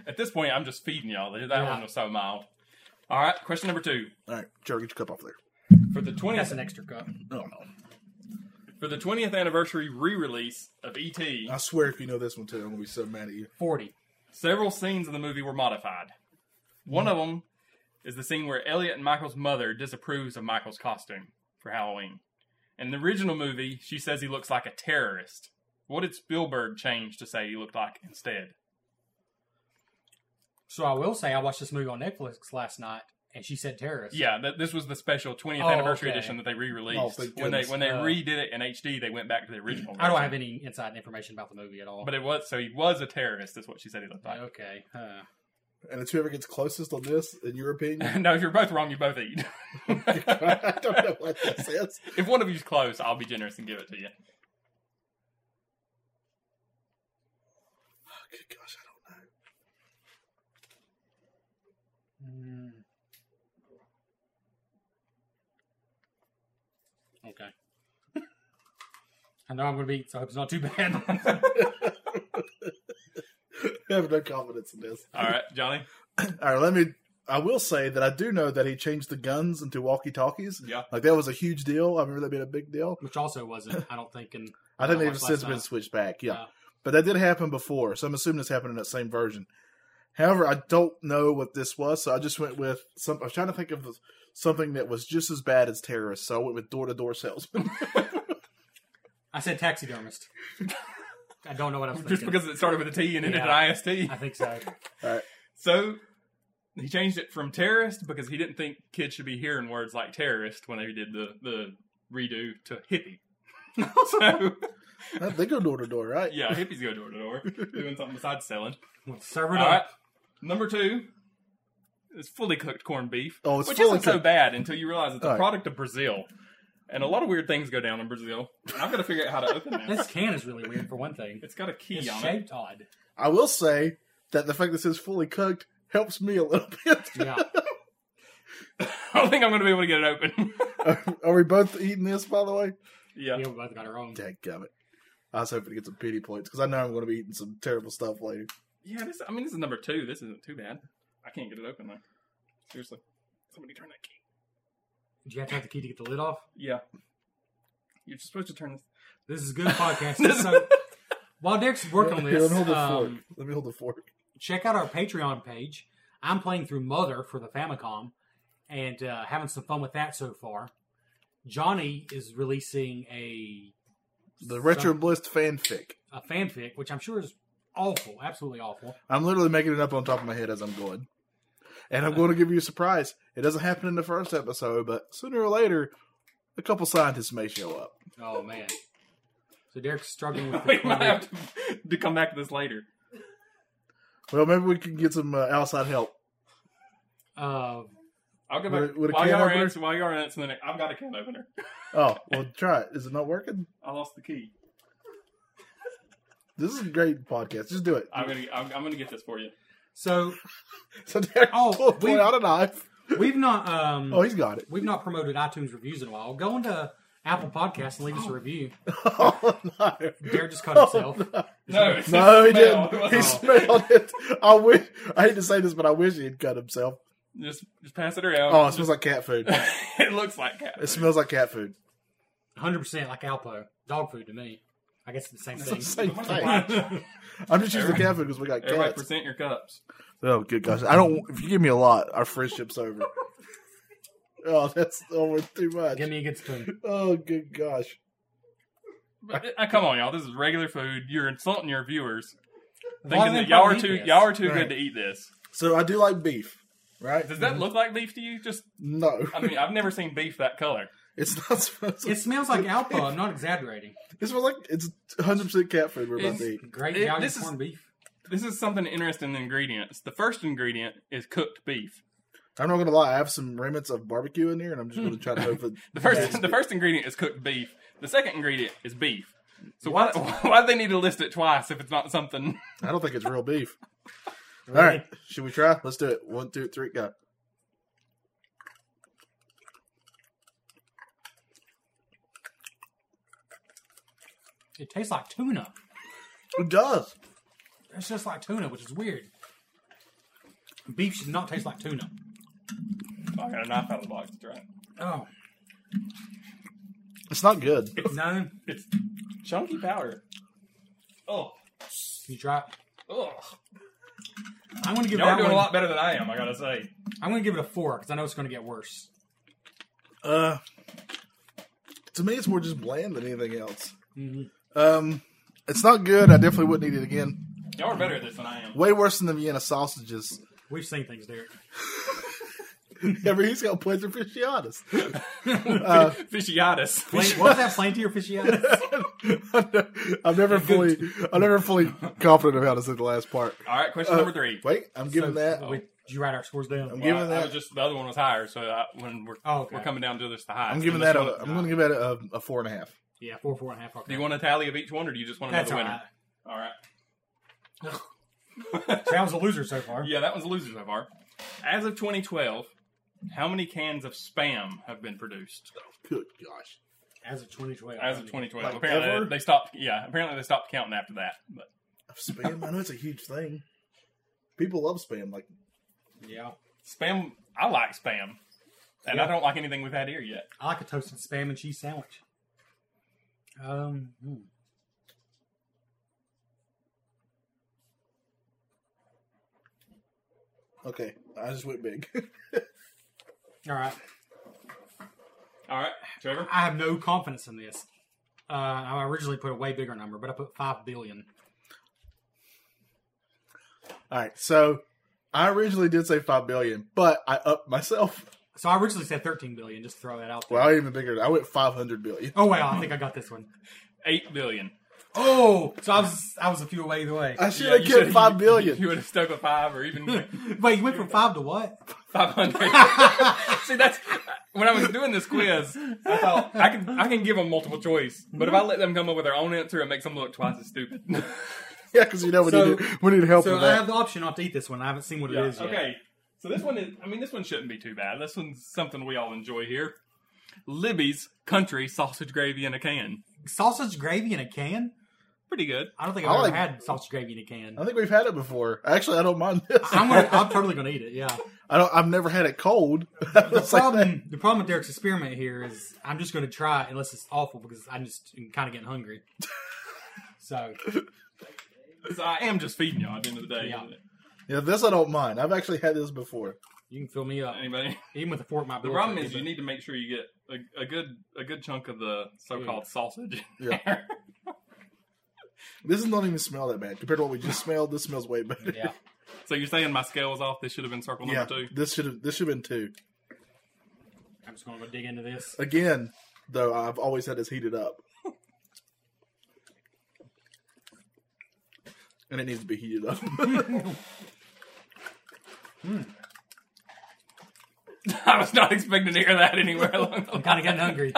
[SPEAKER 5] at this point I'm just feeding y'all. That
[SPEAKER 4] Yeah.
[SPEAKER 5] one was so mild. All right, question number two
[SPEAKER 3] All right, Joe, get your cup off there. Oh,
[SPEAKER 5] for the
[SPEAKER 4] That's
[SPEAKER 5] twentieth
[SPEAKER 4] an extra cup.
[SPEAKER 3] No,
[SPEAKER 5] for the twentieth anniversary re-release of E ET.
[SPEAKER 3] I swear, if you know this one too, I'm gonna be so mad at you.
[SPEAKER 4] Forty.
[SPEAKER 5] Several scenes in the movie were modified. One of them is the scene where Elliot and Michael's mother disapproves of Michael's costume for Halloween. In the original movie, she says he looks like a terrorist. What did Spielberg change to say he looked like instead?
[SPEAKER 4] So I will say I watched this movie on Netflix last night, and she said terrorist.
[SPEAKER 5] Yeah, th- this was the special 20th
[SPEAKER 4] Oh,
[SPEAKER 5] anniversary
[SPEAKER 4] okay.
[SPEAKER 5] edition that they
[SPEAKER 3] Oh,
[SPEAKER 5] re-released.
[SPEAKER 3] thank
[SPEAKER 5] when they
[SPEAKER 3] goodness.
[SPEAKER 5] when they
[SPEAKER 4] Uh,
[SPEAKER 5] redid it in HD, they went back to the original.
[SPEAKER 4] I don't
[SPEAKER 5] version.
[SPEAKER 4] have any inside information about the movie at all.
[SPEAKER 5] But it was so he was a terrorist. Is what she said he looked like.
[SPEAKER 4] okay, huh.
[SPEAKER 3] And it's whoever gets closest on this, in your opinion.
[SPEAKER 5] no, if you're both wrong, you both eat.
[SPEAKER 3] I don't know what this is.
[SPEAKER 5] if one of you's close, I'll be generous and give it to you.
[SPEAKER 3] Good gosh, I don't know.
[SPEAKER 4] Mm. Okay. I know I'm going to be, so I hope it's not too bad.
[SPEAKER 3] I have no confidence in this.
[SPEAKER 5] All right, Johnny.
[SPEAKER 3] All right, let me. I will say that I do know that he changed the guns into walkie talkies.
[SPEAKER 5] Yeah.
[SPEAKER 3] Like that was a huge deal. I remember that being a big deal.
[SPEAKER 4] Which also wasn't, I don't think, in
[SPEAKER 3] I think
[SPEAKER 4] I
[SPEAKER 3] they've
[SPEAKER 4] watched
[SPEAKER 3] since
[SPEAKER 4] last
[SPEAKER 3] been
[SPEAKER 4] night.
[SPEAKER 3] switched back. Yeah.
[SPEAKER 4] Yeah.
[SPEAKER 3] But that did happen before, so I'm assuming this happened in that same version. However, I don't know what this was, so I just went with some. I was trying to think of something that was just as bad as terrorists, so I went with door to door salesman.
[SPEAKER 4] I said taxidermist. I don't know what I was thinking.
[SPEAKER 5] Just because it started with a T and ended
[SPEAKER 4] Yeah. I
[SPEAKER 5] in IST.
[SPEAKER 4] think so.
[SPEAKER 5] So he changed it from terrorist because he didn't think kids should be hearing words like terrorist when they did the, the redo to hippie. so
[SPEAKER 3] they go door to door, right?
[SPEAKER 5] yeah, hippies go door to door doing something besides selling.
[SPEAKER 4] Well, serve it
[SPEAKER 5] All
[SPEAKER 4] up.
[SPEAKER 5] right, number two is fully cooked corned beef,
[SPEAKER 3] Oh, it's
[SPEAKER 5] which
[SPEAKER 3] fully
[SPEAKER 5] isn't so
[SPEAKER 3] cooked.
[SPEAKER 5] bad until you realize it's a
[SPEAKER 3] All right.
[SPEAKER 5] product of Brazil. And a lot of weird things go down in Brazil. And I've got to figure out how to open that.
[SPEAKER 4] This can is really weird for one thing.
[SPEAKER 5] It's got a key
[SPEAKER 4] It's
[SPEAKER 5] on it.
[SPEAKER 4] shaped odd.
[SPEAKER 3] I will say that the fact that it's fully cooked helps me a little bit.
[SPEAKER 4] Yeah.
[SPEAKER 5] I don't think I'm going to be able to get it open.
[SPEAKER 3] are, are we both eating this, by the way?
[SPEAKER 5] yeah.
[SPEAKER 4] Yeah, we both got our own.
[SPEAKER 3] Dadgummit. I was hoping to get some pity points because I know I'm going to be eating some terrible stuff later.
[SPEAKER 5] Yeah, this. I mean, this is number two. This isn't too bad. I can't get it open though. Seriously, somebody turn that key.
[SPEAKER 4] Do you have to have the key to get the lid off?
[SPEAKER 5] Yeah, you're supposed to turn this.
[SPEAKER 4] This is good podcasting. so while Derek's working on
[SPEAKER 3] Here, let
[SPEAKER 4] this,
[SPEAKER 3] me hold the
[SPEAKER 4] um,
[SPEAKER 3] fork. Let me hold the fork.
[SPEAKER 4] check out our Patreon page. I'm playing through Mother for the Famicom and uh, having some fun with that so far. Johnny is releasing a
[SPEAKER 3] The Retro
[SPEAKER 4] some-
[SPEAKER 3] Bliss fanfic.
[SPEAKER 4] a fanfic, which I'm sure is awful, absolutely awful.
[SPEAKER 3] I'm literally making it up on top of my head as I'm going. And I'm going to give you a surprise. It doesn't happen in the first episode, but sooner or later, a couple scientists may show up.
[SPEAKER 4] Oh man! So Derek's struggling with the
[SPEAKER 5] we might have to, to come back to this later.
[SPEAKER 3] Well, maybe we can get some uh, outside help.
[SPEAKER 4] uh,
[SPEAKER 5] I'll go
[SPEAKER 3] With
[SPEAKER 5] back
[SPEAKER 3] a- with a
[SPEAKER 5] while
[SPEAKER 3] can
[SPEAKER 5] y'all are
[SPEAKER 3] opener?
[SPEAKER 5] answering. While y'all are answering, the next- I've got a can opener.
[SPEAKER 3] Oh, well, try it. Is it not working?
[SPEAKER 5] I lost the key.
[SPEAKER 3] This is a great podcast. Just do it.
[SPEAKER 5] I'm gonna. I'm, I'm gonna get this for you.
[SPEAKER 4] so
[SPEAKER 3] So Derek
[SPEAKER 4] Oh,
[SPEAKER 3] pulled, pulled
[SPEAKER 4] we-
[SPEAKER 3] out a knife.
[SPEAKER 4] we've not um,
[SPEAKER 3] Oh, he's got it.
[SPEAKER 4] we've not promoted iTunes reviews in a while. Go into Apple Podcasts and leave us a review.
[SPEAKER 3] Oh, no.
[SPEAKER 4] Derek just cut himself.
[SPEAKER 5] No, it's
[SPEAKER 3] No,
[SPEAKER 5] a
[SPEAKER 3] he
[SPEAKER 5] smell.
[SPEAKER 3] didn't.
[SPEAKER 5] It Oh.
[SPEAKER 3] He
[SPEAKER 5] wasn't-
[SPEAKER 3] smelled it. I wish. I hate to say this, but I wish he'd cut himself.
[SPEAKER 5] Just, just pass it around.
[SPEAKER 3] Oh, it smells like cat food.
[SPEAKER 5] it looks like cat.
[SPEAKER 3] It smells like cat food.
[SPEAKER 4] Hundred percent like Alpo dog food to me. I guess it's the same
[SPEAKER 3] It's the
[SPEAKER 4] thing.
[SPEAKER 3] same
[SPEAKER 5] What's
[SPEAKER 3] thing.
[SPEAKER 5] the-
[SPEAKER 3] I'm just using cat food because we got
[SPEAKER 5] Everybody
[SPEAKER 3] cats.
[SPEAKER 5] present your cups.
[SPEAKER 3] Oh, good gosh! I don't. If you give me a lot, our friendship's over. oh, that's over too much.
[SPEAKER 4] Give me a good spoon.
[SPEAKER 3] Oh, good gosh!
[SPEAKER 5] But, uh, come on, y'all. This is regular food. You're insulting your viewers,
[SPEAKER 4] Why
[SPEAKER 5] thinking
[SPEAKER 4] do they
[SPEAKER 5] that y'all are
[SPEAKER 4] probably
[SPEAKER 5] too
[SPEAKER 4] eat this?
[SPEAKER 5] y'all are too
[SPEAKER 3] Right.
[SPEAKER 5] good to eat this.
[SPEAKER 3] So I do like beef, right?
[SPEAKER 5] Does that look like beef to you? Just
[SPEAKER 3] No,
[SPEAKER 5] I mean, I've never seen beef that color.
[SPEAKER 3] it's not supposed. To,
[SPEAKER 4] It smells like Alpo. I'm not exaggerating.
[SPEAKER 3] it smells like it's 100 percent cat food we're about
[SPEAKER 5] It's-
[SPEAKER 3] to eat.
[SPEAKER 4] Great
[SPEAKER 5] It-
[SPEAKER 4] value
[SPEAKER 5] this is-
[SPEAKER 4] corned beef.
[SPEAKER 5] This is something interesting in the ingredients. The first ingredient is cooked beef.
[SPEAKER 3] I'm not gonna lie. I have some remnants of barbecue in here, and I'm just gonna try to hope that
[SPEAKER 5] The first the first ingredient is cooked beef. The second ingredient is beef. So why why do they need to list it twice if it's not something?
[SPEAKER 3] I don't think it's real beef. All right, should we try? Let's do it. One, two, three, go.
[SPEAKER 4] It tastes like tuna.
[SPEAKER 3] It does.
[SPEAKER 4] It's just like tuna, which is weird. Beef should not taste like tuna.
[SPEAKER 5] I got a knife out of the box. That's right.
[SPEAKER 4] Oh
[SPEAKER 3] It's not good.
[SPEAKER 4] no!
[SPEAKER 5] It's chunky powder. Oh,
[SPEAKER 4] You try. it.
[SPEAKER 5] oh!
[SPEAKER 4] I'm gonna give
[SPEAKER 5] Y'all are
[SPEAKER 4] that
[SPEAKER 5] doing
[SPEAKER 4] one.
[SPEAKER 5] a lot better than I am. I gotta say.
[SPEAKER 4] I'm gonna give it a four because I know it's gonna get worse.
[SPEAKER 3] Uh, to me, it's more just bland than anything else.
[SPEAKER 4] Mhm.
[SPEAKER 3] Um, it's not good. I definitely wouldn't eat it again.
[SPEAKER 5] Y'all are better at this than I am.
[SPEAKER 3] Way worse than the Vienna sausages.
[SPEAKER 4] We've seen things, Derek.
[SPEAKER 3] Ever he's got plates of fichiatas.
[SPEAKER 5] Fishiatus.
[SPEAKER 4] Plain, what was that? Plain to your fichiatas?
[SPEAKER 3] I'm never fully, I'm never fully confident of how to say the last part.
[SPEAKER 5] All right, question number three.
[SPEAKER 3] Uh, Wait, I'm giving that.
[SPEAKER 4] We, did you write our scores down?
[SPEAKER 3] I'm
[SPEAKER 5] Well,
[SPEAKER 3] giving
[SPEAKER 5] I- I
[SPEAKER 3] that.
[SPEAKER 5] was just the other one was higher, so I, when we're
[SPEAKER 4] Oh, okay.
[SPEAKER 5] we're coming down to this the highest.
[SPEAKER 3] I'm giving
[SPEAKER 5] Unless
[SPEAKER 3] that.
[SPEAKER 5] you
[SPEAKER 3] A,
[SPEAKER 5] want-
[SPEAKER 3] I'm going to give that a, a four and a half.
[SPEAKER 4] yeah, four, four and a half. Okay.
[SPEAKER 5] do you want a tally of each one, or do you just want
[SPEAKER 4] That's
[SPEAKER 5] another
[SPEAKER 4] all
[SPEAKER 5] winner?
[SPEAKER 4] right.
[SPEAKER 5] All right.
[SPEAKER 4] Sounds a loser so far.
[SPEAKER 5] Yeah, that was a loser so far. As of 2012, how many cans of spam have been produced?
[SPEAKER 3] Good gosh.
[SPEAKER 4] As of 2012.
[SPEAKER 5] As of 2012,
[SPEAKER 3] Like
[SPEAKER 5] apparently
[SPEAKER 3] ever?
[SPEAKER 5] they stopped. Yeah, apparently they stopped counting after that. But
[SPEAKER 3] Spam. I know it's a huge thing. People love spam. Like
[SPEAKER 4] Yeah.
[SPEAKER 5] spam, I like spam, and
[SPEAKER 4] Yeah.
[SPEAKER 5] I don't like anything we've had here yet.
[SPEAKER 4] I like a toasted spam and cheese sandwich. Um, hmm.
[SPEAKER 3] okay, I just went big.
[SPEAKER 4] all right.
[SPEAKER 5] All right, Trevor.
[SPEAKER 4] I have no confidence in this. Uh, I originally put a way bigger number, but I put five billion.
[SPEAKER 3] All right, so I originally did say five billion, but I upped myself.
[SPEAKER 4] So I originally said thirteen billion. Just to throw that out there.
[SPEAKER 3] Well, I even bigger. I went five hundred billion.
[SPEAKER 4] oh wow, I think I got this one.
[SPEAKER 5] Eight billion.
[SPEAKER 4] Oh, so I was I was a few away either way.
[SPEAKER 3] I
[SPEAKER 5] Yeah,
[SPEAKER 3] should have
[SPEAKER 5] you
[SPEAKER 3] kept
[SPEAKER 5] should've-
[SPEAKER 3] five
[SPEAKER 5] You
[SPEAKER 3] billion.
[SPEAKER 5] would have stuck with five or even
[SPEAKER 4] Wait, you went from five to what?
[SPEAKER 5] Five hundred. See, that's when I was doing this quiz. I thought I can I can give them multiple choice, but if I let them come up with their own answer, it makes them look twice as stupid.
[SPEAKER 3] Yeah, because you know we
[SPEAKER 4] So-
[SPEAKER 3] need we need help
[SPEAKER 4] So
[SPEAKER 3] with
[SPEAKER 4] I
[SPEAKER 3] that.
[SPEAKER 4] have the option not to eat this one. I haven't seen what it is yet.
[SPEAKER 5] Okay. So this one is. I mean, this one shouldn't be too bad. This one's something we all enjoy here. Libby's country sausage gravy in a can.
[SPEAKER 4] Sausage gravy in a can?
[SPEAKER 5] pretty good.
[SPEAKER 4] I don't think
[SPEAKER 3] I
[SPEAKER 4] I've
[SPEAKER 3] like- Oh.
[SPEAKER 4] ever had sausage gravy in a can.
[SPEAKER 3] I think we've had it before. Actually, I don't mind this.
[SPEAKER 4] I'm gonna, I'm totally gonna eat it. Yeah.
[SPEAKER 3] I don't. I've never had it cold.
[SPEAKER 4] The
[SPEAKER 3] It's like
[SPEAKER 4] problem, the problem with Derek's experiment here is I'm just gonna try it unless it's awful because I'm just kind of getting hungry. so
[SPEAKER 5] 'Cause I am just feeding y'all at the end of the day.
[SPEAKER 4] Yeah.
[SPEAKER 5] isn't it?
[SPEAKER 3] Yeah, this I don't mind. I've actually had this before.
[SPEAKER 4] you can fill me up,
[SPEAKER 5] Anybody?
[SPEAKER 4] even with a fork. Might be
[SPEAKER 5] The
[SPEAKER 4] okay,
[SPEAKER 5] problem is
[SPEAKER 4] but-
[SPEAKER 5] you need to make sure you get a, a good a good chunk of the so-called sausage.
[SPEAKER 3] Yeah. This does not even smell that bad compared to what we just smelled. This smells way better.
[SPEAKER 4] Yeah.
[SPEAKER 5] so you're saying my scale was off? This should have been circle
[SPEAKER 3] Yeah,
[SPEAKER 5] number two.
[SPEAKER 3] this should have this should have been two.
[SPEAKER 4] I'm just gonna go dig into this.
[SPEAKER 3] Again, though, I've always had this heated up, and it needs to be heated up.
[SPEAKER 5] I was not expecting to hear that anywhere along the
[SPEAKER 4] I'm
[SPEAKER 5] line.
[SPEAKER 4] kind of getting hungry.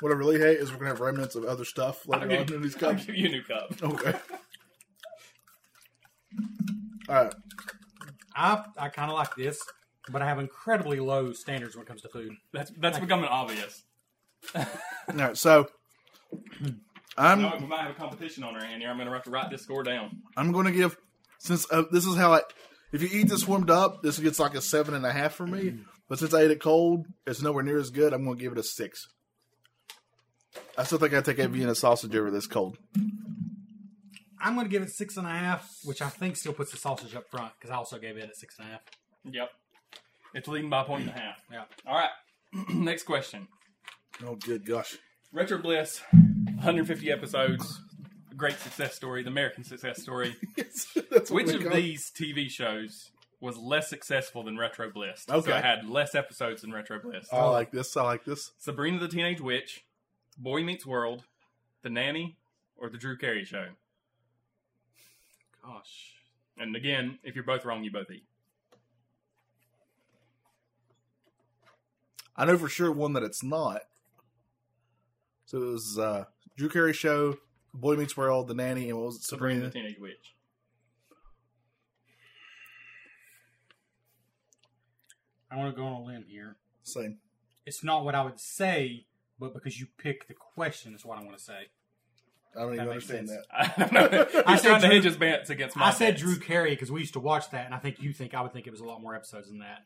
[SPEAKER 3] what I really hate is we're gonna have remnants of other stuff
[SPEAKER 5] I'll
[SPEAKER 3] later
[SPEAKER 5] give,
[SPEAKER 3] on in these
[SPEAKER 5] I'll
[SPEAKER 3] cups.
[SPEAKER 5] give you a new cup.
[SPEAKER 3] Okay. All right.
[SPEAKER 4] I I kind of like this, but I have incredibly low standards when it comes to food.
[SPEAKER 5] That's that's becoming obvious.
[SPEAKER 3] All right. So I'm
[SPEAKER 5] No, we might have a competition on our hand here. I'm going to have to write this score down.
[SPEAKER 3] I'm going to give since uh, this is how I. If you eat this warmed up, this gets like a seven and a half for me. But since I ate it cold, it's nowhere near as good. I'm going to give it a six. I still think I take a Vienna sausage over this cold.
[SPEAKER 4] I'm gonna give it six and a half, which I think still puts the sausage up front because I also gave it a six and a half.
[SPEAKER 5] Yep. It's leading by a point and a half.
[SPEAKER 4] Yeah.
[SPEAKER 5] All right. Next question.
[SPEAKER 3] Oh, good gosh!
[SPEAKER 5] Retro Bliss, 150 episodes, great success story, the American success story.
[SPEAKER 3] That's what
[SPEAKER 5] Which
[SPEAKER 3] we
[SPEAKER 5] of
[SPEAKER 3] call-
[SPEAKER 5] these TV shows was less successful than Retro Bliss?
[SPEAKER 3] Okay.
[SPEAKER 5] So it had less episodes than Retro Bliss.
[SPEAKER 3] I like this. I like this.
[SPEAKER 5] Sabrina the Teenage Witch, Boy Meets World, The Nanny, or The Drew Carey Show?
[SPEAKER 4] Gosh,
[SPEAKER 5] And again, if you're both wrong, you both eat.
[SPEAKER 3] I know for sure one that it's not. So it was uh, Drew Carey show, Boy Meets World, The Nanny, and what was it?
[SPEAKER 5] Sabrina
[SPEAKER 3] Sabrina.
[SPEAKER 5] the Teenage Witch.
[SPEAKER 4] I want to go on a limb here.
[SPEAKER 3] Same.
[SPEAKER 4] It's not what I would say, but because you picked the question, is what I want to say.
[SPEAKER 3] I don't even
[SPEAKER 4] That makes
[SPEAKER 3] understand
[SPEAKER 4] sense.
[SPEAKER 3] that.
[SPEAKER 5] I don't know. He's
[SPEAKER 4] I said
[SPEAKER 5] trying to
[SPEAKER 4] Drew-
[SPEAKER 5] hedge his bets against my
[SPEAKER 4] I said
[SPEAKER 5] bets.
[SPEAKER 4] Drew Carey because we used to watch that, and I think you think I would think it was a lot more episodes than that.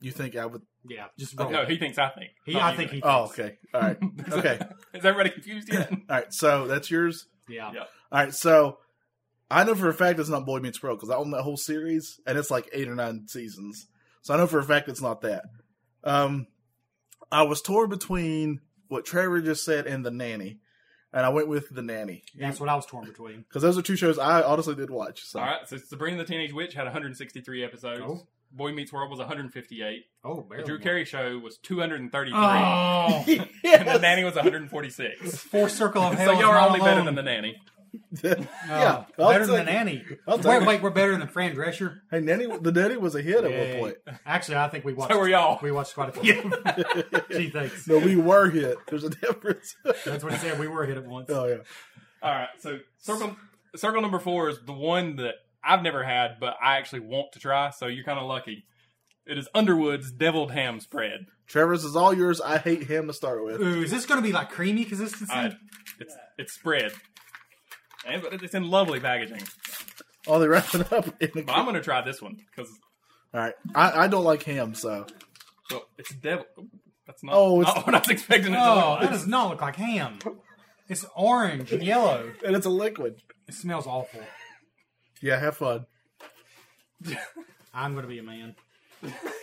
[SPEAKER 3] You think I would?
[SPEAKER 4] Yeah, just go
[SPEAKER 5] No,
[SPEAKER 4] with
[SPEAKER 5] he thinks I think.
[SPEAKER 4] it. he.
[SPEAKER 5] Not
[SPEAKER 4] I
[SPEAKER 5] you
[SPEAKER 4] think he.
[SPEAKER 3] Oh,
[SPEAKER 4] thinks.
[SPEAKER 3] okay. All right. Okay.
[SPEAKER 5] Is everybody confused yet?
[SPEAKER 3] All right. So that's yours.
[SPEAKER 4] Yeah.
[SPEAKER 5] Yeah.
[SPEAKER 3] All right, so I know for a fact it's not Boy Meets World because I own that whole series and it's like eight or nine seasons. So I know for a fact it's not that. Um, I was torn between what Trevor just said and The Nanny, and I went with The Nanny
[SPEAKER 4] That's what I was torn between.
[SPEAKER 3] because those are two shows I honestly did watch. So
[SPEAKER 5] All right, so Sabrina the Teenage Witch had 163 episodes.
[SPEAKER 4] Oh.
[SPEAKER 5] Boy Meets World was 158.
[SPEAKER 4] Oh,
[SPEAKER 5] The
[SPEAKER 4] barely.
[SPEAKER 5] Drew Carey Show was 233.
[SPEAKER 4] Oh,
[SPEAKER 5] And The Nanny was 146.
[SPEAKER 4] fourth circle of hell.
[SPEAKER 5] so
[SPEAKER 4] is
[SPEAKER 5] y'all are
[SPEAKER 4] not
[SPEAKER 5] only
[SPEAKER 4] alone.
[SPEAKER 5] better than The Nanny.
[SPEAKER 3] yeah,
[SPEAKER 4] Oh,
[SPEAKER 3] I'll
[SPEAKER 4] better than
[SPEAKER 3] take it.
[SPEAKER 4] Nanny.
[SPEAKER 3] I'll
[SPEAKER 4] wait,
[SPEAKER 3] take it.
[SPEAKER 4] wait, we're better than Fran Drescher.
[SPEAKER 3] Hey, Nanny, the Nanny was a hit at one
[SPEAKER 4] Yay.
[SPEAKER 3] point.
[SPEAKER 4] Actually, I think we watched.
[SPEAKER 5] were y'all.
[SPEAKER 4] We watched quite a few. Gee, thanks.
[SPEAKER 3] No, we were hit. There's a difference.
[SPEAKER 4] That's what I said. We were hit at once.
[SPEAKER 3] oh yeah,
[SPEAKER 5] All right, so circle circle number four is the one that I've never had, but I actually want to try. So you're kind of lucky. It is Underwood's deviled ham spread.
[SPEAKER 3] Trevor's is all yours. I hate him to start with.
[SPEAKER 4] Ooh, is this going to be like creamy consistency?
[SPEAKER 5] I, it's it's spread, and but it's in lovely packaging.
[SPEAKER 3] Oh, they wrap it up. In the
[SPEAKER 5] But I'm gonna try this one because
[SPEAKER 3] All right, I, I don't like ham, so
[SPEAKER 5] well, it's devil. That's not.
[SPEAKER 3] Oh,
[SPEAKER 5] Oh,
[SPEAKER 3] it's-
[SPEAKER 5] not what I was expecting. It to
[SPEAKER 4] oh, that
[SPEAKER 5] look like.
[SPEAKER 4] does not look like ham. It's orange and yellow.
[SPEAKER 3] and it's a liquid.
[SPEAKER 4] It smells awful.
[SPEAKER 3] Yeah, have fun.
[SPEAKER 4] I'm going to be a man.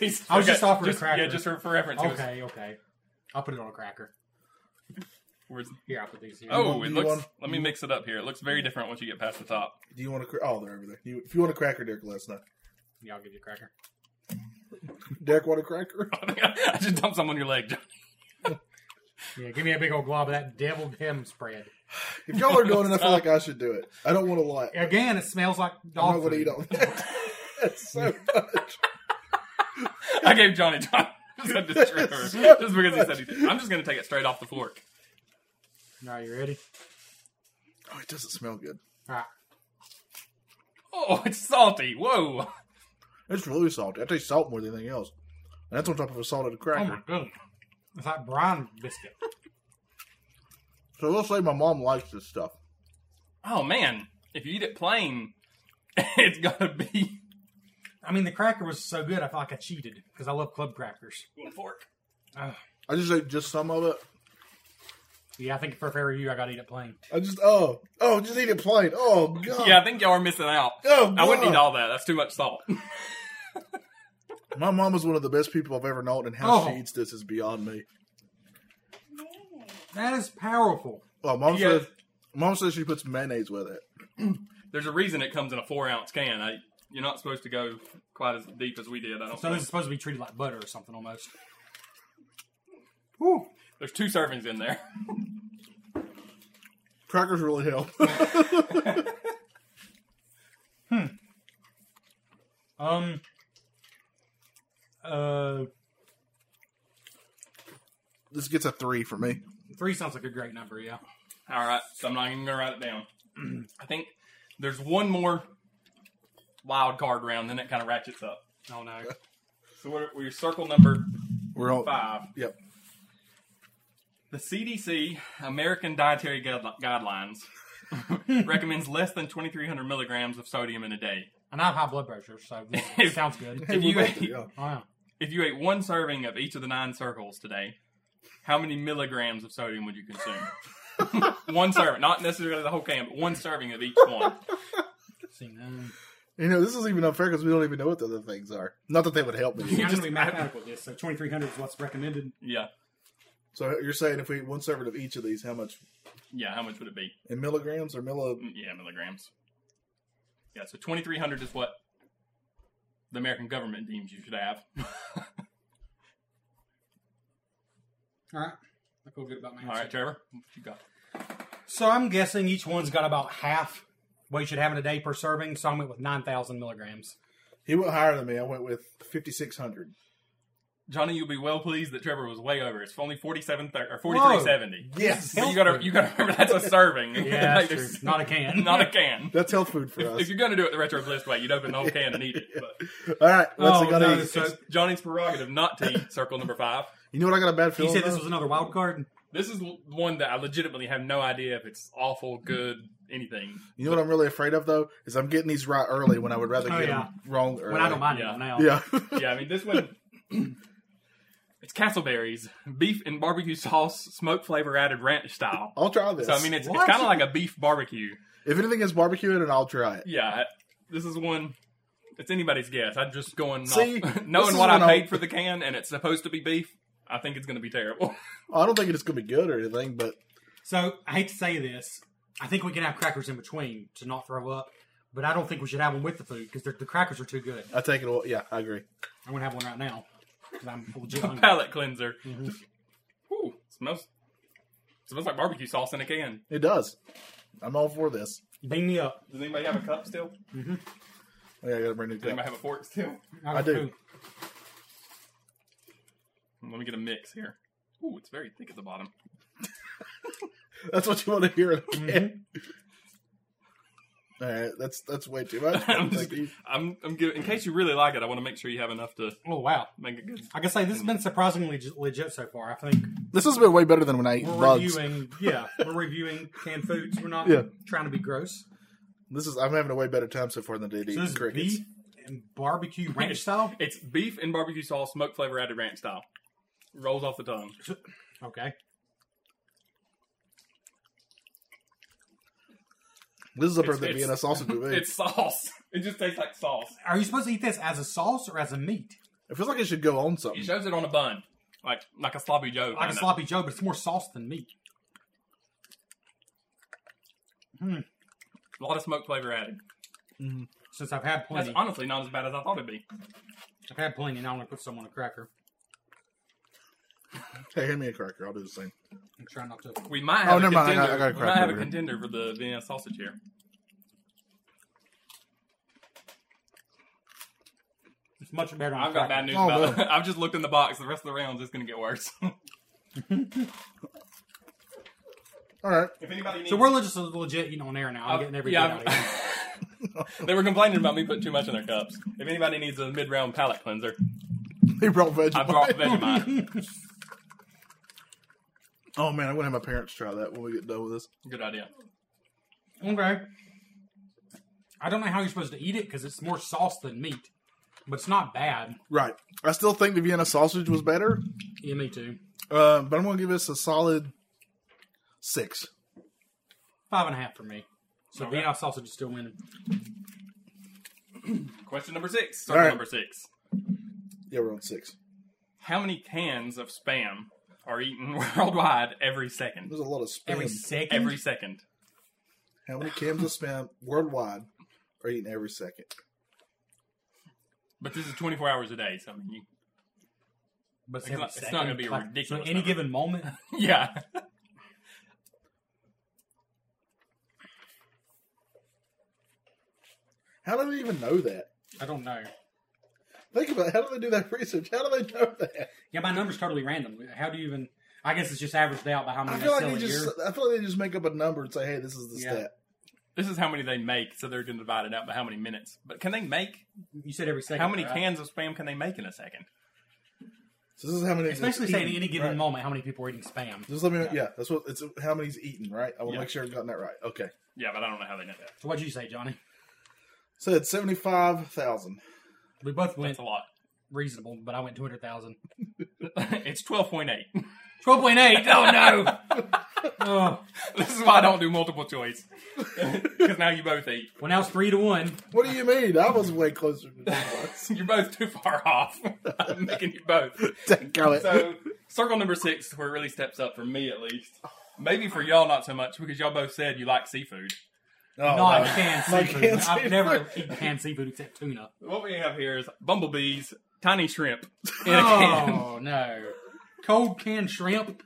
[SPEAKER 5] He's-
[SPEAKER 4] I was just offering a cracker.
[SPEAKER 5] Yeah, just for, for reference. it was-
[SPEAKER 4] Okay, okay. I'll put it on a cracker.
[SPEAKER 5] where's-
[SPEAKER 4] Here, I'll put these here.
[SPEAKER 5] oh,
[SPEAKER 3] want-
[SPEAKER 5] it
[SPEAKER 3] you
[SPEAKER 5] looks.
[SPEAKER 3] want-
[SPEAKER 5] let me mix it up here. It looks very different once you get past the top.
[SPEAKER 3] Do you want to? Cra- oh, they're over there. You, if you want a cracker, Derek, let us know.
[SPEAKER 4] Yeah, I'll give you a cracker.
[SPEAKER 3] Derek, want a cracker?
[SPEAKER 5] I just dumped some on your leg. John.
[SPEAKER 4] Yeah, give me a big old glob of that deviled ham spread.
[SPEAKER 3] If y'all are doing it, I feel like I should do it. I don't want a lot.
[SPEAKER 4] Again, it smells like
[SPEAKER 3] I'm
[SPEAKER 4] dog
[SPEAKER 3] not going to
[SPEAKER 4] food.
[SPEAKER 3] eat all that. That's so much.
[SPEAKER 5] I gave Johnny John. Just because he said he did. I'm just gonna take it straight off the fork.
[SPEAKER 4] All right, you ready?
[SPEAKER 3] Oh, it doesn't smell good.
[SPEAKER 4] All right.
[SPEAKER 5] Oh, it's salty. Whoa.
[SPEAKER 3] It's really salty. I taste salt more than anything else. And that's on top of a salted
[SPEAKER 4] Oh
[SPEAKER 3] cracker.
[SPEAKER 4] my goodness. It's like brine biscuit.
[SPEAKER 3] So let's say my mom likes this stuff.
[SPEAKER 5] Oh man, if you eat it plain, it's gotta be
[SPEAKER 4] I mean, the cracker was so good, I feel like I cheated because I love club crackers.
[SPEAKER 5] with a fork.
[SPEAKER 4] Ugh.
[SPEAKER 3] I just ate just some of it.
[SPEAKER 4] yeah, I think for fair you, I got to eat it plain.
[SPEAKER 3] I just oh oh just eat it plain. Oh god.
[SPEAKER 5] Yeah, I think y'all are missing out.
[SPEAKER 3] Oh,
[SPEAKER 5] I wouldn't
[SPEAKER 3] God.
[SPEAKER 5] eat all that. That's too much salt.
[SPEAKER 3] My mom is one of the best people I've ever known, and how
[SPEAKER 4] Oh.
[SPEAKER 3] she eats this is beyond me.
[SPEAKER 4] That is powerful.
[SPEAKER 3] Well, Oh, mom
[SPEAKER 5] Yeah.
[SPEAKER 3] says mom says she puts mayonnaise with it.
[SPEAKER 5] There's a reason it comes in a four ounce can. I, you're not supposed to go quite as deep as we did. I don't.
[SPEAKER 4] So
[SPEAKER 5] think.
[SPEAKER 4] this is supposed to be treated like butter or something almost.
[SPEAKER 3] Whew.
[SPEAKER 5] There's two servings in there.
[SPEAKER 3] Crackers really help.
[SPEAKER 4] Um. Uh,
[SPEAKER 3] this gets a three for me.
[SPEAKER 4] three sounds like a great number. Yeah.
[SPEAKER 5] All right, so I'm not even gonna write it down. I think there's one more wild card round, then it kind of ratchets up.
[SPEAKER 4] Oh no.
[SPEAKER 5] So we're, we're circle number
[SPEAKER 3] We're all
[SPEAKER 5] five.
[SPEAKER 3] Yep.
[SPEAKER 5] The CDC, American Dietary Guide- Guidelines, recommends less than 2,300 milligrams of sodium in a day.
[SPEAKER 4] And I have high blood pressure, so it sounds good.
[SPEAKER 5] If you
[SPEAKER 3] We're
[SPEAKER 5] ate,
[SPEAKER 3] both- yeah.
[SPEAKER 4] Oh, yeah.
[SPEAKER 5] if you ate one serving of each of the nine circles today, how many milligrams of sodium would you consume? one serving, not necessarily the whole can, but one serving of each one.
[SPEAKER 4] See, no.
[SPEAKER 3] You know, this is even unfair because we don't even know what the other things are. Not that they would help
[SPEAKER 4] See,
[SPEAKER 3] me.
[SPEAKER 4] I'm going to be mathematical with this. So 2300 is what's recommended.
[SPEAKER 5] Yeah,
[SPEAKER 3] so you're saying if we eat one serving of each of these, how much
[SPEAKER 5] yeah. How much would it be?
[SPEAKER 3] in milligrams or milli?
[SPEAKER 5] Mm, Yeah, milligrams. Yeah, so 2,300 is what the American government deems you should have.
[SPEAKER 4] All right. I feel good about my
[SPEAKER 5] All
[SPEAKER 4] answer.
[SPEAKER 5] right, Trevor, what you got?
[SPEAKER 4] So I'm guessing each one's got about half what you should have in a day per serving. So I went with 9,000 milligrams.
[SPEAKER 3] He went higher than me. I went with fifty six hundred.
[SPEAKER 5] Johnny, you'll be well pleased that Trevor was way over. It's only forty-seven thir- or forty-three seventy.
[SPEAKER 3] Yes,
[SPEAKER 5] So you gotta you gotta remember that's a serving.
[SPEAKER 4] Yeah,
[SPEAKER 5] Like,
[SPEAKER 4] that's true.
[SPEAKER 5] there's-
[SPEAKER 4] Not a can.
[SPEAKER 5] Not a can.
[SPEAKER 3] that's health food for
[SPEAKER 5] If
[SPEAKER 3] us.
[SPEAKER 5] you're gonna do it the retro bliss way, you'd open the whole can and eat it. But
[SPEAKER 3] All right, what's
[SPEAKER 4] Oh,
[SPEAKER 3] it gonna
[SPEAKER 4] no,
[SPEAKER 3] eat?
[SPEAKER 4] so-
[SPEAKER 5] it's Johnny's prerogative not to eat circle number five.
[SPEAKER 3] You know what I got a bad
[SPEAKER 4] You
[SPEAKER 3] feeling.
[SPEAKER 4] said this
[SPEAKER 3] about?
[SPEAKER 4] was another wild card?
[SPEAKER 5] This is one that I legitimately have no idea if it's awful, good, anything.
[SPEAKER 3] you know what I'm really afraid of though is I'm getting these right early when I would rather
[SPEAKER 4] Oh,
[SPEAKER 3] get
[SPEAKER 4] yeah.
[SPEAKER 3] them wrong early.
[SPEAKER 4] When I don't mind
[SPEAKER 5] Yeah.
[SPEAKER 4] it now.
[SPEAKER 3] Yeah.
[SPEAKER 5] Yeah, I mean this one. it's castleberries, beef and barbecue sauce, smoke flavor added ranch style.
[SPEAKER 3] I'll try this.
[SPEAKER 5] So I mean, it's, it's
[SPEAKER 4] Oh, What?
[SPEAKER 5] kind of like a beef barbecue.
[SPEAKER 3] if anything is barbecue in it, I'll try it.
[SPEAKER 5] Yeah, this is one. It's anybody's guess. I'm just going off-
[SPEAKER 3] See, this
[SPEAKER 5] knowing
[SPEAKER 3] is
[SPEAKER 5] what I
[SPEAKER 3] when I-
[SPEAKER 5] paid for the can, and it's supposed to be beef. I think it's going to be terrible.
[SPEAKER 3] I don't think it's gonna be good or anything, but
[SPEAKER 4] So I hate to say this. I think we can have crackers in between to not throw up, but I don't think we should have them with the food because the crackers are too good.
[SPEAKER 3] I take it. All, yeah, I agree.
[SPEAKER 4] I'm going to have one right now because I'm legit
[SPEAKER 5] a
[SPEAKER 4] hungry.
[SPEAKER 5] palate cleanser.
[SPEAKER 3] Mm-hmm.
[SPEAKER 5] Ooh, smells smells like barbecue sauce in a can.
[SPEAKER 3] It does. I'm all for this.
[SPEAKER 4] Beam me up.
[SPEAKER 5] Does anybody have a cup still?
[SPEAKER 3] Oh, yeah, I gotta bring new
[SPEAKER 5] Does anybody
[SPEAKER 3] cup.
[SPEAKER 5] have a fork still?
[SPEAKER 4] got
[SPEAKER 3] I do.
[SPEAKER 4] food.
[SPEAKER 5] Let me get a mix here. Ooh, it's very thick at the bottom.
[SPEAKER 3] That's what you want to hear. in
[SPEAKER 5] Mm-hmm.
[SPEAKER 3] a can. All right, that's that's way too much.
[SPEAKER 5] I'm just,
[SPEAKER 3] Thank you.
[SPEAKER 5] I'm, I'm good. In case you really like it, I want to make sure you have enough to
[SPEAKER 4] Oh, wow.
[SPEAKER 5] make it good.
[SPEAKER 4] I can say this has been surprisingly leg- legit so far. I think
[SPEAKER 3] this has been way better than when I eat
[SPEAKER 4] we're
[SPEAKER 3] bugs.
[SPEAKER 4] reviewing, yeah, we're reviewing canned foods. We're not
[SPEAKER 3] Yeah.
[SPEAKER 4] trying to be gross.
[SPEAKER 3] This is I'm having a way better time so far than I did
[SPEAKER 4] So
[SPEAKER 3] eating
[SPEAKER 4] this is
[SPEAKER 3] crickets.
[SPEAKER 4] beef and barbecue ranch style.
[SPEAKER 5] It's beef and barbecue sauce, smoke flavor added ranch style. Rolls off the tongue.
[SPEAKER 4] Okay.
[SPEAKER 3] This is up there
[SPEAKER 5] It's-
[SPEAKER 3] than
[SPEAKER 5] it's-
[SPEAKER 3] Vienna sausage to me.
[SPEAKER 5] It's sauce. It just tastes like sauce.
[SPEAKER 4] Are you supposed to eat this as a sauce or as a meat?
[SPEAKER 3] It feels like it should go on something.
[SPEAKER 5] He shows it on a bun, like like a sloppy joe.
[SPEAKER 4] Like a
[SPEAKER 5] kinda.
[SPEAKER 4] sloppy joe, but it's more sauce than meat.
[SPEAKER 5] A lot of smoke flavor added.
[SPEAKER 4] Since I've had
[SPEAKER 5] That's
[SPEAKER 4] plenty,
[SPEAKER 5] honestly not as bad as I thought it'd be.
[SPEAKER 4] I've had plenty. Now I'm gonna put some on a cracker.
[SPEAKER 3] Hey, hand me a cracker. I'll do the same.
[SPEAKER 4] I'm trying not to.
[SPEAKER 5] We might have a
[SPEAKER 3] Oh, never mind, I got- I
[SPEAKER 5] contender.
[SPEAKER 3] got a
[SPEAKER 5] we
[SPEAKER 3] cracker
[SPEAKER 5] might have a
[SPEAKER 3] over here.
[SPEAKER 5] contender for the Vienna sausage here.
[SPEAKER 4] It's much better. On a
[SPEAKER 5] I've got
[SPEAKER 4] cracker.
[SPEAKER 5] bad news
[SPEAKER 3] Oh,
[SPEAKER 5] about.
[SPEAKER 3] well.
[SPEAKER 5] I've just looked in the box. The rest of the rounds is going to get worse.
[SPEAKER 3] All right.
[SPEAKER 5] if anybody needs,
[SPEAKER 4] So we're just legit eating on air now. I'm getting everything
[SPEAKER 5] yeah,
[SPEAKER 4] out of here.
[SPEAKER 5] I'm- they were complaining about me putting too much in their cups. If anybody needs a mid-round palate cleanser,
[SPEAKER 3] He brought
[SPEAKER 5] I
[SPEAKER 3] vegetables.
[SPEAKER 5] brought Vegemite.
[SPEAKER 3] Oh man, I'm gonna have my parents try that when we get done with this.
[SPEAKER 5] Good idea.
[SPEAKER 4] Okay. I don't know how you're supposed to eat it because it's more sauce than meat, but it's not bad.
[SPEAKER 3] Right. I still think the Vienna sausage was better,
[SPEAKER 4] Yeah, me too.
[SPEAKER 3] uh, but I'm gonna give this a solid six.
[SPEAKER 4] Five and a half for me. So
[SPEAKER 5] Okay.
[SPEAKER 4] Vienna sausage is still winning.
[SPEAKER 5] Question number six. Circle
[SPEAKER 3] right.
[SPEAKER 5] number six.
[SPEAKER 3] Yeah, we're on six.
[SPEAKER 5] How many cans of spam are eaten worldwide every second?
[SPEAKER 3] There's a lot of spam.
[SPEAKER 4] Every second.
[SPEAKER 5] Every second.
[SPEAKER 3] How many cans of spam worldwide are eaten every second?
[SPEAKER 5] But this is 24 hours a day, so I mean, you,
[SPEAKER 4] but
[SPEAKER 5] It's not- it's not gonna be a ridiculous
[SPEAKER 4] So any
[SPEAKER 5] number.
[SPEAKER 4] given moment,
[SPEAKER 5] yeah.
[SPEAKER 3] How do they even know that?
[SPEAKER 4] I don't know.
[SPEAKER 3] Think about it. How do they do that research? How do they know that?
[SPEAKER 4] Yeah, my number's totally random. How do you even? I guess it's just averaged out by how
[SPEAKER 3] I
[SPEAKER 4] many they
[SPEAKER 3] feel like
[SPEAKER 4] sell
[SPEAKER 3] they
[SPEAKER 4] a
[SPEAKER 3] just
[SPEAKER 4] year.
[SPEAKER 3] I feel like they just make up a number and say, hey, this is the
[SPEAKER 4] Yeah.
[SPEAKER 3] stat.
[SPEAKER 5] This is how many they make, so they're going to divide it out by how many minutes. But can they make
[SPEAKER 4] You said every second.
[SPEAKER 5] how many
[SPEAKER 4] right?
[SPEAKER 5] cans of spam can they make in a second?
[SPEAKER 3] So this is how many.
[SPEAKER 4] Especially saying any given
[SPEAKER 3] right.
[SPEAKER 4] moment, how many people are eating spam?
[SPEAKER 3] Just let me. Yeah. that's what it's how many's eaten, right? I want
[SPEAKER 5] Yeah.
[SPEAKER 3] to make sure I've gotten that right. Okay,
[SPEAKER 5] Yeah, but I don't know how they know that.
[SPEAKER 4] So what'd you say, Johnny?
[SPEAKER 3] so it's seventy five thousand.
[SPEAKER 4] We both went
[SPEAKER 5] That's a lot.
[SPEAKER 4] reasonable, but I went two hundred thousand.
[SPEAKER 5] it's 12.8.
[SPEAKER 4] Twelve point eight. Oh no. oh.
[SPEAKER 5] This is why I don't do multiple choice. Because now you both eat.
[SPEAKER 4] Well, now it's three to one.
[SPEAKER 3] What do you mean? I was way closer. To that.
[SPEAKER 5] You're both too far off. I'm making you both.
[SPEAKER 3] Go it.
[SPEAKER 5] So, circle number six, is where it really steps up for me at least. Maybe for y'all, not so much, because y'all both said you like seafood.
[SPEAKER 3] Oh,
[SPEAKER 4] Not
[SPEAKER 3] no.
[SPEAKER 4] canned
[SPEAKER 3] Not
[SPEAKER 4] seafood.
[SPEAKER 3] canned
[SPEAKER 4] I've
[SPEAKER 3] seafood.
[SPEAKER 4] never eaten canned seafood except tuna.
[SPEAKER 5] What we have here is bumblebees, tiny shrimp in a can.
[SPEAKER 4] Oh no. Cold canned shrimp.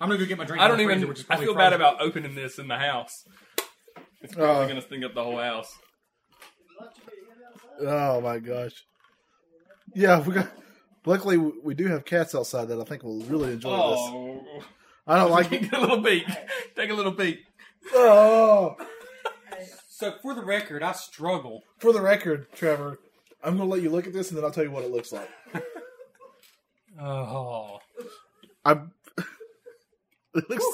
[SPEAKER 4] I'm gonna go get my drink.
[SPEAKER 5] I
[SPEAKER 4] out of
[SPEAKER 5] don't
[SPEAKER 4] the freezer,
[SPEAKER 5] even.
[SPEAKER 4] which is
[SPEAKER 5] I
[SPEAKER 4] probably
[SPEAKER 5] feel bad
[SPEAKER 4] frozen.
[SPEAKER 5] about opening this in the house. It's probably
[SPEAKER 3] Oh.
[SPEAKER 5] gonna stink up the whole house.
[SPEAKER 3] Oh my gosh. Yeah, we got. Luckily, we we do have cats outside that I think will really enjoy this.
[SPEAKER 5] Oh,
[SPEAKER 3] I don't like it.
[SPEAKER 5] take a little peek. Take a little peek.
[SPEAKER 3] Oh,
[SPEAKER 4] So for the record, I struggle.
[SPEAKER 3] for the record, Trevor, I'm gonna let you look at this and then I'll tell you what it looks like.
[SPEAKER 4] Oh.
[SPEAKER 3] I'm. it looks.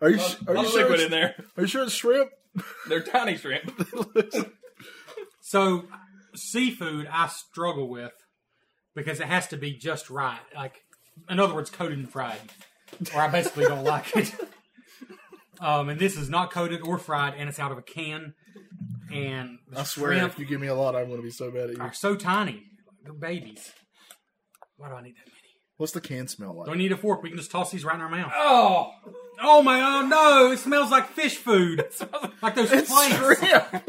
[SPEAKER 3] Are you sh-
[SPEAKER 5] A
[SPEAKER 3] are you
[SPEAKER 5] lot of
[SPEAKER 3] sure?
[SPEAKER 5] liquid in
[SPEAKER 3] It's,
[SPEAKER 5] there.
[SPEAKER 3] are you sure it's shrimp?
[SPEAKER 5] They're tiny shrimp.
[SPEAKER 4] So, seafood I struggle with because it has to be just right. Like, in other words, coated and fried, or I basically don't like it. Um, and this is not coated or fried, and it's out of a can. And the
[SPEAKER 3] I swear,
[SPEAKER 4] shrimp
[SPEAKER 3] if you give me a lot, I'm gonna be so mad at you.
[SPEAKER 4] are so tiny; they're babies. Why do I need that many?
[SPEAKER 3] What's the can smell like?
[SPEAKER 4] Don't need a fork. We can just toss these right in our mouth.
[SPEAKER 5] Oh,
[SPEAKER 4] Oh my! Oh no! It smells like fish food, like those flakes.
[SPEAKER 3] shrimp.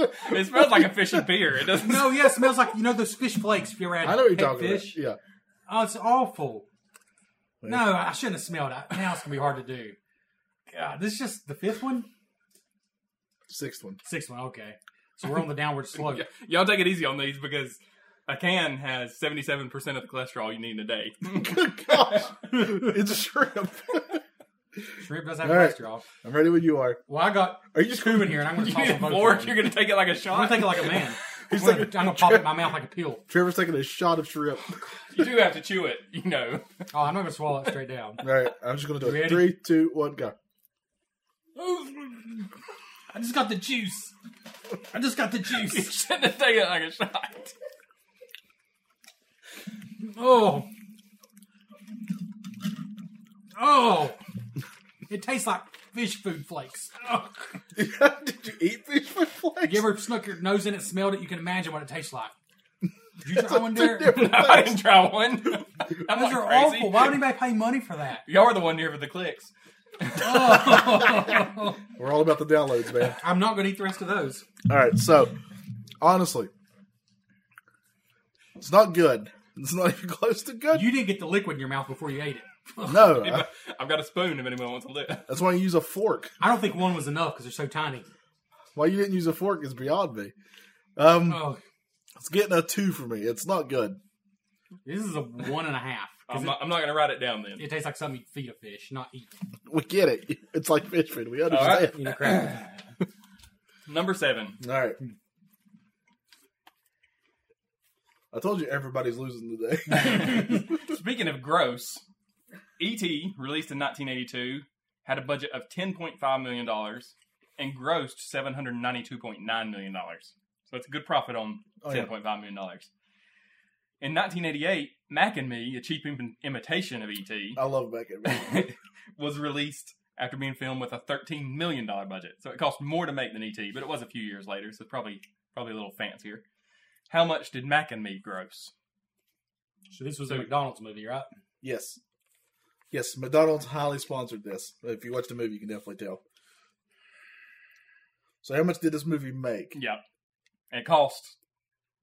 [SPEAKER 5] it smells like a fish and beer. It doesn't.
[SPEAKER 4] No, yeah, it smells like you know those fish flakes. If you're at
[SPEAKER 3] I know what you're
[SPEAKER 4] Pet
[SPEAKER 3] talking
[SPEAKER 4] fish.
[SPEAKER 3] about. Yeah.
[SPEAKER 4] Oh, it's awful. No, I shouldn't have smelled it. Now it's gonna be hard to do. God, this is just the fifth one,
[SPEAKER 3] Sixth one.
[SPEAKER 4] sixth one. Okay, so we're on the downward slope.
[SPEAKER 5] Y- y'all take it easy on these because a can has seventy-seven percent of the cholesterol you need in a day.
[SPEAKER 4] Mm,
[SPEAKER 3] Gosh, it's shrimp.
[SPEAKER 4] Shrimp does have
[SPEAKER 3] All right.
[SPEAKER 4] cholesterol.
[SPEAKER 3] I'm ready when you are.
[SPEAKER 4] Well, I got
[SPEAKER 3] Are you just
[SPEAKER 4] two in here, and I'm gonna
[SPEAKER 5] you
[SPEAKER 4] toss
[SPEAKER 5] need
[SPEAKER 4] them
[SPEAKER 5] a
[SPEAKER 4] both.
[SPEAKER 5] fork.
[SPEAKER 4] in.
[SPEAKER 5] You're gonna take it like a
[SPEAKER 4] I'm
[SPEAKER 5] shot.
[SPEAKER 4] gonna take it like a man. I'm gonna,
[SPEAKER 3] like-
[SPEAKER 4] I'm gonna pop it in my mouth like a pill.
[SPEAKER 3] Trevor's taking a shot of shrimp.
[SPEAKER 5] you do have to chew it. You know.
[SPEAKER 4] Oh, I'm not gonna swallow it straight down.
[SPEAKER 3] All right, I'm just gonna do it.
[SPEAKER 4] Ready?
[SPEAKER 3] Three, two, one, go.
[SPEAKER 4] I just got the juice. I just got the
[SPEAKER 5] You
[SPEAKER 4] juice.
[SPEAKER 5] shouldn't have taken it like a shot.
[SPEAKER 4] Oh, oh, it tastes like fish food flakes. Oh.
[SPEAKER 3] Did you eat fish with flakes?
[SPEAKER 4] You ever snuck your nose in it, smelled it? You can imagine what it tastes like. Did you
[SPEAKER 3] That's
[SPEAKER 4] try one,
[SPEAKER 3] a two
[SPEAKER 4] Derek?
[SPEAKER 3] different
[SPEAKER 5] No, I
[SPEAKER 3] things.
[SPEAKER 5] didn't try one. I'm
[SPEAKER 4] Those
[SPEAKER 5] like
[SPEAKER 4] are
[SPEAKER 5] crazy.
[SPEAKER 4] awful. Why would anybody pay money for that?
[SPEAKER 5] Y'all are the one here for the clicks.
[SPEAKER 3] We're all about the downloads, man.
[SPEAKER 4] I'm not going to eat the rest of those.
[SPEAKER 3] All right, so honestly, it's not good. It's not even close to good.
[SPEAKER 4] You didn't get the liquid in your mouth before you ate it.
[SPEAKER 3] no, I-
[SPEAKER 5] I've got a spoon if anyone wants a lip.
[SPEAKER 3] that's why you use a fork.
[SPEAKER 4] I don't think one was enough because they're so tiny.
[SPEAKER 3] Why you didn't use a fork is beyond me. Um,
[SPEAKER 4] Oh,
[SPEAKER 3] it's getting a two for me. It's not good.
[SPEAKER 4] this is a one and a half. 'cause
[SPEAKER 5] I'm
[SPEAKER 4] it,
[SPEAKER 5] not, I'm not gonna write it down then.
[SPEAKER 4] it tastes like something you feed a fish, not eat.
[SPEAKER 3] We get it. It's like fish food. We
[SPEAKER 5] right.
[SPEAKER 3] understand.
[SPEAKER 4] You know, crap.
[SPEAKER 5] Number seven.
[SPEAKER 3] All right. I told you everybody's losing today.
[SPEAKER 5] Speaking of gross, E.T., released in 1982, had a budget of $10.5 million and grossed $792.9 million. So it's a good profit on
[SPEAKER 3] Oh, yeah.
[SPEAKER 5] $10.5 million. In 1988, Mac and Me, a cheap Im- imitation of E.T.,
[SPEAKER 3] I love Beckett. man.
[SPEAKER 5] was released after being filmed with a $13 million budget. So it cost more to make than E.T., but it was a few years later, so probably probably a little fancier. How much did Mac and Me gross?
[SPEAKER 4] So this was a
[SPEAKER 5] So-
[SPEAKER 4] McDonald's movie, right?
[SPEAKER 3] yes. Yes, McDonald's highly sponsored this. If you watch the movie, you can definitely tell. So, how much did this movie make?
[SPEAKER 5] Yeah. It cost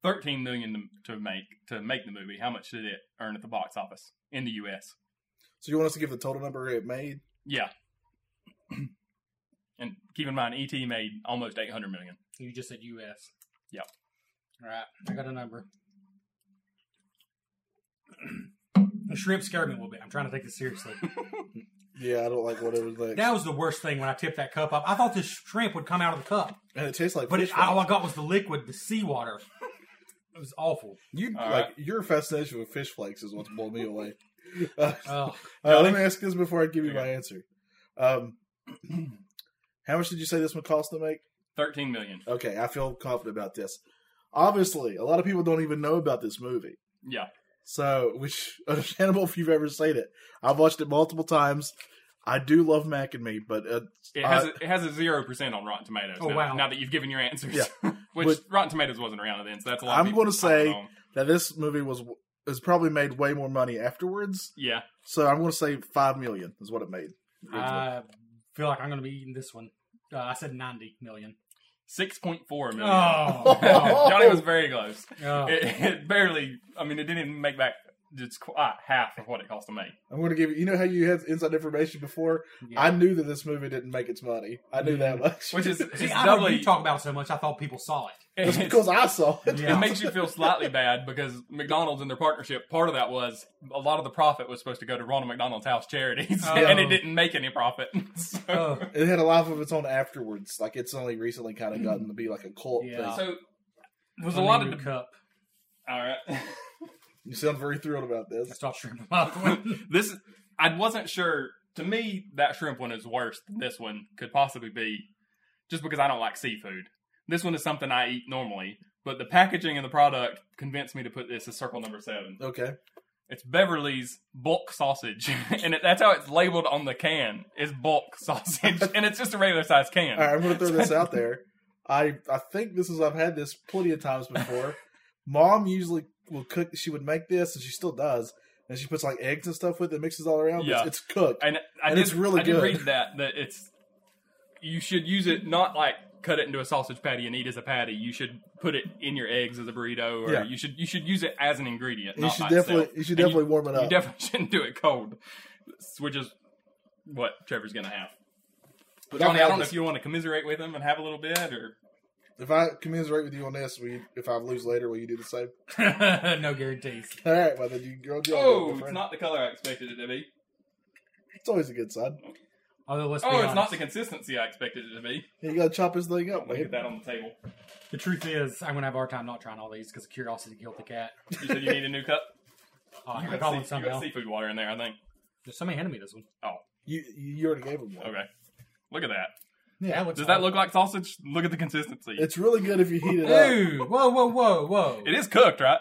[SPEAKER 5] thirteen million to, to make to make the movie. How much did it earn at the box office in the U.S.?
[SPEAKER 3] So, you want us to give the total number it made?
[SPEAKER 5] Yeah. and keep in mind, E.T. made almost eight hundred million.
[SPEAKER 4] You just said U.S.
[SPEAKER 5] Yep.
[SPEAKER 4] All right, I got a number. the shrimp scared me a little bit. I'm trying to take this seriously.
[SPEAKER 3] Yeah, I don't like whatever's next.
[SPEAKER 4] that was the worst thing when I tipped that cup up. I thought this shrimp would come out of the cup,
[SPEAKER 3] and it tastes like
[SPEAKER 4] but
[SPEAKER 3] fish.
[SPEAKER 4] it, all I got was the liquid, the seawater. It was awful.
[SPEAKER 3] you
[SPEAKER 5] All
[SPEAKER 3] like your fascination with fish flakes is what's blown me away. Uh,
[SPEAKER 4] Oh,
[SPEAKER 3] Uh,
[SPEAKER 5] Johnny?
[SPEAKER 3] let me ask this before I give you my
[SPEAKER 5] Okay.
[SPEAKER 3] answer. Um, how much did you say this would cost to make?
[SPEAKER 5] Thirteen million.
[SPEAKER 3] Okay, I feel confident about this. Obviously, a lot of people don't even know about this movie.
[SPEAKER 5] Yeah.
[SPEAKER 3] So, which understandable if you've ever seen it. I've watched it multiple times. I do love Mac and Me, but uh,
[SPEAKER 5] It has
[SPEAKER 3] Uh,
[SPEAKER 5] a, it has a zero percent on Rotten Tomatoes.
[SPEAKER 4] Oh,
[SPEAKER 5] now,
[SPEAKER 4] wow.
[SPEAKER 5] now that you've given your answers, which
[SPEAKER 3] But-
[SPEAKER 5] Rotten Tomatoes wasn't around then, so that's a lot.
[SPEAKER 3] I'm
[SPEAKER 5] of people
[SPEAKER 3] gonna
[SPEAKER 5] piling
[SPEAKER 3] say-
[SPEAKER 5] on.
[SPEAKER 3] now this movie was is probably made way more money afterwards.
[SPEAKER 5] yeah,
[SPEAKER 3] So I'm going to say five million is what it made.
[SPEAKER 5] Uh,
[SPEAKER 3] originally.
[SPEAKER 4] I feel like I'm going to be eating this one. Uh, I said 90 million.
[SPEAKER 5] six point four million.
[SPEAKER 4] Oh,
[SPEAKER 3] no.
[SPEAKER 5] Johnny was very close.
[SPEAKER 4] Oh.
[SPEAKER 5] It, it barely. I mean, it didn't even make back just quite half of what it cost to make.
[SPEAKER 3] I'm going to give you. You know how you had inside information before.
[SPEAKER 4] Yeah.
[SPEAKER 3] I knew that this movie didn't make its money. I knew that much.
[SPEAKER 5] which is
[SPEAKER 4] See,
[SPEAKER 5] it's
[SPEAKER 4] I know
[SPEAKER 5] doubly.
[SPEAKER 4] you talk about it so much, I thought people saw it.
[SPEAKER 5] it's-
[SPEAKER 3] because I saw it.
[SPEAKER 5] it makes you feel slightly bad because McDonald's and their partnership. Part of that was a lot of the profit was supposed to go to Ronald McDonald's House charities, and
[SPEAKER 4] Oh.
[SPEAKER 5] it didn't make any profit. So,
[SPEAKER 4] Oh.
[SPEAKER 3] It had a life of its own afterwards. Like it's only recently kind of gotten to be like a cult
[SPEAKER 4] Yeah.
[SPEAKER 3] thing.
[SPEAKER 5] so there's Oh. a lot of.
[SPEAKER 4] Kangaroo
[SPEAKER 5] deb-
[SPEAKER 4] cup.
[SPEAKER 5] all right.
[SPEAKER 3] You sound very thrilled about
[SPEAKER 4] I
[SPEAKER 3] this.
[SPEAKER 4] stopped shrimp in my other
[SPEAKER 5] Oh.
[SPEAKER 4] one.
[SPEAKER 5] this is- I wasn't sure. To me, that shrimp one is worse than this one could possibly be, just because I don't like seafood. This one is something I eat normally, but the packaging and the product convinced me to put this as circle number seven.
[SPEAKER 3] Okay.
[SPEAKER 5] It's Beverly's bulk sausage, and it, that's how it's labeled on the can. Is bulk sausage, and it's just a regular size can.
[SPEAKER 3] All right. I'm going to throw this out there. I I think this is I've had this plenty of times before. Mom usually will cook. She would make this, and she still does. And she puts like eggs and stuff with it, mixes all around. Yeah.
[SPEAKER 5] Yeah.
[SPEAKER 3] It's, it's cooked.
[SPEAKER 5] And I
[SPEAKER 3] And
[SPEAKER 5] did,
[SPEAKER 3] it's really
[SPEAKER 5] I did
[SPEAKER 3] good.
[SPEAKER 5] read that that it's you should use it not like cut it into a sausage patty and eat as a patty. You should put it in your eggs as a burrito, or
[SPEAKER 3] Yeah.
[SPEAKER 5] you should you should use it as an ingredient.
[SPEAKER 3] you
[SPEAKER 5] not
[SPEAKER 3] should
[SPEAKER 5] by
[SPEAKER 3] definitely
[SPEAKER 5] itself.
[SPEAKER 3] you should
[SPEAKER 5] And you-
[SPEAKER 3] definitely warm it
[SPEAKER 5] you,
[SPEAKER 3] up.
[SPEAKER 5] definitely shouldn't do it cold, which is what Trevor's gonna have.
[SPEAKER 3] But I've
[SPEAKER 5] Johnny, I
[SPEAKER 3] had
[SPEAKER 5] don't know
[SPEAKER 3] this-
[SPEAKER 5] if you want to commiserate with him and have a little bit, or
[SPEAKER 3] If I commiserate with you on this, we if I lose later, will you do the same?
[SPEAKER 4] no guarantees.
[SPEAKER 3] All right, well then you go. go go,
[SPEAKER 5] oh,
[SPEAKER 3] my
[SPEAKER 5] it's
[SPEAKER 3] friend.
[SPEAKER 5] not the color I expected it to be.
[SPEAKER 3] It's always a good sign.
[SPEAKER 4] Although let's be
[SPEAKER 5] Oh, it's not
[SPEAKER 4] honest,
[SPEAKER 5] the consistency I expected it to be.
[SPEAKER 3] You gotta chop his thing up,
[SPEAKER 5] Look
[SPEAKER 3] man.
[SPEAKER 5] at that on the table.
[SPEAKER 4] the truth is I'm gonna have a hard time not trying all these because curiosity killed the cat.
[SPEAKER 5] You said you need a new cup.
[SPEAKER 4] Oh,
[SPEAKER 5] You
[SPEAKER 4] I got
[SPEAKER 5] got sea-
[SPEAKER 4] one
[SPEAKER 5] you got
[SPEAKER 4] somehow.
[SPEAKER 5] seafood water in there, I think.
[SPEAKER 4] Somebody handed me this one.
[SPEAKER 5] Oh,
[SPEAKER 3] You you already gave him one.
[SPEAKER 5] Okay. Look at that.
[SPEAKER 4] Yeah, that looks
[SPEAKER 5] Does that
[SPEAKER 4] awful.
[SPEAKER 5] look like sausage? Look at the consistency. It's,
[SPEAKER 3] It's really good if you heat it up.
[SPEAKER 4] Ooh, whoa, whoa, whoa, whoa!
[SPEAKER 5] cooked, right?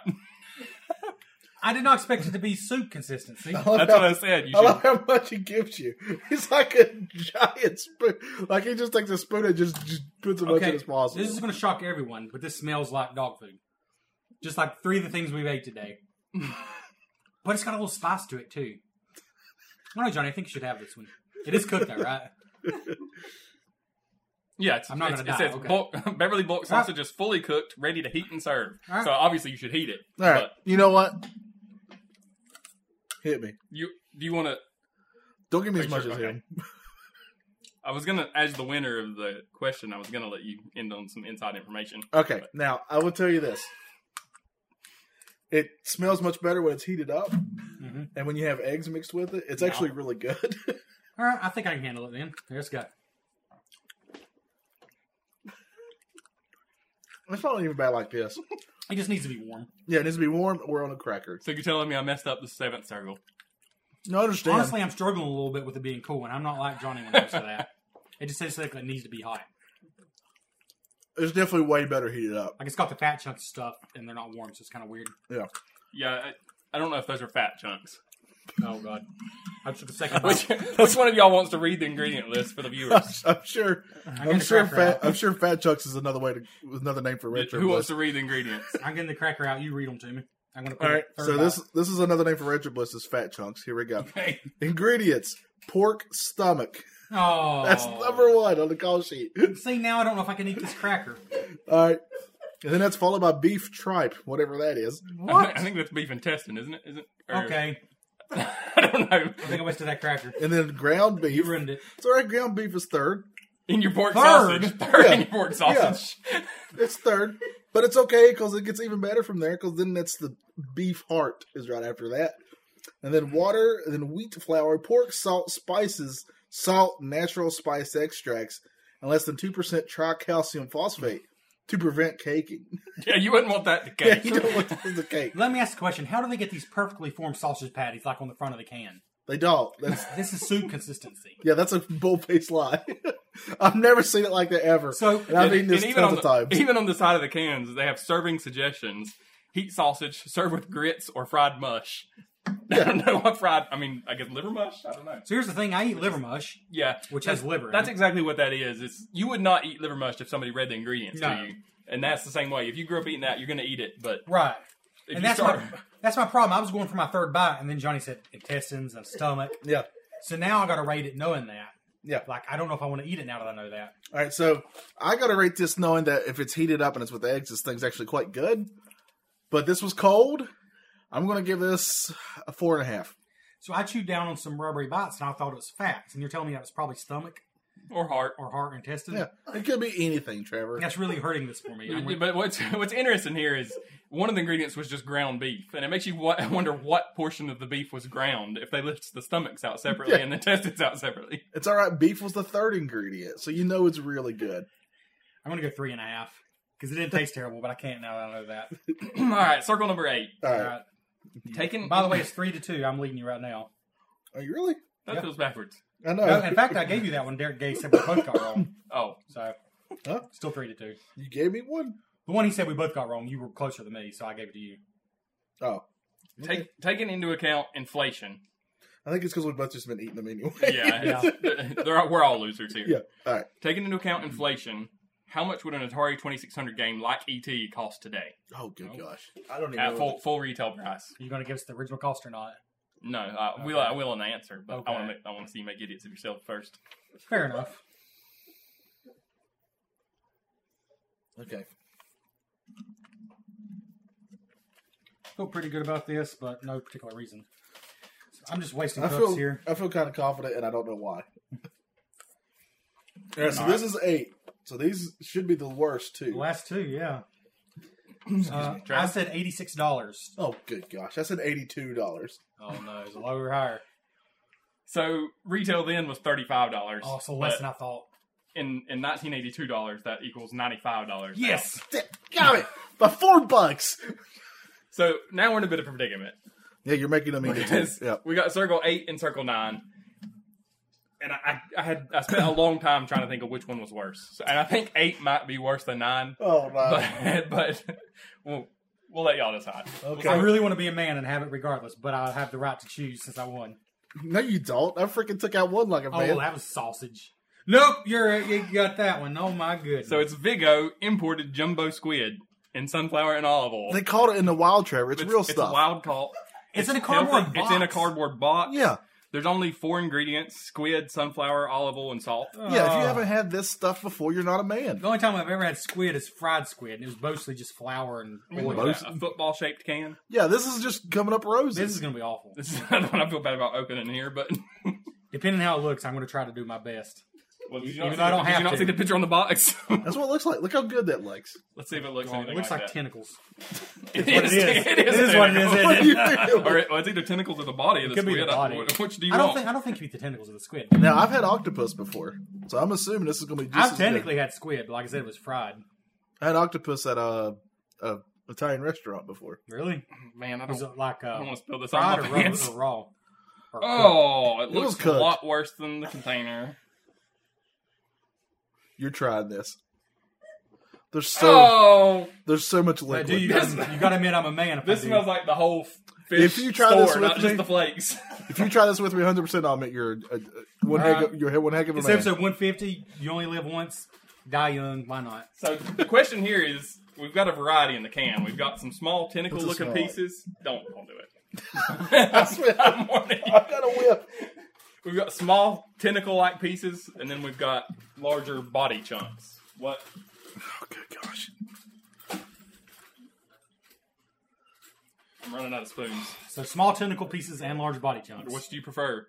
[SPEAKER 4] I did not expect it to be soup consistency.
[SPEAKER 3] love
[SPEAKER 5] That's
[SPEAKER 3] how-
[SPEAKER 5] what I said. You
[SPEAKER 3] I love
[SPEAKER 5] should.
[SPEAKER 3] how much he gives you. He's like a giant spoon. Like he just takes a spoon and just, just puts as much in
[SPEAKER 4] Okay,
[SPEAKER 3] as possible.
[SPEAKER 4] this is going to shock everyone, but this smells like dog food. Just like three of the things we've ate today. but it's got a little spice to it too. I don't know, Johnny. I think you should have this one. It is cooked though, right?
[SPEAKER 5] Yeah, it's,
[SPEAKER 4] I'm not
[SPEAKER 5] it's,
[SPEAKER 4] gonna
[SPEAKER 5] it
[SPEAKER 4] die,
[SPEAKER 5] says
[SPEAKER 4] okay.
[SPEAKER 5] bulk, Beverly bulk sausage is fully cooked, ready to heat and serve.
[SPEAKER 4] Alright.
[SPEAKER 5] So obviously you should heat it.
[SPEAKER 3] All right,
[SPEAKER 5] But
[SPEAKER 3] you know what? Hit me.
[SPEAKER 5] you do you want to?
[SPEAKER 3] Don't give me as
[SPEAKER 5] Picture,
[SPEAKER 3] much as
[SPEAKER 5] okay.
[SPEAKER 3] him.
[SPEAKER 5] I was gonna, as the winner of the question, I was gonna let you end on some inside information.
[SPEAKER 3] Okay, now I will tell you this. It smells much better when it's heated up,
[SPEAKER 4] Mm-hmm.
[SPEAKER 3] and when you have eggs mixed with it, it's actually really good.
[SPEAKER 4] All right, I think I can handle it then. Here, let's go.
[SPEAKER 3] it's not even bad like this.
[SPEAKER 4] It just needs to be warm.
[SPEAKER 3] Yeah, it needs to be warm or on a cracker.
[SPEAKER 5] So you're telling me I messed up the seventh circle?
[SPEAKER 3] No, I understand.
[SPEAKER 4] Honestly, I'm struggling a little bit with it being cool, and I'm not like Johnny when it comes to that. It just says like it needs to be hot.
[SPEAKER 3] it's definitely way better heated up.
[SPEAKER 4] Like it's got the fat chunks of stuff, and they're not warm, so it's kind of weird.
[SPEAKER 5] Yeah, I, I don't know if those are fat chunks.
[SPEAKER 4] Oh god, I took a second.
[SPEAKER 5] Which,
[SPEAKER 4] bite.
[SPEAKER 5] which one of y'all wants to read the ingredient list for the viewers?
[SPEAKER 3] I'm sure.
[SPEAKER 4] I'm getting
[SPEAKER 3] I'm
[SPEAKER 4] the
[SPEAKER 3] sure.
[SPEAKER 4] cracker
[SPEAKER 3] Fat,
[SPEAKER 4] out.
[SPEAKER 3] I'm sure. Fat chucks is another way to was another name for red
[SPEAKER 5] Who
[SPEAKER 3] bliss.
[SPEAKER 5] wants to read the ingredients?
[SPEAKER 4] I'm getting the cracker out. You read them to me. I'm gonna. Put
[SPEAKER 3] All right.
[SPEAKER 4] a third
[SPEAKER 3] So
[SPEAKER 4] bite.
[SPEAKER 3] this this is another name for retro bliss is fat chunks. Here we go.
[SPEAKER 5] Okay.
[SPEAKER 3] Ingredients: pork stomach.
[SPEAKER 4] Oh,
[SPEAKER 3] That's number one on the call sheet.
[SPEAKER 4] See now, I don't know if I can eat this cracker.
[SPEAKER 3] All right. And then that's followed by beef tripe, whatever that is.
[SPEAKER 5] I think that's beef intestine, isn't it? Isn't or-
[SPEAKER 4] Okay,
[SPEAKER 5] I don't know.
[SPEAKER 4] I think I wasted that cracker.
[SPEAKER 3] And then ground beef.
[SPEAKER 4] You ruined it.
[SPEAKER 3] It's all right. Ground beef is third.
[SPEAKER 5] In your pork
[SPEAKER 4] Third?
[SPEAKER 5] sausage. Third in
[SPEAKER 3] Yeah.
[SPEAKER 5] your pork sausage.
[SPEAKER 3] It's third, but it's okay because it gets even better from there. Because then that's the beef heart is right after that, and then water, and then wheat flour, pork salt, spices, salt, natural spice extracts, and less than two percent tricalcium phosphate to prevent caking.
[SPEAKER 5] Yeah, you wouldn't want that to
[SPEAKER 3] Yeah,
[SPEAKER 5] cake.
[SPEAKER 3] you don't want this to cake.
[SPEAKER 4] Let me ask a question: How do they get these perfectly formed sausage patties like on the front of the can?
[SPEAKER 3] They don't. That's
[SPEAKER 4] This is soup consistency.
[SPEAKER 3] yeah, that's a bold faced lie. I've never seen it like that ever.
[SPEAKER 4] So-
[SPEAKER 3] and I've
[SPEAKER 5] And-
[SPEAKER 3] eaten this
[SPEAKER 5] and
[SPEAKER 3] tons
[SPEAKER 5] on
[SPEAKER 3] of
[SPEAKER 5] the,
[SPEAKER 3] times.
[SPEAKER 5] Even on the side of the cans, they have serving suggestions: heat sausage, serve with grits or fried mush. I don't know what fried. I mean, I guess liver mush. I don't know.
[SPEAKER 4] So here's the thing: I eat liver mush.
[SPEAKER 5] Yeah,
[SPEAKER 4] Which
[SPEAKER 5] that's-
[SPEAKER 4] has liver in
[SPEAKER 5] That's
[SPEAKER 4] it.
[SPEAKER 5] exactly what that is. It's you would not eat liver mush if somebody read the ingredients
[SPEAKER 4] No.
[SPEAKER 5] to you, and that's the same way. If you grew up eating that, you're going to eat it. But
[SPEAKER 4] Right.
[SPEAKER 5] if
[SPEAKER 4] and
[SPEAKER 5] you
[SPEAKER 4] that's
[SPEAKER 5] start,
[SPEAKER 4] my that's my problem. I was going for my third bite, and then Johnny said intestines and stomach.
[SPEAKER 3] yeah,
[SPEAKER 4] So now I got to rate it knowing that.
[SPEAKER 3] yeah.
[SPEAKER 4] Like I don't know if I want to eat it now that I know that.
[SPEAKER 3] All right, so I gotta rate this knowing that if it's heated up and it's with eggs, this thing's actually quite good. But this was cold. I'm gonna give this a four and a half.
[SPEAKER 4] So I chewed down on some rubbery bites, and I thought it was fats. And you're telling me that was probably stomach
[SPEAKER 5] or heart.
[SPEAKER 4] or heart or intestine.
[SPEAKER 3] Yeah, it could be anything, Trevor.
[SPEAKER 4] That's really hurting this for me. I'm re-
[SPEAKER 5] But what's what's interesting here is one of the ingredients was just ground beef, and it makes you wa- wonder what portion of the beef was ground. If they lift the stomachs out separately
[SPEAKER 3] Yeah.
[SPEAKER 5] and the intestines out separately,
[SPEAKER 3] It's all right. Beef was the third ingredient, so you know it's really good.
[SPEAKER 4] I'm gonna go three and a half because it didn't taste terrible, but I can't now that I know that.
[SPEAKER 5] all right. Circle number eight.
[SPEAKER 3] All right.
[SPEAKER 4] All right.
[SPEAKER 5] Taken
[SPEAKER 4] Uh, By the way, it's three to two. I'm leading you right now.
[SPEAKER 3] Are you really?
[SPEAKER 5] That
[SPEAKER 4] Yeah.
[SPEAKER 5] feels backwards.
[SPEAKER 3] I know.
[SPEAKER 4] No, in fact, I gave you that one. Derek Gay said we both got wrong,
[SPEAKER 5] Oh,
[SPEAKER 4] so
[SPEAKER 3] Huh?
[SPEAKER 4] still three to two.
[SPEAKER 3] you gave me one.
[SPEAKER 4] The one he said we both got wrong. You were closer than me, so I gave it to you.
[SPEAKER 3] Oh,
[SPEAKER 5] take, taking into account inflation.
[SPEAKER 3] I think it's because we've both just been eating them anyway.
[SPEAKER 5] Yeah, it's- they're all- we're all losers here.
[SPEAKER 3] yeah. All right.
[SPEAKER 5] Taking into account inflation, how much would an Atari 2600 game like ET cost today
[SPEAKER 3] Oh, good gosh. I don't even.
[SPEAKER 5] at
[SPEAKER 3] know
[SPEAKER 5] full, full retail price?
[SPEAKER 4] Are you going to give us the original cost or not?
[SPEAKER 5] No, uh, we'll, I will on the answer, but
[SPEAKER 4] Okay.
[SPEAKER 5] I want to I want to see you make idiots of yourself first.
[SPEAKER 4] Fair enough.
[SPEAKER 3] Okay.
[SPEAKER 4] Feel pretty good about this, but no particular reason. So I'm just wasting
[SPEAKER 3] I
[SPEAKER 4] cups
[SPEAKER 3] feel.
[SPEAKER 4] here.
[SPEAKER 3] I feel kind of confident, and I don't know why. All right. So this is eight. So these should be the worst
[SPEAKER 4] The
[SPEAKER 3] too.
[SPEAKER 4] last two, yeah. Uh, I
[SPEAKER 5] Travis?
[SPEAKER 4] said eighty-six dollars.
[SPEAKER 3] Oh, good gosh. I said $82.
[SPEAKER 4] Oh no, it's lower or higher?
[SPEAKER 5] So retail then was thirty five dollars.
[SPEAKER 4] Oh, so less than I thought.
[SPEAKER 5] in in nineteen eighty two dollars. That equals ninety five dollars.
[SPEAKER 4] Yes,
[SPEAKER 3] Damn- Got it. By four bucks.
[SPEAKER 5] So now we're in a bit of a predicament.
[SPEAKER 3] Yeah, you're making them eat it
[SPEAKER 5] Because
[SPEAKER 3] too. Yeah.
[SPEAKER 5] we got circle eight and circle nine. And I, I, I had I spent a long time trying to think of which one was worse. So, and I think eight might be worse than nine.
[SPEAKER 3] Oh, no.
[SPEAKER 5] But but we'll, we'll let y'all decide.
[SPEAKER 4] I
[SPEAKER 3] Okay.
[SPEAKER 4] really want to be a man and have it regardless, but I have the right to choose since I won.
[SPEAKER 3] no, you don't. I freaking took out one like a
[SPEAKER 4] Oh,
[SPEAKER 3] man.
[SPEAKER 4] that was sausage. Nope, you're you got that one. Oh my goodness.
[SPEAKER 5] So it's Vigo imported jumbo squid in sunflower and olive oil.
[SPEAKER 3] they caught it in the wild, Trevor. It's, real
[SPEAKER 5] It's
[SPEAKER 3] stuff.
[SPEAKER 5] wild caught.
[SPEAKER 4] It's in a cardboard
[SPEAKER 5] healthy.
[SPEAKER 4] box.
[SPEAKER 5] It's in a cardboard box.
[SPEAKER 3] Yeah.
[SPEAKER 5] There's only four ingredients: squid, sunflower, olive oil, and salt.
[SPEAKER 3] Yeah,
[SPEAKER 4] Uh.
[SPEAKER 3] if you haven't had this stuff before, you're not a man.
[SPEAKER 4] the only time I've ever had squid is fried squid, and it was mostly just flour and
[SPEAKER 5] Look
[SPEAKER 4] oil.
[SPEAKER 5] at that, a football-shaped can.
[SPEAKER 3] Yeah, this is just coming up roses.
[SPEAKER 4] This is gonna be awful.
[SPEAKER 5] This is another one I feel bad about opening here, but
[SPEAKER 4] Depending on how it looks, I'm gonna try to do my best.
[SPEAKER 5] Well, did you
[SPEAKER 4] Even
[SPEAKER 5] not,
[SPEAKER 4] though I
[SPEAKER 5] see-
[SPEAKER 4] don't
[SPEAKER 5] did
[SPEAKER 4] have
[SPEAKER 5] you not
[SPEAKER 4] to.
[SPEAKER 5] see the picture on the box?
[SPEAKER 3] That's what it looks like. Look how good that looks.
[SPEAKER 5] Let's see if it looks
[SPEAKER 4] Oh,
[SPEAKER 5] anything
[SPEAKER 4] it looks like,
[SPEAKER 5] like that.
[SPEAKER 4] tentacles.
[SPEAKER 5] It
[SPEAKER 4] what it is.
[SPEAKER 5] It is,
[SPEAKER 4] It is what it is,
[SPEAKER 5] tentacles.
[SPEAKER 4] isn't it?
[SPEAKER 5] Or it- well, it's either tentacles or the body of the
[SPEAKER 4] could be
[SPEAKER 5] squid.
[SPEAKER 4] the
[SPEAKER 5] I-
[SPEAKER 4] body.
[SPEAKER 5] wh- Which do you
[SPEAKER 4] I don't
[SPEAKER 5] want?
[SPEAKER 4] think I don't think you eat the tentacles of the squid.
[SPEAKER 3] now, I've had octopus before, so I'm assuming this is going to be just
[SPEAKER 4] I've
[SPEAKER 3] as
[SPEAKER 4] technically had squid, but like I said, it was fried.
[SPEAKER 3] good. I had octopus at a, a Italian restaurant before.
[SPEAKER 4] Really?
[SPEAKER 5] Man, I
[SPEAKER 4] It was
[SPEAKER 5] don't,
[SPEAKER 4] like
[SPEAKER 5] I
[SPEAKER 4] uh,
[SPEAKER 5] don't want to Oh. spill this on
[SPEAKER 4] fried
[SPEAKER 5] my
[SPEAKER 4] or raw,
[SPEAKER 5] pants.
[SPEAKER 4] or raw? Or cooked.
[SPEAKER 5] Oh, it
[SPEAKER 3] It was
[SPEAKER 5] looks a
[SPEAKER 3] cooked.
[SPEAKER 5] lot worse than the container.
[SPEAKER 3] You're trying this. There's so
[SPEAKER 5] oh,
[SPEAKER 3] there's so much
[SPEAKER 4] But
[SPEAKER 3] liquid.
[SPEAKER 4] do you,
[SPEAKER 5] This-
[SPEAKER 4] you gotta admit I'm a man. If I
[SPEAKER 5] this
[SPEAKER 4] do.
[SPEAKER 5] smells like the whole fish
[SPEAKER 3] If you try
[SPEAKER 5] store,
[SPEAKER 3] this with
[SPEAKER 5] not
[SPEAKER 3] me-
[SPEAKER 5] just the flakes.
[SPEAKER 3] if you try this with me 100, percent I'll admit you're a, a, uh, one
[SPEAKER 5] All
[SPEAKER 3] heck of, you're one heck of a
[SPEAKER 4] Uh, It's
[SPEAKER 3] man.
[SPEAKER 4] episode 150. You only live once. Die young. Why not?
[SPEAKER 5] so the question here is: We've got a variety in the can. We've got some small tentacle-looking
[SPEAKER 3] smell like?
[SPEAKER 5] pieces. Don't don't do it. That's what I'm warning you.
[SPEAKER 3] I've got a whip.
[SPEAKER 5] We've got small tentacle-like pieces, and then we've got larger body chunks. What?
[SPEAKER 3] Oh good gosh.
[SPEAKER 5] I'm running out of spoons.
[SPEAKER 4] So small tentacle pieces and large body chunks.
[SPEAKER 5] Which do you prefer?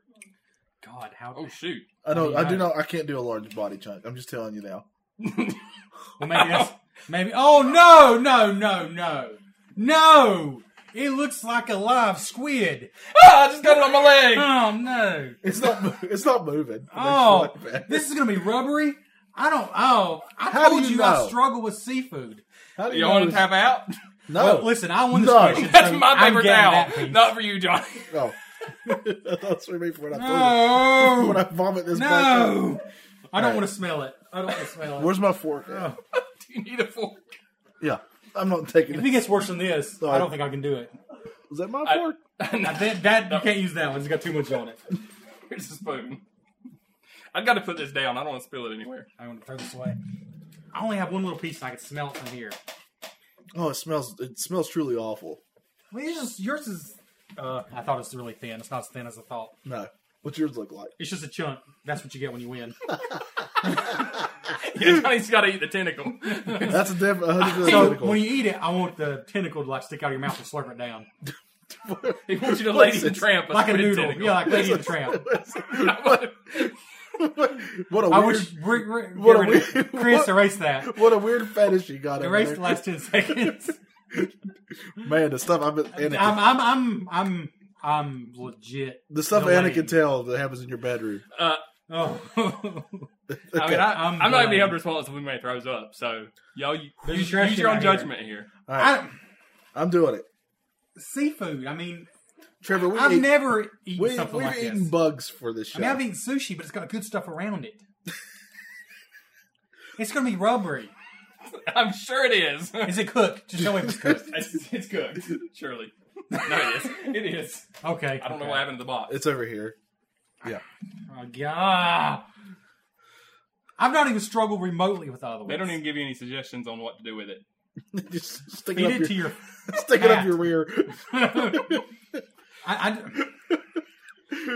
[SPEAKER 4] God, how?
[SPEAKER 5] Oh shoot!
[SPEAKER 3] I know.
[SPEAKER 4] mean,
[SPEAKER 3] I do
[SPEAKER 4] I-
[SPEAKER 3] know. I can't do a large body chunk. I'm just telling you now.
[SPEAKER 4] Well, maybe that's maybe. Oh no, no, no, no, no! It looks like a live squid.
[SPEAKER 5] Ah, I just got it on my leg.
[SPEAKER 4] Oh no!
[SPEAKER 3] It's not. mo- it's not moving.
[SPEAKER 4] Oh,
[SPEAKER 3] It makes me feel like bad.
[SPEAKER 4] this is gonna be rubbery. I don't. Oh, I
[SPEAKER 3] How do
[SPEAKER 4] told
[SPEAKER 3] you
[SPEAKER 4] you,
[SPEAKER 3] know?
[SPEAKER 4] I struggle with seafood.
[SPEAKER 3] How do
[SPEAKER 5] You want to
[SPEAKER 3] this-
[SPEAKER 5] tap out?
[SPEAKER 3] No.
[SPEAKER 4] Well, listen, I won this
[SPEAKER 3] Oh. No.
[SPEAKER 4] question.
[SPEAKER 5] That's
[SPEAKER 4] so
[SPEAKER 5] my
[SPEAKER 4] I'm
[SPEAKER 5] paper
[SPEAKER 4] getting
[SPEAKER 5] towel.
[SPEAKER 4] that piece.
[SPEAKER 5] Not for you, Johnny.
[SPEAKER 3] No. That's what I mean for when I throw it. when I
[SPEAKER 4] No,
[SPEAKER 3] vomit this back up.
[SPEAKER 4] no! I don't want to smell it. I don't want to smell it.
[SPEAKER 3] Where's my fork? at?
[SPEAKER 4] Oh.
[SPEAKER 5] you need a fork.
[SPEAKER 3] Yeah. I'm not taking
[SPEAKER 4] If
[SPEAKER 3] it.
[SPEAKER 4] it gets worse than this,
[SPEAKER 3] Sorry.
[SPEAKER 4] I don't think I can do it.
[SPEAKER 3] Is that my
[SPEAKER 5] I-
[SPEAKER 3] fork?
[SPEAKER 5] I
[SPEAKER 4] That, that you can't use that one. It's got too much on it.
[SPEAKER 5] Here's a spoon. I've got to put this down. I don't want to spill it anywhere.
[SPEAKER 4] I'm gonna throw this away. I only have one little piece, and I can smell it from here.
[SPEAKER 3] Oh, it smells. It smells truly awful.
[SPEAKER 4] Well, it's just yours is. Uh, I thought it was really thin. It's not as thin as I thought.
[SPEAKER 3] No. What's yours look like?
[SPEAKER 4] It's just a chunk. That's what you get when you win.
[SPEAKER 5] Yeah, Johnny's got to eat the tentacle.
[SPEAKER 3] That's a different.
[SPEAKER 4] so
[SPEAKER 3] So,
[SPEAKER 4] when you eat it, I want the tentacle to like stick out of your mouth and slurp it down
[SPEAKER 5] he wants you to lady the
[SPEAKER 3] this?
[SPEAKER 5] tramp
[SPEAKER 4] like a
[SPEAKER 5] squid
[SPEAKER 4] noodle.
[SPEAKER 5] tentacle.
[SPEAKER 4] Yeah, like Lady and the Tramp.
[SPEAKER 3] what a
[SPEAKER 4] I
[SPEAKER 3] weird,
[SPEAKER 4] wish re, re, get
[SPEAKER 3] what a
[SPEAKER 4] rid of it.
[SPEAKER 3] weird-
[SPEAKER 4] Chris
[SPEAKER 3] what-
[SPEAKER 4] erase that.
[SPEAKER 3] what a weird fetish you got over
[SPEAKER 4] Erase
[SPEAKER 3] there.
[SPEAKER 4] the last ten seconds.
[SPEAKER 3] Man, the stuff I've been, Anakin,
[SPEAKER 4] I'm I'm I'm I'm I'm legit.
[SPEAKER 3] the stuff
[SPEAKER 4] no
[SPEAKER 3] Anna
[SPEAKER 4] way.
[SPEAKER 3] can tell that happens in your bedroom.
[SPEAKER 5] Uh,
[SPEAKER 4] Oh,
[SPEAKER 5] I mean, I,
[SPEAKER 4] I'm
[SPEAKER 5] I'm, not going to
[SPEAKER 4] done.
[SPEAKER 5] be held responsible if we may throws up. So, y'all, you,
[SPEAKER 4] There's
[SPEAKER 5] use,
[SPEAKER 4] a trash
[SPEAKER 5] use your
[SPEAKER 4] can
[SPEAKER 5] own
[SPEAKER 4] out here.
[SPEAKER 5] judgment here.
[SPEAKER 3] All right,
[SPEAKER 4] I,
[SPEAKER 3] I'm doing it.
[SPEAKER 4] seafood. I mean,
[SPEAKER 3] Trevor, we
[SPEAKER 4] I've
[SPEAKER 3] ate,
[SPEAKER 4] never eaten
[SPEAKER 3] we, have
[SPEAKER 4] something like
[SPEAKER 3] eaten
[SPEAKER 4] this.
[SPEAKER 3] bugs for this show.
[SPEAKER 4] I mean, I've eaten sushi, but it's got good stuff around it. it's gonna be rubbery.
[SPEAKER 5] I'm sure it is.
[SPEAKER 4] Is it cooked? Just tell me if it's cooked.
[SPEAKER 5] it's, it's good, surely. No, it is. It is.
[SPEAKER 4] Okay.
[SPEAKER 5] I don't know what happened to the box.
[SPEAKER 3] it's over here. Yeah,
[SPEAKER 4] Oh, God. I've not even struggled remotely with the other ones.
[SPEAKER 5] They don't even give you any suggestions on what to do with it.
[SPEAKER 3] just stick it
[SPEAKER 4] feed
[SPEAKER 3] up
[SPEAKER 4] it
[SPEAKER 3] your,
[SPEAKER 4] to your.
[SPEAKER 3] stick it up
[SPEAKER 4] hat.
[SPEAKER 3] your rear.
[SPEAKER 4] I,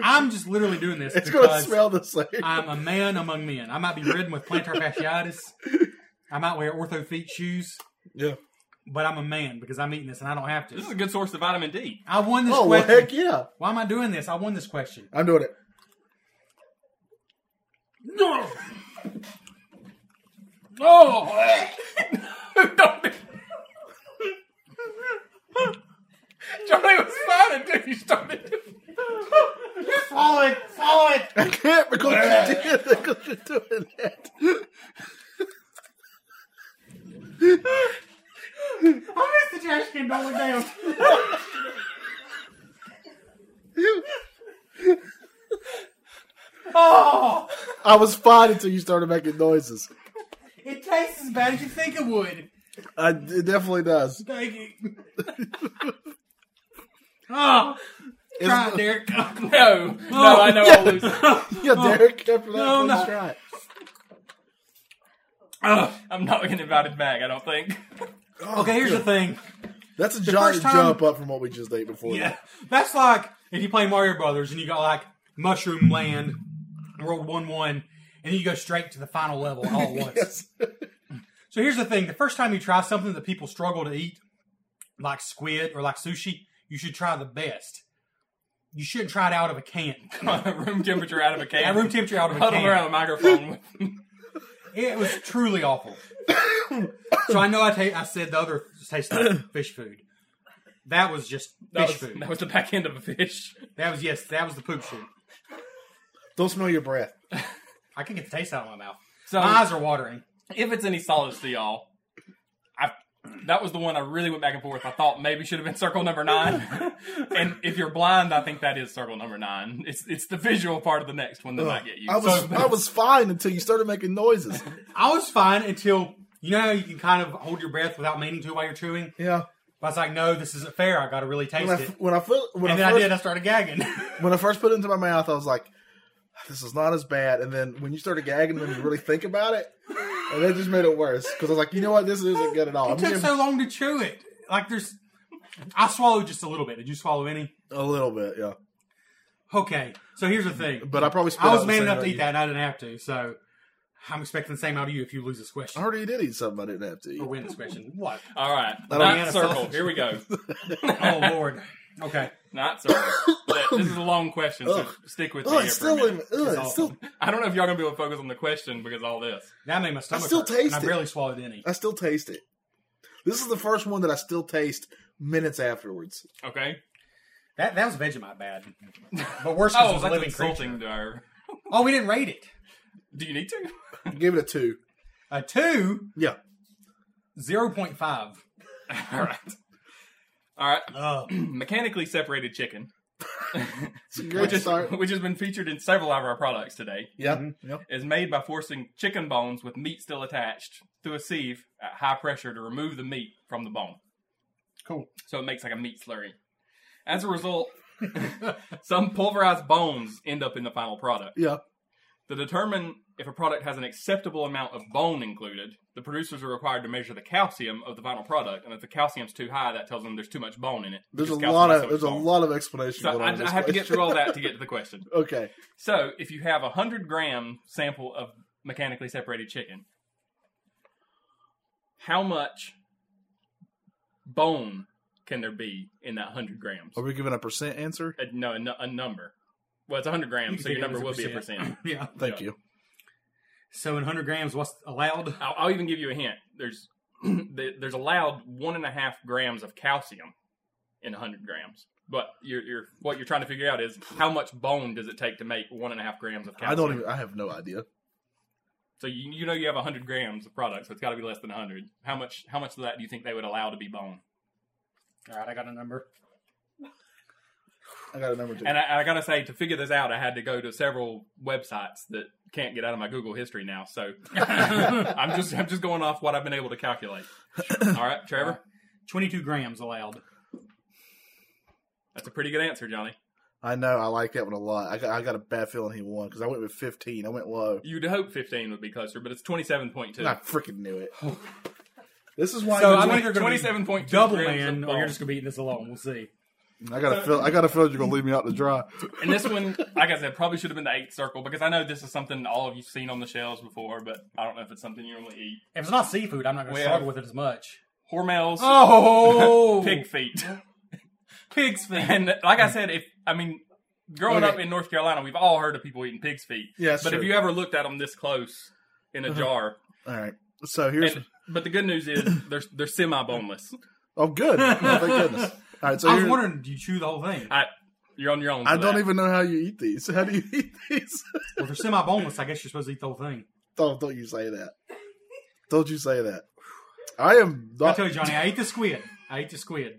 [SPEAKER 4] am just literally doing this
[SPEAKER 3] It's gonna
[SPEAKER 4] because
[SPEAKER 3] smell the same.
[SPEAKER 4] I'm a man among men. I might be ridden with plantar fasciitis. I might wear ortho feet shoes,
[SPEAKER 3] yeah.
[SPEAKER 4] but I'm a man because I'm eating this and I don't have
[SPEAKER 5] This is a
[SPEAKER 4] to.
[SPEAKER 5] good source of vitamin D.
[SPEAKER 4] I won this
[SPEAKER 3] Oh well,
[SPEAKER 4] question.
[SPEAKER 3] heck yeah!
[SPEAKER 4] Why am I doing this? I won this question.
[SPEAKER 3] I'm doing it.
[SPEAKER 4] No.
[SPEAKER 5] Oh! Don't do- Johnny was fine until you started.
[SPEAKER 4] Follow it. Follow it.
[SPEAKER 3] I can't because you did because you're doing that.
[SPEAKER 4] I missed the trash can. Don't look down. oh,
[SPEAKER 3] I was fine until you started making noises.
[SPEAKER 4] it tastes as bad as you think it would.
[SPEAKER 3] I, it definitely does.
[SPEAKER 4] Thank you. oh, try it,
[SPEAKER 3] It's-
[SPEAKER 4] Derek.
[SPEAKER 5] No, no, I know I'll lose.
[SPEAKER 3] yeah, Derek. After that,
[SPEAKER 4] No,
[SPEAKER 3] please
[SPEAKER 4] no.
[SPEAKER 3] try it.
[SPEAKER 5] I'm not getting invited back. I don't think.
[SPEAKER 4] okay, here's the thing.
[SPEAKER 3] That's a giant
[SPEAKER 4] first time-
[SPEAKER 3] jump up from what we just ate before.
[SPEAKER 4] Yeah, that's like if you play Mario Brothers and you got like Mushroom Land, World One One, and you go straight to the final level all at once.
[SPEAKER 3] Yes.
[SPEAKER 4] So here's the thing: the first time you try something that people struggle to eat, like squid or like sushi, you should try the best. You shouldn't try it out of a can.
[SPEAKER 5] room temperature out of a can.
[SPEAKER 4] At room temperature, out of a
[SPEAKER 5] Huddle around a
[SPEAKER 4] can.
[SPEAKER 5] microphone.
[SPEAKER 4] It was truly awful. so I know I, ta- I said the other tastes like fish food. That was just
[SPEAKER 5] That
[SPEAKER 4] fish
[SPEAKER 5] was,
[SPEAKER 4] food.
[SPEAKER 5] that was the back end of a fish.
[SPEAKER 4] That was yes, that was the poop shoot.
[SPEAKER 3] Don't smell your breath.
[SPEAKER 4] I
[SPEAKER 5] Oh.
[SPEAKER 4] can get the taste out of my mouth.
[SPEAKER 5] So
[SPEAKER 4] My eyes are watering.
[SPEAKER 5] if it's any solace to y'all, I That was the one I really went back and forth. I thought maybe should have been circle number nine. and if you're blind, I think that is circle number nine. It's it's the visual part of the next one that might get you.
[SPEAKER 3] I was
[SPEAKER 5] So-
[SPEAKER 3] I was fine until you started making noises.
[SPEAKER 4] I was fine until you know how you can kind of hold your breath without meaning to while you're chewing.
[SPEAKER 3] Yeah.
[SPEAKER 4] But I was like, no, this isn't fair. I got to really taste
[SPEAKER 3] When I,
[SPEAKER 4] it.
[SPEAKER 3] when I feel when
[SPEAKER 4] And
[SPEAKER 3] I
[SPEAKER 4] then I
[SPEAKER 3] first,
[SPEAKER 4] did. I started gagging.
[SPEAKER 3] when I first put it into my mouth, I was like, "This is not as bad." And then when you started gagging, and you really think about it, and that just made it worse because I was like, "You know what? This isn't good at all."
[SPEAKER 4] it
[SPEAKER 3] I'm
[SPEAKER 4] took
[SPEAKER 3] giving
[SPEAKER 4] so long to chew it. Like there's, I swallowed just a little bit. Did you swallow any?
[SPEAKER 3] a little bit, yeah.
[SPEAKER 4] Okay. So here's the thing.
[SPEAKER 3] But I probably spit
[SPEAKER 4] I
[SPEAKER 3] out
[SPEAKER 4] was
[SPEAKER 3] the
[SPEAKER 4] man
[SPEAKER 3] same
[SPEAKER 4] enough to
[SPEAKER 3] amount
[SPEAKER 4] eat
[SPEAKER 3] you-
[SPEAKER 4] that, and I didn't have to. So I'm expecting the same out of you if you lose this
[SPEAKER 3] I
[SPEAKER 4] question
[SPEAKER 3] heard you did eat something I didn't have to
[SPEAKER 4] or
[SPEAKER 5] Oh,
[SPEAKER 3] eat.
[SPEAKER 4] win this question. What?
[SPEAKER 5] All right,
[SPEAKER 3] don't-
[SPEAKER 5] ninth circle. Here we go.
[SPEAKER 4] Oh Lord. Okay.
[SPEAKER 5] Ninth circle. But this is a long question, so
[SPEAKER 3] Ugh.
[SPEAKER 5] stick with me.
[SPEAKER 3] Oh,
[SPEAKER 5] here
[SPEAKER 3] it's
[SPEAKER 5] for a
[SPEAKER 3] still,
[SPEAKER 5] minute.
[SPEAKER 3] in, ugh, it's still,
[SPEAKER 5] I don't know if y'all gonna be able to focus on the question because of all this.
[SPEAKER 4] That made my stomach.
[SPEAKER 3] still
[SPEAKER 4] hurt, and
[SPEAKER 3] taste
[SPEAKER 4] I
[SPEAKER 3] it.
[SPEAKER 4] barely swallowed any.
[SPEAKER 3] I still taste it. This is the first one that I still taste minutes afterwards.
[SPEAKER 5] Okay.
[SPEAKER 4] That that was Vegemite bad. But worse because it
[SPEAKER 5] Oh,
[SPEAKER 4] was a
[SPEAKER 5] that's
[SPEAKER 4] living
[SPEAKER 5] insulting
[SPEAKER 4] creature.
[SPEAKER 5] to her.
[SPEAKER 4] Oh, we didn't rate it.
[SPEAKER 5] Do you need to?
[SPEAKER 3] Give it a two.
[SPEAKER 4] A two,
[SPEAKER 3] Yeah,
[SPEAKER 4] 0.5.
[SPEAKER 5] all right. All right.
[SPEAKER 4] Uh,
[SPEAKER 5] Mechanically separated chicken,
[SPEAKER 3] it's a great start.
[SPEAKER 5] which has been featured in several of our products today,
[SPEAKER 3] Yeah, yeah.
[SPEAKER 5] is made by forcing chicken bones with meat still attached through a sieve at high pressure to remove the meat from the bone.
[SPEAKER 4] cool.
[SPEAKER 5] so it makes like a meat slurry. As a result, some pulverized bones end up in the final product.
[SPEAKER 3] yeah.
[SPEAKER 5] To determine if a product has an acceptable amount of bone included, the producers are required to measure the calcium of the final product, and if the calcium's too high, that tells them there's too much bone in it.
[SPEAKER 3] There's a
[SPEAKER 5] because calcium
[SPEAKER 3] lot
[SPEAKER 5] has
[SPEAKER 3] of
[SPEAKER 5] so
[SPEAKER 3] there's a
[SPEAKER 5] much bone.
[SPEAKER 3] lot of explanation.
[SPEAKER 5] So
[SPEAKER 3] going
[SPEAKER 5] I,
[SPEAKER 3] on in this
[SPEAKER 5] I have to get
[SPEAKER 3] question.
[SPEAKER 5] through all that to get to the question.
[SPEAKER 3] okay,
[SPEAKER 5] So if you have a hundred gram sample of mechanically separated chicken, how much bone can there be in that hundred grams?
[SPEAKER 3] are we giving a percent answer?
[SPEAKER 5] a, no, a, nu- a number. Well, it's 100 grams,
[SPEAKER 4] can
[SPEAKER 5] so
[SPEAKER 4] take
[SPEAKER 5] your
[SPEAKER 4] it
[SPEAKER 5] number
[SPEAKER 4] as a
[SPEAKER 5] will be a percent.
[SPEAKER 4] yeah.
[SPEAKER 3] Thank
[SPEAKER 5] Yeah.
[SPEAKER 3] you.
[SPEAKER 4] So in 100 grams, what's allowed?
[SPEAKER 5] I'll, I'll even give you a hint. There's there- there's allowed one and a half grams of calcium in 100 grams, but you're, you're what you're trying to figure out is how much bone does it take to make one and a half grams of
[SPEAKER 3] I
[SPEAKER 5] calcium.
[SPEAKER 3] don't even. I have no idea.
[SPEAKER 5] So you, you know you have 100 grams of product, so it's got to be less than 100. How much how much of that do you think they would allow to be bone?
[SPEAKER 4] All right, I got a number.
[SPEAKER 3] I got a number two.
[SPEAKER 5] And I, I gotta say, to figure this out, I had to go to several websites that can't get out of my Google history now. So I'm just I'm just going off what I've been able to calculate. All right, Trevor,
[SPEAKER 4] 22 grams allowed.
[SPEAKER 5] that's a pretty good answer, Johnny.
[SPEAKER 3] I know. I like that one a lot. I got, I got a bad feeling he won because I went with 15. I went low.
[SPEAKER 5] You'd hope 15 would be closer, but it's 27.2.
[SPEAKER 3] And I freaking knew it. this is why
[SPEAKER 4] So
[SPEAKER 3] I,
[SPEAKER 4] I'm
[SPEAKER 5] twenty-
[SPEAKER 4] either going to
[SPEAKER 5] 27.2
[SPEAKER 4] be double
[SPEAKER 5] grams
[SPEAKER 4] man,
[SPEAKER 5] of
[SPEAKER 4] or
[SPEAKER 5] bone.
[SPEAKER 4] you're just going to be eating this alone. We'll see.
[SPEAKER 3] got a feel. I got a feeling you're gonna leave me out to dry.
[SPEAKER 5] And this one, like I said, probably should have been the eighth circle because I know this is something all of you've seen on the shelves before, but I don't know if it's something you normally eat.
[SPEAKER 4] If it's not seafood, I'm not going to
[SPEAKER 5] Well-
[SPEAKER 4] struggle with it as much.
[SPEAKER 5] Hormels,
[SPEAKER 4] Oh,
[SPEAKER 5] pig feet.
[SPEAKER 4] pig's feet.
[SPEAKER 5] And like I said, if I mean, growing
[SPEAKER 3] Okay.
[SPEAKER 5] up in North Carolina, we've all heard of people eating pig's feet.
[SPEAKER 3] Yeah, that's
[SPEAKER 5] but if
[SPEAKER 3] true.
[SPEAKER 5] you ever looked at them this close in a jar,
[SPEAKER 3] All right. So here's.
[SPEAKER 5] and- but the good news is they're they're semi boneless.
[SPEAKER 3] oh, good. Oh, thank goodness. All right. So
[SPEAKER 4] I was
[SPEAKER 3] here-
[SPEAKER 4] wondering, do you chew the whole thing?
[SPEAKER 5] I you're on your own.
[SPEAKER 3] I
[SPEAKER 5] for
[SPEAKER 3] don't
[SPEAKER 5] that.
[SPEAKER 3] even know how you eat these. How do you eat these?
[SPEAKER 4] Well, if they're semi-boneless, I guess you're supposed to eat the whole thing.
[SPEAKER 3] don't don't you say that. Don't you say that. I am.
[SPEAKER 4] I
[SPEAKER 3] Not,
[SPEAKER 4] tell you, Johnny, I ate the squid. I ate the squid.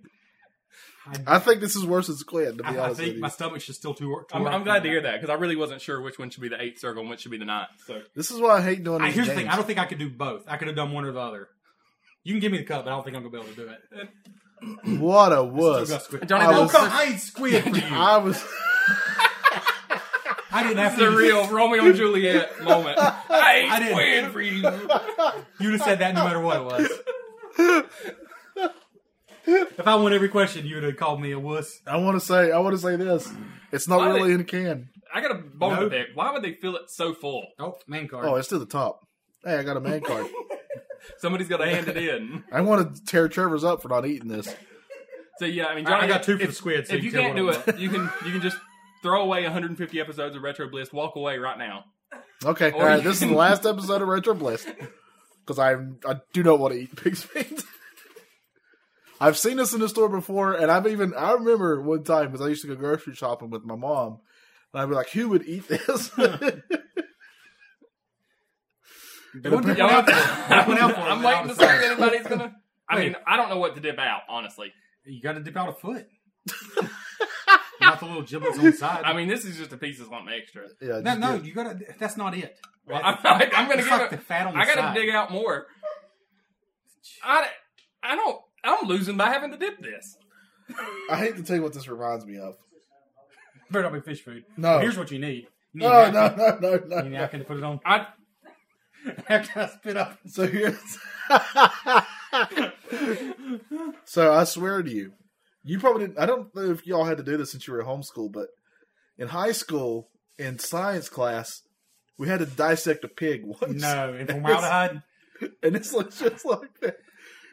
[SPEAKER 3] I think this is worse than squid. To be
[SPEAKER 4] I, I
[SPEAKER 3] honest with
[SPEAKER 4] think
[SPEAKER 3] you,
[SPEAKER 4] my stomach's just still too. too
[SPEAKER 5] I'm,
[SPEAKER 4] hard
[SPEAKER 5] I'm
[SPEAKER 4] for
[SPEAKER 5] glad to hear that because I really wasn't sure which one should be the eighth circle and which should be the ninth. So
[SPEAKER 3] this is why I hate doing.
[SPEAKER 4] I,
[SPEAKER 3] These
[SPEAKER 4] here's the
[SPEAKER 3] games.
[SPEAKER 4] thing: I don't think I could do both. I could have done one or the other. You can give me the cup, but I don't think I'm gonna be able to do it.
[SPEAKER 3] What a
[SPEAKER 4] Still
[SPEAKER 3] wuss.
[SPEAKER 4] got squid.
[SPEAKER 5] Johnny,
[SPEAKER 4] oh,
[SPEAKER 3] was-
[SPEAKER 4] come, I ate squid for you.
[SPEAKER 3] I was.
[SPEAKER 4] I didn't have
[SPEAKER 5] it's a
[SPEAKER 4] to.
[SPEAKER 5] real Romeo and Juliet moment. I
[SPEAKER 4] I
[SPEAKER 5] ain't
[SPEAKER 4] didn't-
[SPEAKER 5] win for you.
[SPEAKER 4] You'd have said that no matter what it was. if I won every question, you would have called me a wuss.
[SPEAKER 3] I want to say. I want to say this. It's not
[SPEAKER 5] Why
[SPEAKER 3] really
[SPEAKER 5] did-
[SPEAKER 3] in a can.
[SPEAKER 5] I got a bone
[SPEAKER 4] No.
[SPEAKER 5] to pick. Why would they fill it so full?
[SPEAKER 4] Oh, man card.
[SPEAKER 3] Oh, it's to the top. Hey, I got a man card.
[SPEAKER 5] Somebody's got to hand it in.
[SPEAKER 3] I want to tear Trevor's up for not eating this.
[SPEAKER 5] So yeah, I mean,
[SPEAKER 4] I-
[SPEAKER 5] Johnny,
[SPEAKER 4] I got two for
[SPEAKER 5] if-
[SPEAKER 4] the squid. So
[SPEAKER 5] if you
[SPEAKER 4] can
[SPEAKER 5] can't
[SPEAKER 4] tell
[SPEAKER 5] do
[SPEAKER 4] what I'm-
[SPEAKER 5] it, you can you can just throw away 150 episodes of Retro Bliss, walk away right now.
[SPEAKER 3] Okay, all
[SPEAKER 5] Or
[SPEAKER 3] right.
[SPEAKER 5] you
[SPEAKER 3] This is
[SPEAKER 5] can-
[SPEAKER 3] the last episode of Retro Bliss because I I do not want to eat pig's feet. I've seen this in the store before, and I've even I remember one time because I used to go grocery shopping with my mom, and I'd be like, "Who would eat this?"
[SPEAKER 4] They wouldn't have went out for it. They wouldn't have went out for it.
[SPEAKER 5] I'm waiting to see if anybody's gonna. I
[SPEAKER 4] Wait.
[SPEAKER 5] mean, I don't know what to dip out, honestly.
[SPEAKER 4] You got to dip out a foot. not the little giblets on the side.
[SPEAKER 5] I mean, this is just a piece of something extra.
[SPEAKER 3] Yeah,
[SPEAKER 4] no,
[SPEAKER 3] just
[SPEAKER 4] no,
[SPEAKER 3] get-
[SPEAKER 4] you got to. That's not it.
[SPEAKER 5] Well, I'm, I'm gonna
[SPEAKER 4] It's
[SPEAKER 5] give
[SPEAKER 4] like
[SPEAKER 5] it.
[SPEAKER 4] the fat on the
[SPEAKER 5] I gotta
[SPEAKER 4] side.
[SPEAKER 5] dig out more. I, I don't. I'm losing by having to dip this.
[SPEAKER 3] I hate to tell you what this reminds me of.
[SPEAKER 4] Better not be fish food.
[SPEAKER 3] No.
[SPEAKER 4] Here's what you need. You need a
[SPEAKER 3] Oh, No,
[SPEAKER 4] napkin.
[SPEAKER 3] no, no, no, no.
[SPEAKER 4] You need a napkin to put it on.
[SPEAKER 5] I
[SPEAKER 4] After I spit up.
[SPEAKER 3] So here's. so I swear to you, you probably didn't. I don't know if y'all had to do this since you were at homeschool, but in high school in science class, we had to dissect a pig once.
[SPEAKER 4] No, and formaldehyde.
[SPEAKER 3] and it's like, just like that.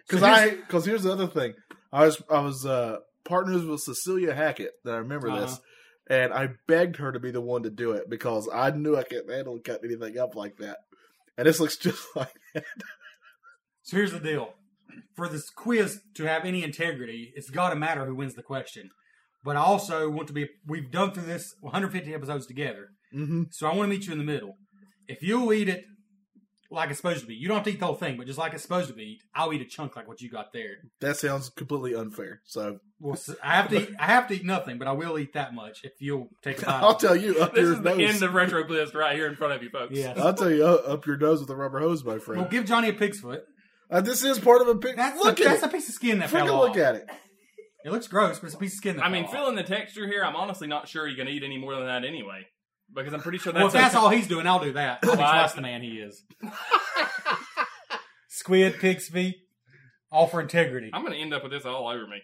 [SPEAKER 3] Because I because here's the other thing. I was I was uh, partners with Cecilia Hackett. That I remember this,
[SPEAKER 4] Uh-huh.
[SPEAKER 3] and I begged her to be the one to do it because I knew I couldn't handle cut anything up like that. And this looks just like that.
[SPEAKER 4] So here's the deal. For this quiz to have any integrity, it's got to matter who wins the question. But I also want to be, we've done through this 150 episodes together.
[SPEAKER 3] Mm-hmm.
[SPEAKER 4] So I want to meet you in the middle. If you'll eat it like it's supposed to be, you don't have to eat the whole thing, but just like it's supposed to be, I'll eat a chunk like what you got there.
[SPEAKER 3] That sounds completely unfair. So
[SPEAKER 4] Well, s- I have to, eat, I have to eat nothing, but I will eat that much if you'll take a bite.
[SPEAKER 3] I'll tell you up
[SPEAKER 5] this
[SPEAKER 3] your
[SPEAKER 5] is the
[SPEAKER 3] nose.
[SPEAKER 5] end of retro bliss right here in front of you, folks.
[SPEAKER 4] Yes.
[SPEAKER 3] I'll tell you uh, up your nose with a rubber hose, my friend.
[SPEAKER 4] Well, give Johnny a pig's foot.
[SPEAKER 3] Uh, this is part of a pig.
[SPEAKER 4] That's
[SPEAKER 3] look
[SPEAKER 4] a,
[SPEAKER 3] at
[SPEAKER 4] that's a
[SPEAKER 3] it.
[SPEAKER 4] piece of skin that
[SPEAKER 3] Freaking
[SPEAKER 4] fell
[SPEAKER 3] look
[SPEAKER 4] off.
[SPEAKER 3] at it.
[SPEAKER 4] It looks gross, but it's a piece of skin that
[SPEAKER 5] I
[SPEAKER 4] fell
[SPEAKER 5] mean,
[SPEAKER 4] off.
[SPEAKER 5] feeling the texture here, I'm honestly not sure you can eat any more than that anyway, because I'm pretty sure that's.
[SPEAKER 4] Well, if that's all he's doing, I'll do that. I'll be twice the man he is. Squid, pig's feet, all for integrity.
[SPEAKER 5] I'm gonna end up with this all over me.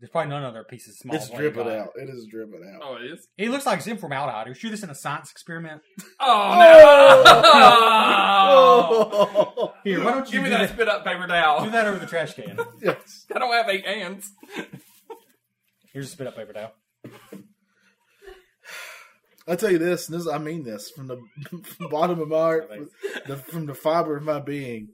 [SPEAKER 4] There's probably none other pieces small.
[SPEAKER 3] It's
[SPEAKER 4] as what he
[SPEAKER 3] dripping
[SPEAKER 4] got.
[SPEAKER 3] out. It is dripping out.
[SPEAKER 5] Oh, it is.
[SPEAKER 4] He looks like it's in formaldehyde. He threw this in a science experiment.
[SPEAKER 5] Oh no!
[SPEAKER 3] Oh.
[SPEAKER 4] Here, why don't you
[SPEAKER 5] Give me
[SPEAKER 4] do,
[SPEAKER 5] that
[SPEAKER 4] that,
[SPEAKER 5] spit up paper
[SPEAKER 4] do
[SPEAKER 5] towel.
[SPEAKER 4] that over the trash can?
[SPEAKER 3] yes.
[SPEAKER 5] I don't have eight hands.
[SPEAKER 4] Here's a spit up paper towel.
[SPEAKER 3] I tell you this, and this I mean this from the from the bottom of my heart,
[SPEAKER 4] Thanks.
[SPEAKER 3] the, from the fiber of my being.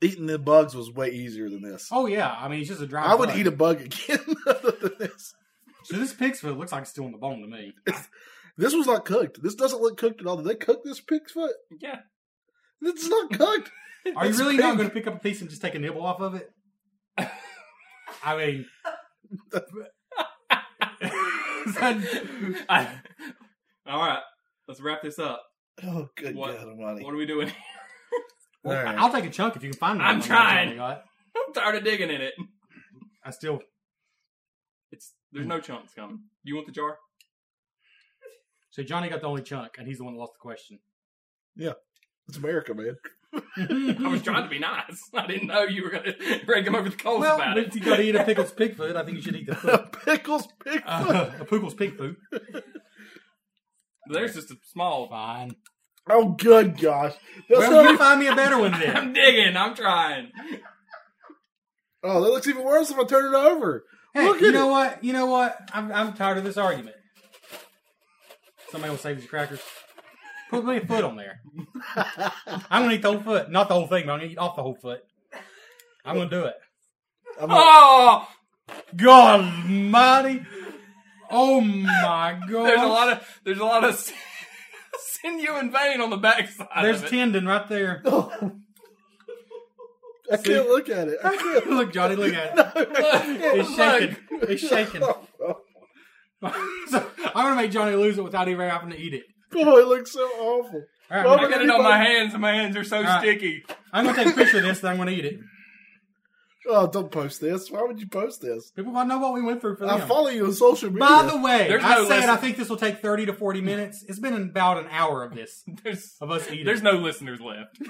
[SPEAKER 3] Eating the bugs was way easier than this.
[SPEAKER 4] Oh yeah, I mean it's just a dry.
[SPEAKER 3] I would
[SPEAKER 4] bug.
[SPEAKER 3] eat a bug again other than this.
[SPEAKER 4] So this pig's foot looks like it's still in the bone to me.
[SPEAKER 3] This was not cooked. This doesn't look cooked at all. Did they cook this pig's foot?
[SPEAKER 5] Yeah.
[SPEAKER 3] It's not cooked.
[SPEAKER 4] Are you
[SPEAKER 3] It's
[SPEAKER 4] really not
[SPEAKER 3] pink.
[SPEAKER 4] going to pick up a piece and just take a nibble off of it? I mean,
[SPEAKER 5] I- all right, let's wrap this up.
[SPEAKER 3] Oh, good
[SPEAKER 5] What-
[SPEAKER 3] God Almighty!
[SPEAKER 5] What are we doing?
[SPEAKER 3] All right.
[SPEAKER 4] I'll take a chunk if you can find me.
[SPEAKER 5] I'm
[SPEAKER 4] one.
[SPEAKER 5] trying.
[SPEAKER 4] Got-
[SPEAKER 5] I'm tired of digging in it.
[SPEAKER 4] I still
[SPEAKER 5] It's there's no chunks coming. You want the jar?
[SPEAKER 4] So Johnny got the only chunk, and he's the one that lost the question.
[SPEAKER 3] It's America, man.
[SPEAKER 5] I was trying to be nice. I didn't know you were gonna break him over the coals
[SPEAKER 4] Well,
[SPEAKER 5] about
[SPEAKER 4] but if
[SPEAKER 5] it.
[SPEAKER 4] you got to eat a pickle's pig foot, I think you should eat the foot.
[SPEAKER 3] Pickles, pig foot.
[SPEAKER 4] Uh, a pickle's pig foot.
[SPEAKER 5] There's just a small.
[SPEAKER 4] Fine.
[SPEAKER 3] oh, good gosh! That's
[SPEAKER 4] Well,
[SPEAKER 3] not-
[SPEAKER 4] you find me a better one then.
[SPEAKER 5] I'm digging. I'm trying.
[SPEAKER 3] oh, that looks even worse if I turn it over.
[SPEAKER 4] Hey,
[SPEAKER 3] Look
[SPEAKER 4] you
[SPEAKER 3] at
[SPEAKER 4] know
[SPEAKER 3] it.
[SPEAKER 4] what? You know what? I'm, I'm tired of this argument. Somebody will save these crackers. Put me a foot on there. I'm gonna eat the whole foot, not the whole thing, but I'm gonna eat off the whole foot. I'm gonna do it.
[SPEAKER 3] I'm not-
[SPEAKER 5] Oh,
[SPEAKER 4] God Almighty! Oh my God!
[SPEAKER 5] there's a lot of there's a lot of sin- sinew and vein on the backside.
[SPEAKER 4] There's
[SPEAKER 5] of it.
[SPEAKER 4] tendon right there.
[SPEAKER 3] I can't look at it. I can't.
[SPEAKER 4] look, Johnny, look at it. It's
[SPEAKER 5] Look,
[SPEAKER 4] shaking. It's shaking. so I'm gonna make Johnny lose it without even having to eat it.
[SPEAKER 3] Oh, it looks so awful. Well,
[SPEAKER 4] All right,
[SPEAKER 5] I
[SPEAKER 4] I'm,
[SPEAKER 5] got it on my hands. My hands are so
[SPEAKER 4] right.
[SPEAKER 5] sticky.
[SPEAKER 4] I'm gonna take a picture of this, then I'm gonna eat it.
[SPEAKER 3] Oh, don't post this. Why would you post this?
[SPEAKER 4] People want to know what we went through for
[SPEAKER 3] I
[SPEAKER 4] them.
[SPEAKER 3] follow you on social media.
[SPEAKER 4] By the way,
[SPEAKER 5] There's
[SPEAKER 4] I
[SPEAKER 5] no
[SPEAKER 4] said
[SPEAKER 5] lesson.
[SPEAKER 4] I think this will take 30 to 40 minutes. It's been about an hour of this
[SPEAKER 5] There's
[SPEAKER 4] of us eating.
[SPEAKER 5] there's no listeners left.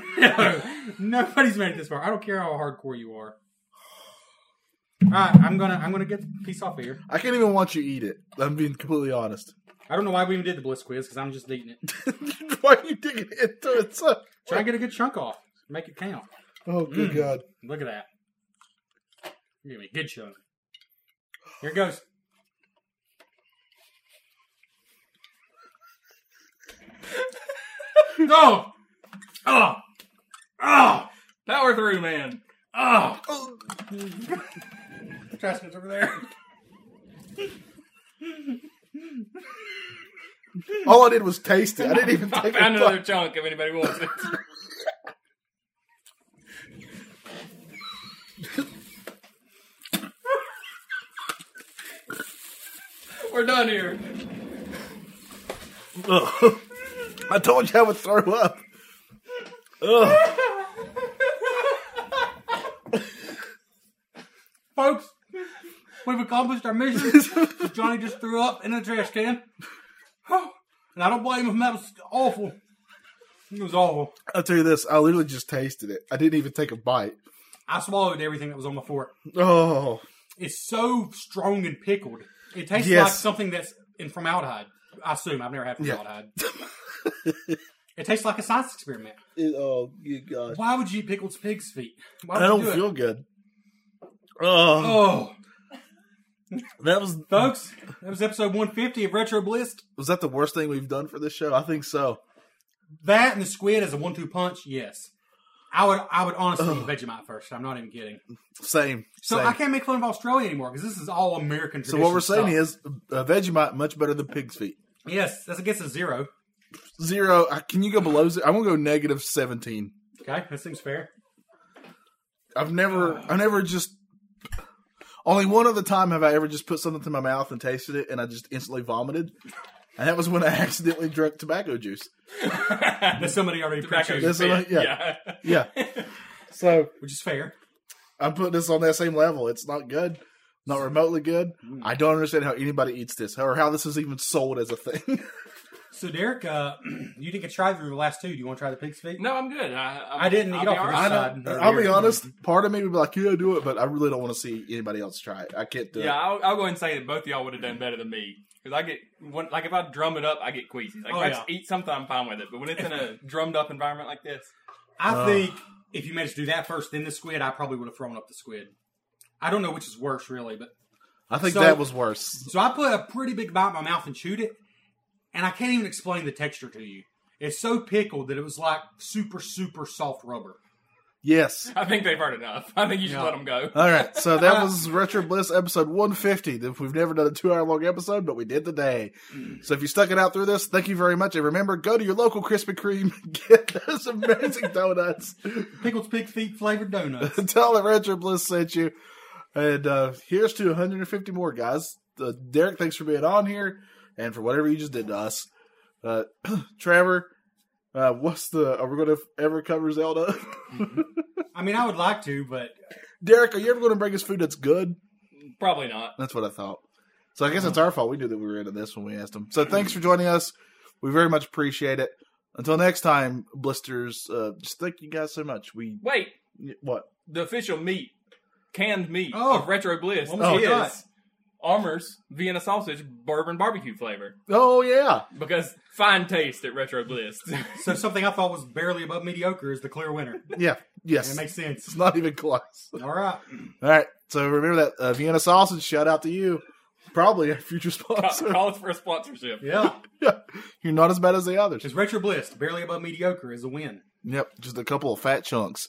[SPEAKER 4] nobody's made it this far. I don't care how hardcore you are. All right, I'm gonna I'm gonna get the piece off of here.
[SPEAKER 3] I can't even watch you eat it. I'm being completely honest.
[SPEAKER 4] I don't know why we even did the bliss quiz because I'm just eating it.
[SPEAKER 3] Why are you digging into it? So-
[SPEAKER 4] Try to get a good chunk off. Make it count.
[SPEAKER 3] Oh, good God.
[SPEAKER 4] Look at that. Give me a good chunk. Here it goes. No! Oh! Oh!
[SPEAKER 5] Power through, man.
[SPEAKER 4] Oh! Trash can's over there.
[SPEAKER 3] All I did was taste it. I didn't even
[SPEAKER 5] I
[SPEAKER 3] take
[SPEAKER 5] found
[SPEAKER 3] a
[SPEAKER 5] another
[SPEAKER 3] bite.
[SPEAKER 5] chunk if anybody wants it. around here?
[SPEAKER 3] Ugh. I told you I would throw up. Ugh.
[SPEAKER 4] Folks, we've accomplished our mission. Johnny just threw up in a trash can. And I don't blame him. That was awful. It was awful.
[SPEAKER 3] I'll tell you this. I literally just tasted it. I didn't even take a bite.
[SPEAKER 4] I swallowed everything that was on the fork.
[SPEAKER 3] Oh,
[SPEAKER 4] It's so strong and pickled. It tastes
[SPEAKER 3] Yes.
[SPEAKER 4] like something that's in formaldehyde. I assume. I've never had
[SPEAKER 3] Yeah.
[SPEAKER 4] formaldehyde. it tastes like a science experiment.
[SPEAKER 3] It- oh, you gosh.
[SPEAKER 4] Why would you eat pickled pig's feet? Why would
[SPEAKER 3] I don't
[SPEAKER 4] you do it?
[SPEAKER 3] feel good. Oh,
[SPEAKER 4] Oh,
[SPEAKER 3] that was
[SPEAKER 4] folks, that was episode 150 of Retro Bliss.
[SPEAKER 3] was that the worst thing we've done for this show? I think so.
[SPEAKER 4] That and the squid as a one-two punch. Yes, I would. I would honestly eat Vegemite first. I'm not even kidding.
[SPEAKER 3] Same.
[SPEAKER 4] So
[SPEAKER 3] same.
[SPEAKER 4] I can't make fun of Australia anymore because this is all American.
[SPEAKER 3] so what we're
[SPEAKER 4] tradition
[SPEAKER 3] saying
[SPEAKER 4] stuff.
[SPEAKER 3] is, uh, Vegemite much better than pig's feet.
[SPEAKER 4] yes, that's against a zero.
[SPEAKER 3] Zero. I, can you go below zero? I'm gonna go negative seventeen.
[SPEAKER 4] Okay, that seems fair.
[SPEAKER 3] I've never, I never just. Only one other time have I ever just put something to my mouth and tasted it, and I just instantly vomited, and that was when I accidentally drank tobacco juice.
[SPEAKER 4] That's somebody already
[SPEAKER 5] Tobacco
[SPEAKER 4] pre-chosen,
[SPEAKER 3] That's
[SPEAKER 5] spit.
[SPEAKER 3] what I- yeah. Yeah. so
[SPEAKER 4] which is fair.
[SPEAKER 3] I'm putting this on that same level. It's not good, not remotely good.
[SPEAKER 4] Hmm.
[SPEAKER 3] I don't understand how anybody eats this, or how this is even sold as a thing.
[SPEAKER 4] So Derek, uh, you didn't get tried through the last two. Do you want to try the pig's feet?
[SPEAKER 5] No, I'm good. I, I'm,
[SPEAKER 4] I didn't
[SPEAKER 5] I'll
[SPEAKER 4] get
[SPEAKER 5] be
[SPEAKER 4] off of
[SPEAKER 5] all
[SPEAKER 4] this
[SPEAKER 5] right.
[SPEAKER 4] side.
[SPEAKER 3] I'll be honest. Part of me would be like, "Yeah, do it," but I really don't want to see anybody else try it. I can't do
[SPEAKER 5] Yeah, I'll, I'll go ahead and say that both of y'all would have done better than me. Because I get, when, like, if I drum it up, I get queasy. Like,
[SPEAKER 4] Oh,
[SPEAKER 5] if I
[SPEAKER 4] yeah.
[SPEAKER 5] just eat something, I'm fine with it. But when it's in a drummed up environment like this,
[SPEAKER 4] I think if you managed to do that first, then the squid, I probably would have thrown up the squid. I don't know which is worse, really, but
[SPEAKER 3] it. I think
[SPEAKER 4] So-
[SPEAKER 3] that was worse.
[SPEAKER 4] So I put a pretty big bite in my mouth and chewed it, and I can't even explain the texture to you. It's so pickled that it was like super, super soft rubber.
[SPEAKER 3] Yes.
[SPEAKER 5] I think they've heard enough. I think you should
[SPEAKER 4] Yeah.
[SPEAKER 5] let them go.
[SPEAKER 3] All right, so that was Retro Bliss episode 150. That We've never done a two hour long episode, but we did today.
[SPEAKER 4] Hmm.
[SPEAKER 3] So if you stuck it out through this, thank you very much. And remember, go to your local Krispy Kreme, get those amazing donuts.
[SPEAKER 4] Pickled pig feet flavored donuts.
[SPEAKER 3] Tell the Retro Bliss sent you. And uh, here's to 150 more, guys. Uh, Derek, thanks for being on here and for whatever you just did to us. Uh, Trevor, uh, what's the. Are we going to ever cover Zelda?
[SPEAKER 4] I mean, I would like to, but
[SPEAKER 3] Derek, are you ever going to bring us food that's good?
[SPEAKER 5] Probably not.
[SPEAKER 3] That's what I thought. So I guess it's our fault. We knew that we were into this when we asked them. So thanks for joining us. We very much appreciate it. Until next time, blisters. Uh, just thank you guys so much. We
[SPEAKER 5] Wait,
[SPEAKER 3] what?
[SPEAKER 5] the official meat, canned meat
[SPEAKER 4] Oh.
[SPEAKER 5] of Retro Bliss
[SPEAKER 4] What was
[SPEAKER 5] is
[SPEAKER 4] that?
[SPEAKER 5] Armor's Vienna sausage bourbon barbecue flavor.
[SPEAKER 3] Oh yeah,
[SPEAKER 5] Because fine taste at Retro Bliss.
[SPEAKER 4] so something I thought was barely above mediocre is the clear winner.
[SPEAKER 3] yeah, yes.
[SPEAKER 4] And it makes sense.
[SPEAKER 3] it's not even close.
[SPEAKER 4] All right.
[SPEAKER 3] All right. So remember that uh, Vienna sausage. Shout out to you. Probably our future sponsor.
[SPEAKER 5] Call us for a sponsorship.
[SPEAKER 4] Yeah.
[SPEAKER 3] Yeah. You're not as bad as the others.
[SPEAKER 4] Because Retro Bliss, barely above mediocre, is a win.
[SPEAKER 3] Yep, just a couple of fat chunks.